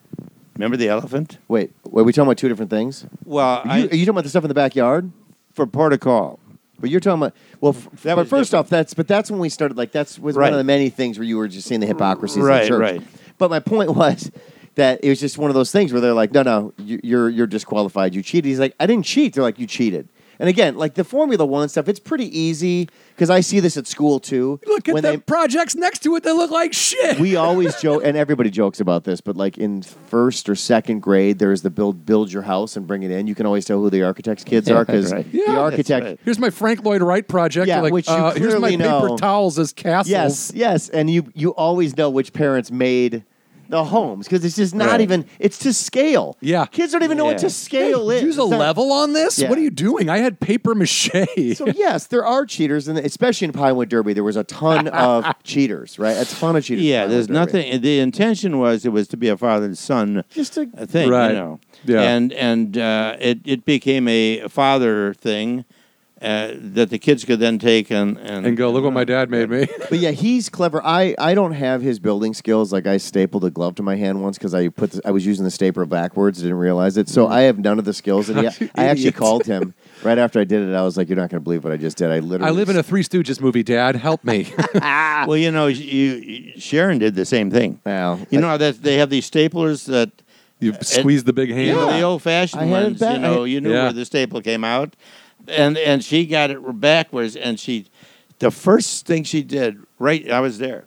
S3: Remember the elephant?
S1: Wait, were we talking about two different things?
S3: Well,
S1: Are you, are you talking about the stuff in the backyard?
S3: for Port of Call.
S1: But you're talking about well, f- but
S3: That was
S1: first
S3: different.
S1: off, that's but that's when we started. Like that's was
S3: Right.
S1: one of the many things where you were just seeing the hypocrisies. in
S3: Right,
S1: church.
S3: right.
S1: But my point was that it was just one of those things where they're like, no, no, you, you're you're disqualified. You cheated. He's like, I didn't cheat. They're like, you cheated. And again, like the Formula One stuff, it's pretty easy because I see this at school too.
S2: Look at
S1: when
S2: the
S1: they-
S2: projects next to it that look like shit.
S1: we always joke, and everybody jokes about this, but like in first or second grade, there's the build build your house and bring it in. You can always tell who the architect's kids are because
S3: Right.
S2: Yeah,
S1: the
S2: that's
S1: architect.
S3: right.
S2: here's my Frank Lloyd Wright project.
S1: Yeah,
S2: like,
S1: which you
S2: uh, here's my
S1: clearly know.
S2: paper towels as castles.
S1: Yes, yes, and you you always know which parents made the homes because it's just not
S3: Right.
S1: even it's to scale.
S2: Yeah.
S1: kids don't even know what
S3: Yeah.
S1: to scale is.
S2: Use a
S1: It's not-
S2: level on this?
S1: Yeah.
S2: What are you doing? I had paper mache.
S1: So yes, there are cheaters, and especially in Pinewood Derby, there was a ton of cheaters. Right, a ton of cheaters. in
S3: Yeah,
S1: Pinewood
S3: there's
S1: Derby.
S3: nothing. The intention was it was to be a father and son
S1: Just a
S3: thing,
S2: Right.
S3: you know.
S2: Yeah.
S3: And and uh, it it became a father thing uh, that the kids could then take and and,
S2: and go, look what my dad made me.
S1: But yeah, he's clever. I, I don't have his building skills. Like I stapled a glove to my hand once because I put the, I was using the stapler backwards, didn't realize it. So I have none of the skills. And he, I actually
S2: Mm. Idiot.
S1: called him right after I did it. I was like, "You're not going to believe what I just did. I
S2: I
S1: literally
S2: live in a Three Stooges movie, Dad. Help me.
S3: Well, you know, you, you Sharon did the same thing.
S1: Wow.
S3: You know that they have these staplers that
S2: you squeeze the big
S3: you
S2: hand.
S3: know, the old
S1: I
S3: fashioned
S1: had it
S3: ones.
S1: back-
S3: You know,
S1: I-
S3: you knew
S2: Yeah.
S3: where the staple came out, and and she got it backwards. And she, the first thing she did, right, I was there,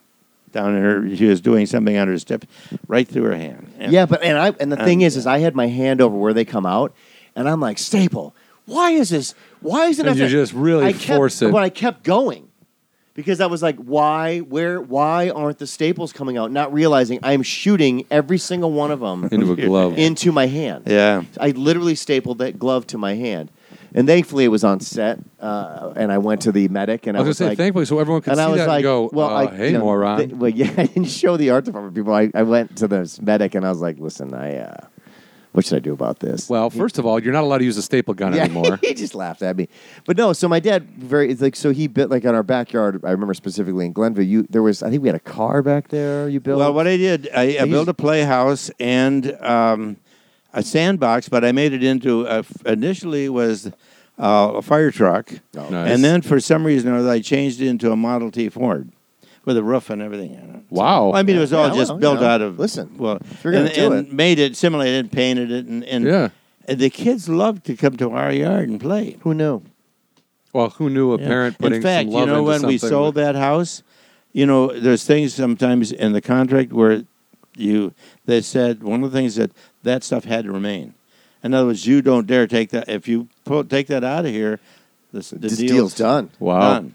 S3: down in her. She was doing something on her step, right through her hand. And-
S1: Yeah, but and I and the thing
S3: And,
S1: is, is I had my hand over where they come out, and I'm like, staple. Why is this? Why isn't
S2: And
S1: it
S2: you
S1: that-"
S2: just really
S1: I kept,
S2: force it.
S1: But I kept going because I was like, why? Where? Why aren't the staples coming out? Not realizing I'm shooting every single one of them
S2: Into a glove.
S1: into my hand.
S3: yeah.
S1: I literally stapled that glove to my hand, and thankfully it was on set. Uh, and I went to the medic, and I,
S2: I was going to say,
S1: like,
S2: thankfully, so everyone could
S1: and
S2: see
S1: I was
S2: that
S1: like,
S2: and go,
S1: well, I,
S2: uh, hey,
S1: you know,
S2: moron.
S1: th- well, yeah, I didn't show the art department people. I, I went to the medic, and I was like, listen, I, uh, what should I do about this?
S2: well, first of all, you're not allowed to use a staple gun anymore.
S1: he just laughed at me. But no, so my dad very it's like so he bit like on our backyard. I remember specifically in Glenville. You there was I think we had a car back there. You built
S3: Well, what I did, I, I
S1: He's-
S3: built a playhouse and um, a sandbox, but I made it into a, initially was uh, a fire truck,
S1: No.
S2: Nice.
S3: and then for some reason or other, I changed it into a Model T Ford with a roof and everything on it.
S2: Wow.
S3: Well, Oh, I mean, it was all
S1: Yeah,
S3: just
S1: well, you
S3: built
S1: know,
S3: out of.
S1: listen,
S3: well,
S1: you're gonna
S3: and,
S1: do
S3: and
S1: it.
S3: made it, simulated, it, painted it, and, and
S2: Yeah.
S3: and the kids loved to come to our yard and play.
S1: who knew?
S2: well, who knew a
S3: Yeah.
S2: parent putting
S3: In fact,
S2: some love
S3: you know
S2: into
S3: when we
S2: something
S3: sold that house, you know, there's things sometimes in the contract where you they said one of the things that that stuff had to remain. In other words, you don't dare take that. If you pull, take that out of here, this, the
S1: This
S3: deal's,
S1: deal's done.
S2: Wow.
S3: done.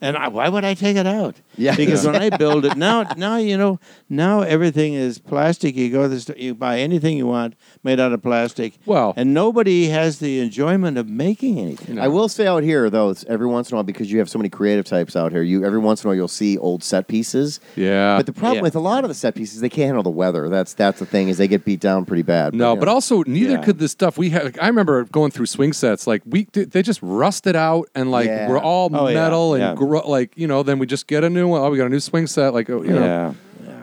S3: And I, why would I take it out?
S1: Yeah.
S3: because when I build it now, now you know, now everything is plastic. You go to the store, you buy anything you want made out of plastic.
S2: Well-
S3: and nobody has the enjoyment of making anything.
S1: I will say out here though, it's every once in a while because you have so many creative types out here. You every once in a while you'll see old set pieces.
S2: Yeah.
S1: But the problem
S3: Yeah.
S1: with a lot of the set pieces, they can't handle the weather. That's that's the thing is they get beat down pretty bad.
S2: No,
S1: yeah.
S2: but also neither
S3: Yeah.
S2: could the stuff we had. Like, I remember going through swing sets. Like we, they just rusted out, and like
S1: Yeah.
S2: we're all
S3: Oh, yeah,
S2: metal
S3: yeah.
S2: and gro- like you know. Then we just get a new one. Oh, we got a new swing set. Like oh, you know,
S3: yeah.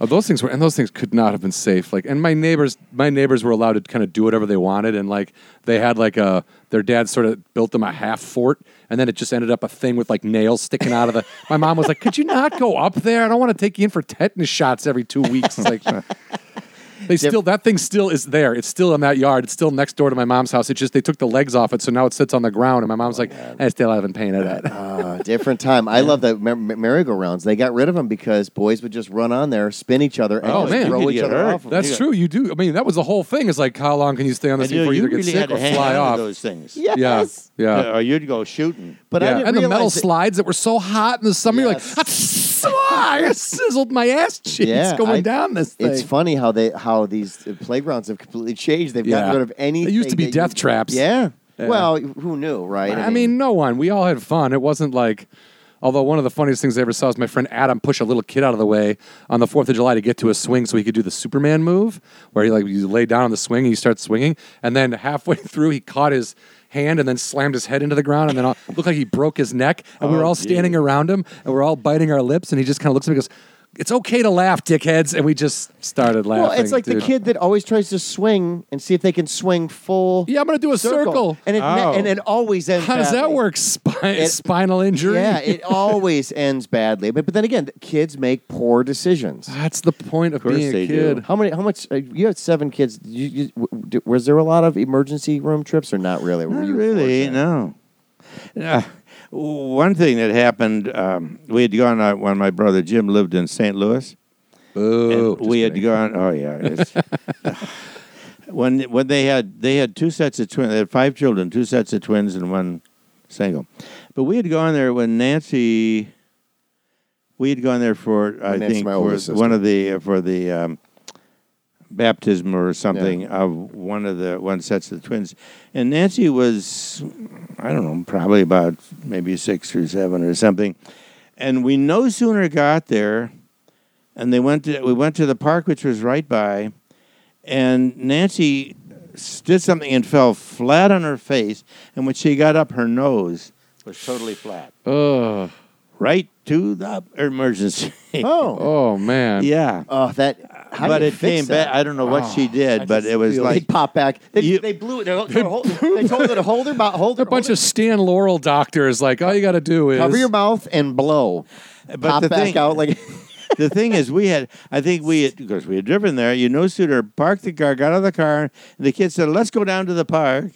S2: oh, those things were, and those things could not have been safe. Like, and my neighbors, my neighbors were allowed to kind of do whatever they wanted, and like they had like a their dad sort of built them a half fort, and then it just ended up a thing with like nails sticking out of the. my mom was like, "Could you not go up there? I don't want to take you in for tetanus shots every two weeks." It's like. They still that thing still is there. It's still in that yard. It's still next door to my mom's house. It's just they took the legs off it, so now it sits on the ground. And my
S3: Oh,
S2: mom's like, I still haven't painted it.
S1: Ah, different time. I love the mer- mer- merry-go-rounds. They got rid of them because boys would just run on there, spin each other, and
S2: Oh,
S1: just
S2: man. You
S1: throw
S3: could
S1: each
S3: get
S1: other
S3: hurt.
S1: off. Of 'em.
S2: That's true. You do. I mean, that was the whole thing. Is like, how long can you stay on this
S3: And
S2: thing before you either get sick or fly
S3: on to
S2: off?
S3: those things. Uh,
S1: Yes.
S2: Yeah, yeah.
S3: or you'd go shooting.
S1: But I
S2: yeah.
S1: didn't
S2: and the metal
S1: realize that-
S2: slides that were so hot in the summer,
S1: Yes.
S2: you're like, I sizzled my ass cheeks
S1: Yeah,
S2: going
S1: I-
S2: down this thing.
S1: It's funny how they how how these uh, playgrounds have completely changed. They've
S2: Yeah.
S1: gotten rid of
S2: They
S1: anything.
S2: used to be
S1: that
S2: death
S1: you-
S2: traps.
S1: Yeah.
S2: Yeah.
S1: Well, who knew, right?
S2: I mean, no one. We all had fun. It wasn't like, although one of the funniest things I ever saw is my friend Adam push a little kid out of the way on the Fourth of July to get to a swing so he could do the Superman move, where he like you lay down on the swing and you start swinging, and then halfway through he caught his hand and then slammed his head into the ground and then all- looked like he broke his neck, and we were
S3: Oh,
S2: all standing around him and we're all biting our lips, and he just kind of looks at me and goes. It's okay to laugh, dickheads, and we just started laughing.
S1: well, it's like
S2: dude.
S1: the kid that always tries to swing and see if they can swing full.
S2: Yeah, I'm gonna do a circle.
S1: and it ne-
S3: Oh.
S1: and it always ends.
S2: How does that
S1: badly.
S2: work? Spine,
S1: It-
S2: spinal injury.
S1: Yeah, it always ends badly. But but then again, kids make poor decisions.
S2: That's the point of,
S3: course
S2: being a
S3: they do.
S2: kid.
S1: How many? How much? Uh, you had seven kids. Did you, you, w- d- was there a lot of emergency room trips, or not really? Were
S3: Not
S1: you
S3: really,
S1: fortunate?
S3: no. Uh, one thing that happened, um, we had gone out when my brother Jim lived in St. Louis.
S2: Boo.
S3: and we had gone. Oh yeah. It's, when when they had they had two sets of twins. They had five children, two sets of twins and one single. But we had gone there when Nancy. We had gone there for I
S1: Nancy,
S3: think
S1: my
S3: for
S1: older
S3: one of the for the um, baptism or something of one of the one sets of twins, and Nancy was I don't know probably about maybe six or seven or something, and we no sooner got there and they went to we went to the park which was right by and nancy s- did something and fell flat on her face and when she got up her nose was totally flat
S2: Ugh.
S3: right to the emergency
S1: Oh,
S2: Oh man.
S3: yeah
S1: oh, that. How
S3: but
S1: do you
S3: it
S1: fix
S3: came
S1: that? Oh,
S3: back i don't know what she did but it was
S1: they
S3: like
S1: pop back. They,
S3: You-
S1: they blew it. They, they, hold, they told her to hold her mouth. Hold her.
S2: A bunch
S1: hold
S2: of Stan Laurel doctors like all you got to do is
S1: her- cover your mouth and blow.
S3: But
S1: pop
S3: the
S1: back
S3: thing-
S1: out like.
S3: the thing is, we had, I think we, had, because we had driven there, you no sooner parked the car, got out of the car, and the kids said, let's go down to the park.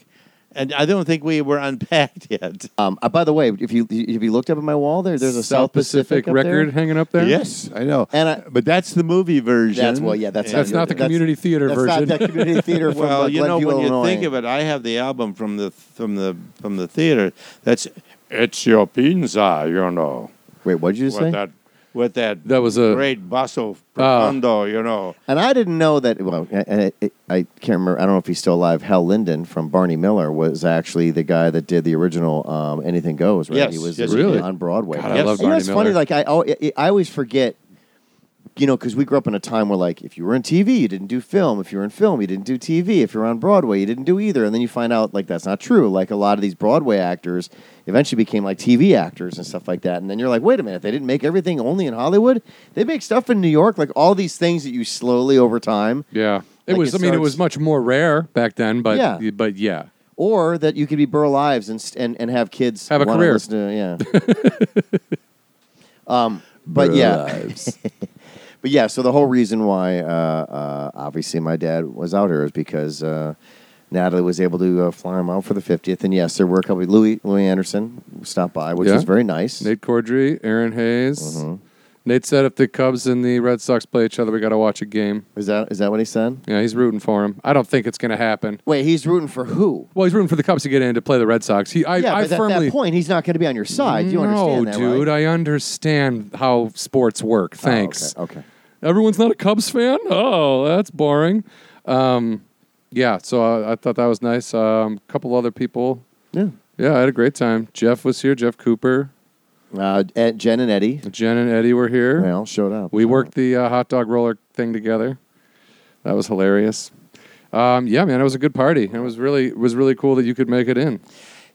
S3: And I don't think we were unpacked yet.
S1: Um, uh, by the way, if you if you looked up at my wall there, there's a South, Pacific, up there.
S2: record hanging up there.
S3: Yes, I know.
S1: And I-
S3: but that's the movie version.
S1: That's well, yeah, that's
S2: That's
S1: good.
S2: not the
S1: That's-
S2: community theater
S1: that's
S2: version.
S1: not that community theater. From
S3: well,
S1: like,
S3: you know,
S1: Glenview,
S3: when
S1: Illinois.
S3: you think of it, I have the album from the from the from the theater. That's it's your pinza, you know.
S1: Wait, what did you
S3: With
S1: say? Ah.
S3: that, with that,
S2: That was a-
S3: great basso profondo, you know.
S1: And I didn't know that. Well, I, I, I can't remember. I don't know if he's still alive. Hal Linden from Barney Miller was actually the guy that did the original um, "Anything Goes." Right?
S3: Yes,
S1: he was
S3: yes,
S2: he Really? did.
S1: on Broadway.
S2: God, I
S3: Yes.
S1: And
S2: love
S1: you know,
S2: Barney
S1: it's
S2: Miller.
S1: funny. Like I, al- I, I always forget. You know, because we grew up in a time where, like, if you were in TV, you didn't do film. If you were in film, you didn't do TV. If you were on Broadway, you didn't do either. And then you find out, like, that's not true. Like, a lot of these Broadway actors eventually became like TV actors and stuff like that. And then you're like, wait a minute, they didn't make everything only in Hollywood. They make stuff in New York. Like all these things that you slowly over time,
S2: yeah. It
S1: Like,
S2: was.
S1: it
S2: I mean, it
S1: starts-
S2: was much more rare back then. But
S1: Yeah.
S2: But yeah.
S1: or that you could be Burl Ives and st- and, and have kids
S2: Have a
S1: wanna
S2: career.
S1: listen To, yeah. um, but yeah. But yeah, so the whole reason why, uh, uh, obviously, my dad was out here is because uh, Natalie was able to uh, fly him out for the 50th. And yes, there were a couple. Louis Louis Anderson stopped by, which
S2: Yeah.
S1: was very nice.
S2: Nate Cordry, Aaron Hayes.
S1: Mm-hmm.
S2: Nate said if the Cubs and the Red Sox play each other, we got to watch a game.
S1: Is that is that what he said?
S2: Yeah, he's rooting for him. I don't think it's going to happen.
S1: Wait, he's rooting for who?
S2: Well, he's rooting for the Cubs to get in to play the Red Sox. He, I,
S1: yeah,
S2: I
S1: but at
S2: firmly
S1: that point, he's not going to be on your side. You understand
S2: no,
S1: that,
S2: dude.
S1: right?
S2: I understand how sports work.
S1: Oh, okay,
S2: Thanks.
S1: okay.
S2: Everyone's not a Cubs fan? Oh, that's boring. Um, yeah, so I, I thought that was nice. A um, couple other people.
S1: Yeah.
S2: Yeah, I had a great time. Jeff was here, Jeff Cooper.
S1: Uh, Ed, Jen and Eddie,
S2: Jen and Eddie were here.
S1: well, showed up.
S2: We worked the uh, hot dog roller thing together. That was hilarious. Um, yeah, man, it was a good party. It was really it was really cool that you could make it in.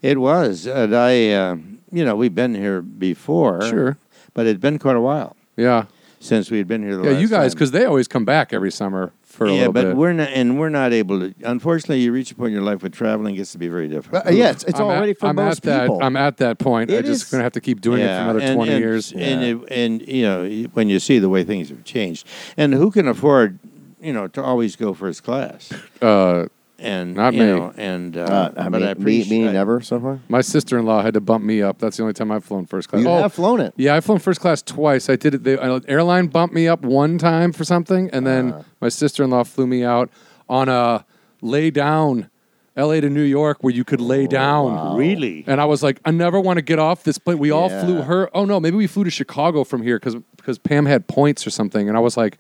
S3: It was, and I, uh, you know, we've been here before,
S2: Sure.
S3: but it'd been quite a while
S2: Yeah.
S3: since we had been here. The
S2: Yeah, you
S3: last
S2: guys
S3: time.
S2: cuz they always come back every summer for a
S3: yeah,
S2: little
S3: but
S2: bit.
S3: we're not, and we're not able to. Unfortunately, you reach a point in your life where traveling gets to be very difficult.
S1: Uh, yeah, it's, it's
S2: I'm at-
S1: already for
S2: I'm
S1: most
S2: at
S1: people.
S2: That, I'm at that point.
S1: It
S2: I'm just
S1: is-
S2: going to have to keep doing it for another
S3: and-
S2: 20
S3: and-
S2: years.
S3: And, it- and you know, when you see the way things have changed, and who can afford, you know, to always go first class?
S2: Uh,
S3: And
S2: Not
S3: you
S2: me.
S3: know, and uh,
S1: uh, I
S3: but
S1: mean,
S3: I
S1: me,
S3: appreciate
S1: me
S3: I-
S1: never so far.
S2: my sister in law had to bump me up. That's the only time I've flown first class.
S1: You
S2: Oh,
S1: have flown it.
S2: yeah, I've flown first class twice. I did it. The uh, airline bumped me up one time for something, and then
S1: Uh-huh.
S2: my sister in law flew me out on a lay down. LA to New York, where you could
S1: Oh,
S2: lay down.
S3: Really?
S2: And I was like, I never want to get off this plane. We all
S1: Yeah.
S2: flew her. Oh no, maybe we flew to Chicago from here because Pam had points or something. And I was like,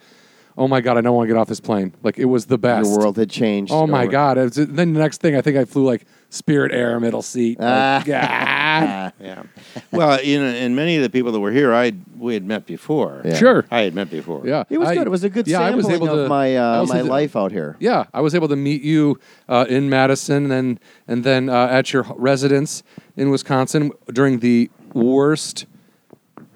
S2: oh my god, I don't want to get off this plane. Like it was the best.
S1: Your world had changed.
S2: Oh my
S1: over-
S2: god! It was- then the next thing, I think I flew like Spirit Air middle seat. Like, ah.
S3: Yeah. Well, you know, and many of the people that were here, I we had met before.
S1: Yeah.
S2: Sure.
S3: I had met before.
S2: Yeah,
S1: It was
S2: I-
S1: good. It was a good
S2: yeah, I
S1: sampling
S2: was able
S1: of
S2: to,
S1: my
S2: I
S1: uh,
S2: also
S1: my
S2: did-
S1: life out here.
S2: Yeah, I was able to meet you uh, in Madison and and then uh, at your residence in Wisconsin during the worst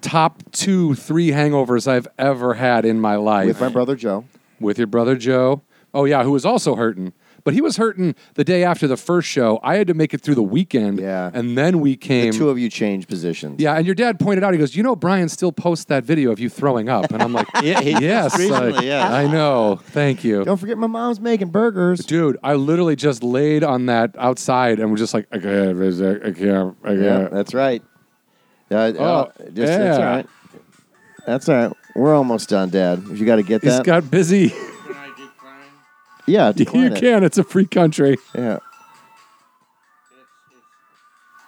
S2: top two three hangovers I've ever had in my life
S1: With my brother Joe.
S2: with your brother Joe. Oh yeah, who was also hurting. But he was hurting the day after the first show. I had to make it through the weekend.
S1: Yeah.
S2: And then we
S1: The
S2: came.
S1: two of you changed positions.
S2: yeah, and your dad pointed out, he goes, You know, Brian still posts that video of you throwing up. And I'm like,
S3: Yeah, he just
S2: Yes.
S3: recently,
S2: like, uh,
S3: yeah.
S2: I know. Thank you.
S1: Don't forget my mom's making burgers.
S2: Dude, I literally just laid on that outside and was just like, I can't, I can't, I
S1: Yeah,
S2: can't.
S1: that's right. Uh, oh, just- That's all
S2: yeah.
S1: right. That's all right. We're almost done, Dad. If you got to get
S2: He's
S1: that,
S2: got busy.
S1: yeah,
S2: you
S1: decline it.
S2: can. It's a free country.
S1: Yeah,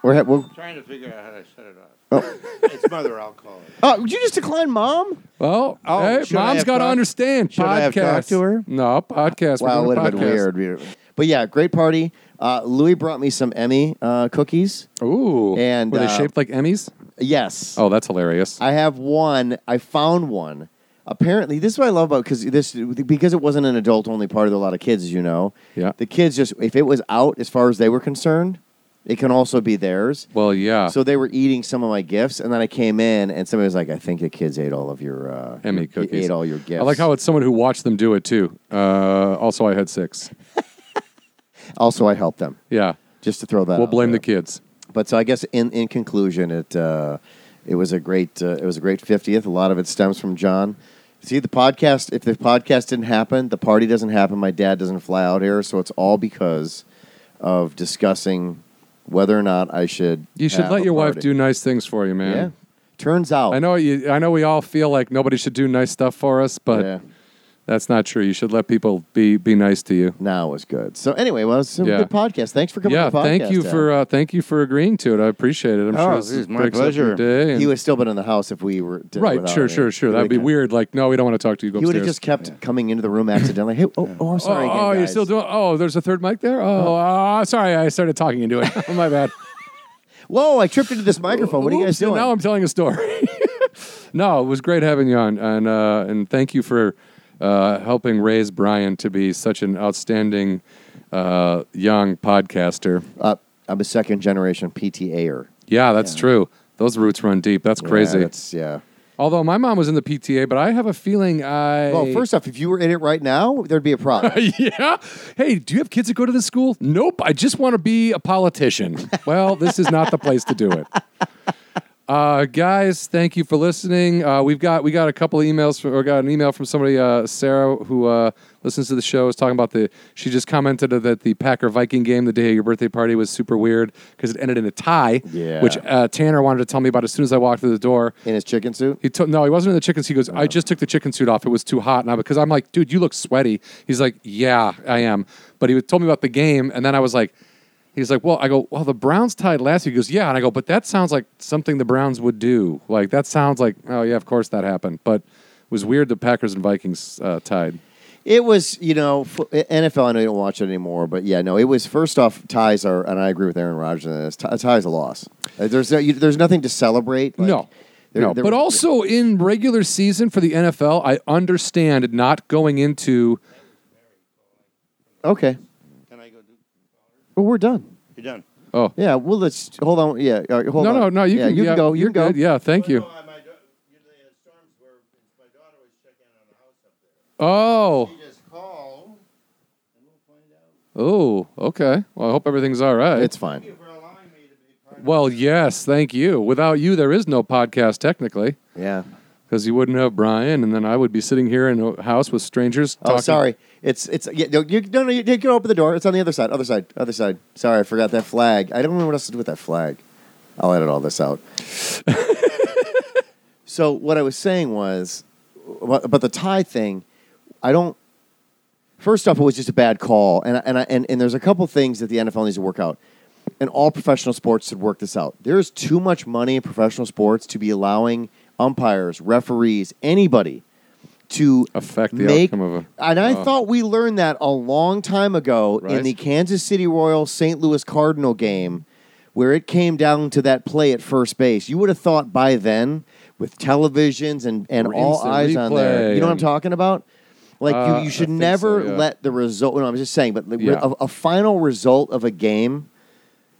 S1: we're, ha- we're
S3: Trying to figure out how to shut it off.
S1: Oh.
S3: it's mother alcohol.
S1: oh, would you just decline, Mom?
S2: Well,
S3: Oh,
S2: hey,
S3: should I
S2: mom's
S3: have
S2: got to
S3: talked-
S2: understand.
S3: should I have
S2: podcast.
S3: talked to her?
S2: No, podcast. We're
S1: Wow, it
S2: doing
S1: would
S2: a
S1: have been
S2: podcast.
S1: weird. We- But yeah, great party. Uh, Louis brought me some Emmy uh, cookies.
S2: Ooh.
S1: And,
S2: were they
S1: uh,
S2: shaped like Emmys?
S1: Yes.
S2: Oh, that's hilarious.
S1: I have one. I found one. Apparently, this is what I love about because this because it wasn't an adult only party. There were a lot of kids, as you know.
S2: Yeah.
S1: The kids just if it was out as far as they were concerned, it can also be theirs.
S2: well, yeah.
S1: So they were eating some of my gifts, and then I came in, and somebody was like, "I think the kids ate all of your uh,
S2: Emmy
S1: your-
S2: cookies.
S1: Ate all your gifts."
S2: I like how it's someone who watched them do it too. Uh, also, I had six.
S1: also I helped them
S2: Yeah.
S1: just to throw that.
S2: We'll
S1: out
S2: blame
S1: there.
S2: the kids.
S1: But so I guess in in conclusion, it uh, it was a great uh, it was a great fiftieth. A lot of it stems from John. See the podcast. If the podcast didn't happen, the party doesn't happen. My dad doesn't fly out here, so it's all because of discussing whether or not I should.
S2: You should
S1: have
S2: let
S1: a
S2: your wife
S1: party.
S2: do nice things for you,
S1: Yeah.
S2: man.
S1: Turns out,
S2: I know you, I know we all feel like nobody should do nice stuff for us, but
S1: Yeah.
S2: that's not true. You should let people be be nice to you.
S1: Now it was good. So anyway, well, it's a
S2: Yeah.
S1: good podcast. Thanks for coming.
S2: yeah,
S1: to the podcast,
S2: thank you
S1: Adam.
S2: for uh, thank you for agreeing to it. I appreciate it. I'm
S3: Oh,
S2: sure
S3: this is my
S2: breaks up your
S3: pleasure.
S2: Day and-
S1: he would have still been in the house if we were did it
S2: right,
S1: without
S2: sure,
S1: him.
S2: sure, sure.
S1: He
S2: That'd be
S1: would've-
S2: weird. Like, no, we don't want to talk to you. Go
S1: He would have
S2: upstairs.
S1: just kept coming into the room accidentally. Hey, oh, oh, I'm sorry.
S2: oh,
S1: again,
S2: oh, you're
S1: guys.
S2: still doing. Oh, there's a third mic there. Oh, uh, sorry, I started talking into it. oh, my bad.
S1: Whoa, I tripped into this microphone. What are you guys
S2: Oops, and
S1: doing?
S2: Now I'm telling a story. no, it was great having you on, and uh, and thank you for uh, helping raise Brian to be such an outstanding uh, young podcaster.
S1: uh, I'm a second generation PTAer.
S2: Yeah, that's true. Those roots run deep. That's crazy.
S1: Yeah, that's, yeah.
S2: Although my mom was in the PTA, but I have a feeling I.
S1: Well, first off, if you were in it right now, there'd be a problem.
S2: yeah. Hey, do you have kids that go to this school? Nope. I just want to be a politician. well, this is not the place to do it. Uh, guys, thank you for listening. Uh, we've got we got a couple of emails. From, or got an email from somebody, uh, Sarah, who uh, listens to the show. Is talking about the. She just commented that the Packer Viking game the day of your birthday party was super weird because it ended in a tie.
S1: Yeah.
S2: Which uh, Tanner wanted to tell me about as soon as I walked through the door.
S1: in his chicken suit?
S2: He took no, he wasn't in the chicken suit. He goes, I just took the chicken suit off. It was too hot now because I'm like, dude, you look sweaty. He's like, yeah, I am. But he would- told me about the game, and then I was like, he's like, well, I go, well, the Browns tied last week. He goes, yeah, and I go, but that sounds like something the Browns would do. Like that sounds like, oh yeah, of course that happened. But it was weird the Packers and Vikings uh, tied.
S1: It was, you know, f- NFL, I know you don't watch it anymore, but yeah, no, it was first off, ties are, and I agree with Aaron Rodgers on this, t- a tie's a loss. Uh, There's, no, you, there's nothing to celebrate. like,
S2: no.
S1: there-
S2: no,
S1: there-
S2: but also in regular season for the NFL, I understand not going into
S1: Okay.
S3: Can I go do?
S1: Well, we're done.
S3: You're done.
S2: oh
S1: Yeah, well, let's hold on. Yeah, all right, hold
S2: no
S1: on.
S2: no no you
S1: Yeah,
S2: can,
S1: you
S2: yeah,
S1: can go. You
S2: you're
S1: can go.
S2: good. yeah thank you
S3: No, I- my da- you know, the storms were- my daughter was checking on the house up there.
S2: oh
S3: She just called, and we'll find out.
S2: Oh, okay. Well, I hope everything's all right.
S1: It's fine.
S3: Thank you for allowing me to be part of
S2: well, yes, thank you. Without you, there is no podcast technically,
S1: Yeah.
S2: because you wouldn't have Brian, and then I would be sitting here in a house with strangers.
S1: Oh,
S2: talking.
S1: sorry. It's it's yeah, no, you, no no you, you can open the door. It's on the other side. Other side. Other side. Sorry, I forgot that flag. I don't know what else to do with that flag. I'll edit all this out. so what I was saying was about about the tie thing. I don't. First off, it was just a bad call, and I- and I, and and there's a couple things that the NFL needs to work out, and all professional sports should work this out. There is too much money in professional sports to be allowing umpires, referees, anybody to
S2: Affect the
S1: make,
S2: outcome of a-
S1: And I
S2: oh.
S1: thought we learned that a long time ago in
S2: Right.
S1: the Kansas City Royal St. Louis Cardinal game, where it came down to that play at first base. You would have thought by then, with televisions and, and all
S2: Instant
S1: eyes on there,
S2: replay
S1: you know what I'm
S2: and-
S1: talking about? Like
S2: Uh,
S1: you,
S2: I
S1: you should
S2: think so,
S1: never
S2: yeah.
S1: let the result. No, I'm just saying, but like,
S2: Yeah.
S1: a, a final result of a game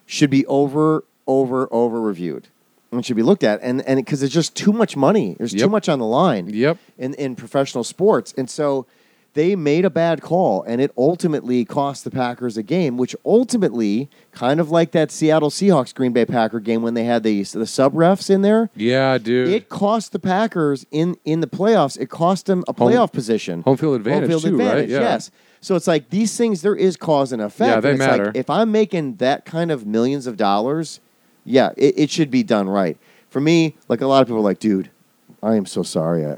S1: should be over, over, over reviewed. And should be looked at, and and because there's just too much money, there's too
S2: Yep.
S1: much on the line
S2: Yep.
S1: in, in professional sports. And so they made a bad call, and it ultimately cost the Packers a game, which ultimately, kind of like that Seattle Seahawks Green Bay Packer game when they had the, the sub refs in there,
S2: Yeah, dude.
S1: it cost the Packers in, in the playoffs, it cost them a
S2: Home-
S1: playoff position.
S2: home field advantage too, right? Yeah.
S1: yes. So it's like these things, there is cause and effect.
S2: Yeah, they
S1: and it's
S2: matter.
S1: Like, if I'm making that kind of millions of dollars, yeah, it, it should be done right. For me, like a lot of people are like, dude, I am so sorry. I,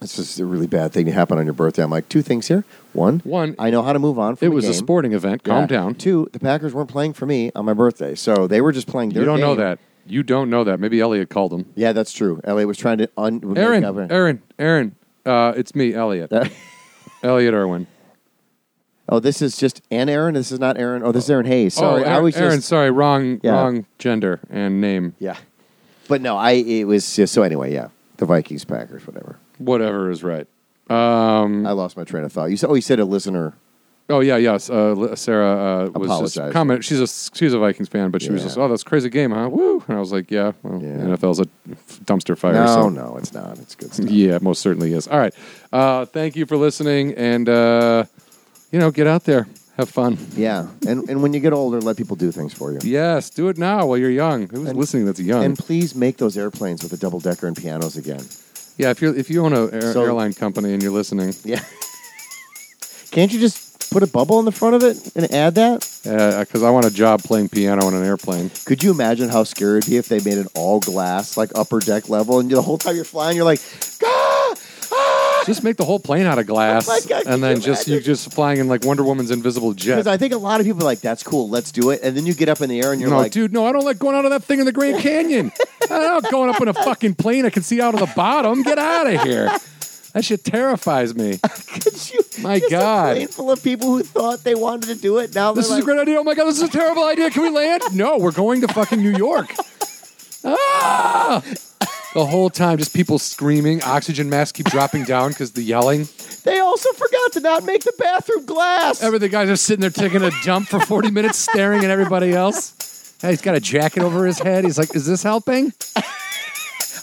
S1: this is a really bad thing to happen on your birthday. I'm like, two things here. One,
S2: One,
S1: I know how to move on from
S2: it
S1: the
S2: was a
S1: game.
S2: sporting event. Calm
S1: Yeah.
S2: down.
S1: Two, the Packers weren't playing for me on my birthday. So they were just playing their
S2: You don't know
S1: game.
S2: that. You don't know that. Maybe Elliot called him.
S1: Yeah, that's true. LA was trying to un- make
S2: Aaron,
S1: up a-
S2: Aaron, Aaron. Uh, it's me, Elliot. Elliot Irwin.
S1: Oh, this is just an Aaron. This is not Aaron. Oh, this is Aaron Hayes. Sorry,
S2: oh,
S1: I
S2: Aaron,
S1: was just
S2: Aaron, sorry, wrong,
S1: Yeah.
S2: wrong gender and name.
S1: yeah. But no, I it was just, so anyway. Yeah, the Vikings, Packers, whatever.
S2: Whatever is right. Mm-hmm.
S1: I lost my train of thought. You said, oh, you said a listener.
S2: Oh yeah, yes. Uh, Li- Sarah uh, was
S1: Apologized.
S2: just comment. She's a she's a Vikings fan, but she was
S1: Yeah.
S2: just, oh, that's a crazy game, huh? Woo! And I was like, yeah, well,
S1: Yeah.
S2: NFL's a dumpster fire.
S1: No,
S2: Oh, so.
S1: no, it's not. It's good stuff.
S2: Yeah, it most certainly is. All right. Uh, thank you for listening, and uh, you know, get out there, have fun.
S1: Yeah, and and when you get older, let people do things for you.
S2: Yes, do it now while you're young. Who's
S1: And-
S2: listening? That's young.
S1: And please make those airplanes with a double decker and pianos again.
S2: yeah, if you if you own a air,
S1: So-
S2: airline company and you're listening,
S1: Yeah. Can't you just put a bubble in the front of it and add that?
S2: because uh, I want a job playing piano on an airplane.
S1: Could you imagine how scary it'd be if they made it all glass, like upper deck level, and the whole time you're flying, you're like, ah, ah!
S2: Just make the whole plane out of glass,
S1: Oh my God, can
S2: and then
S1: you
S2: just you
S1: imagine?
S2: just flying in like Wonder Woman's invisible jet.
S1: Because I think a lot of people are like, that's cool, let's do it. And then you get up in the air and you're
S2: no,
S1: like,
S2: dude, no, I don't like going out of that thing in the Grand Canyon. I'm not going up in a fucking plane. I can see out of the bottom. Get out of here. That shit terrifies me.
S1: could you?
S2: My
S1: just
S2: God.
S1: A plane full of people who thought they wanted to do it. Now
S2: This is
S1: they're
S2: a
S1: like,
S2: great idea. Oh my god, this is a terrible idea. Can we land? No, we're going to fucking New York. Ah! The whole time, just people screaming. Oxygen masks keep dropping down because the yelling.
S1: they also forgot to not make the bathroom glass.
S2: Every the guys are sitting there taking a dump for 40 minutes, staring at everybody else. Hey, he's got a jacket over his head. He's like, "Is this helping?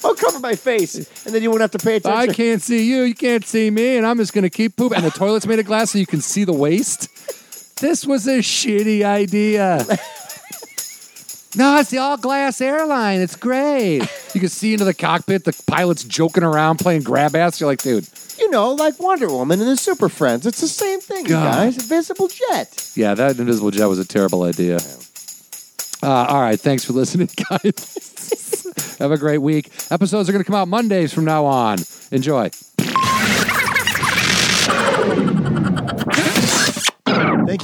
S1: I'll cover my face, and then you won't have to pay attention.
S2: I can't see you. You can't see me, and I'm just gonna keep pooping." And the toilet's made of glass, so you can see the waste. This was a shitty idea. No, it's the all glass airline. It's great. You can see into the cockpit. The pilot's joking around, playing grab ass. You're like, dude,
S1: You know, like Wonder Woman and the Super Friends. It's the same thing, you
S2: God.
S1: guys. Invisible jet.
S2: yeah, that invisible jet was a terrible idea. Uh, all right, thanks for listening, guys. Have a great week. Episodes are going to come out Mondays from now on. Enjoy.
S1: Thank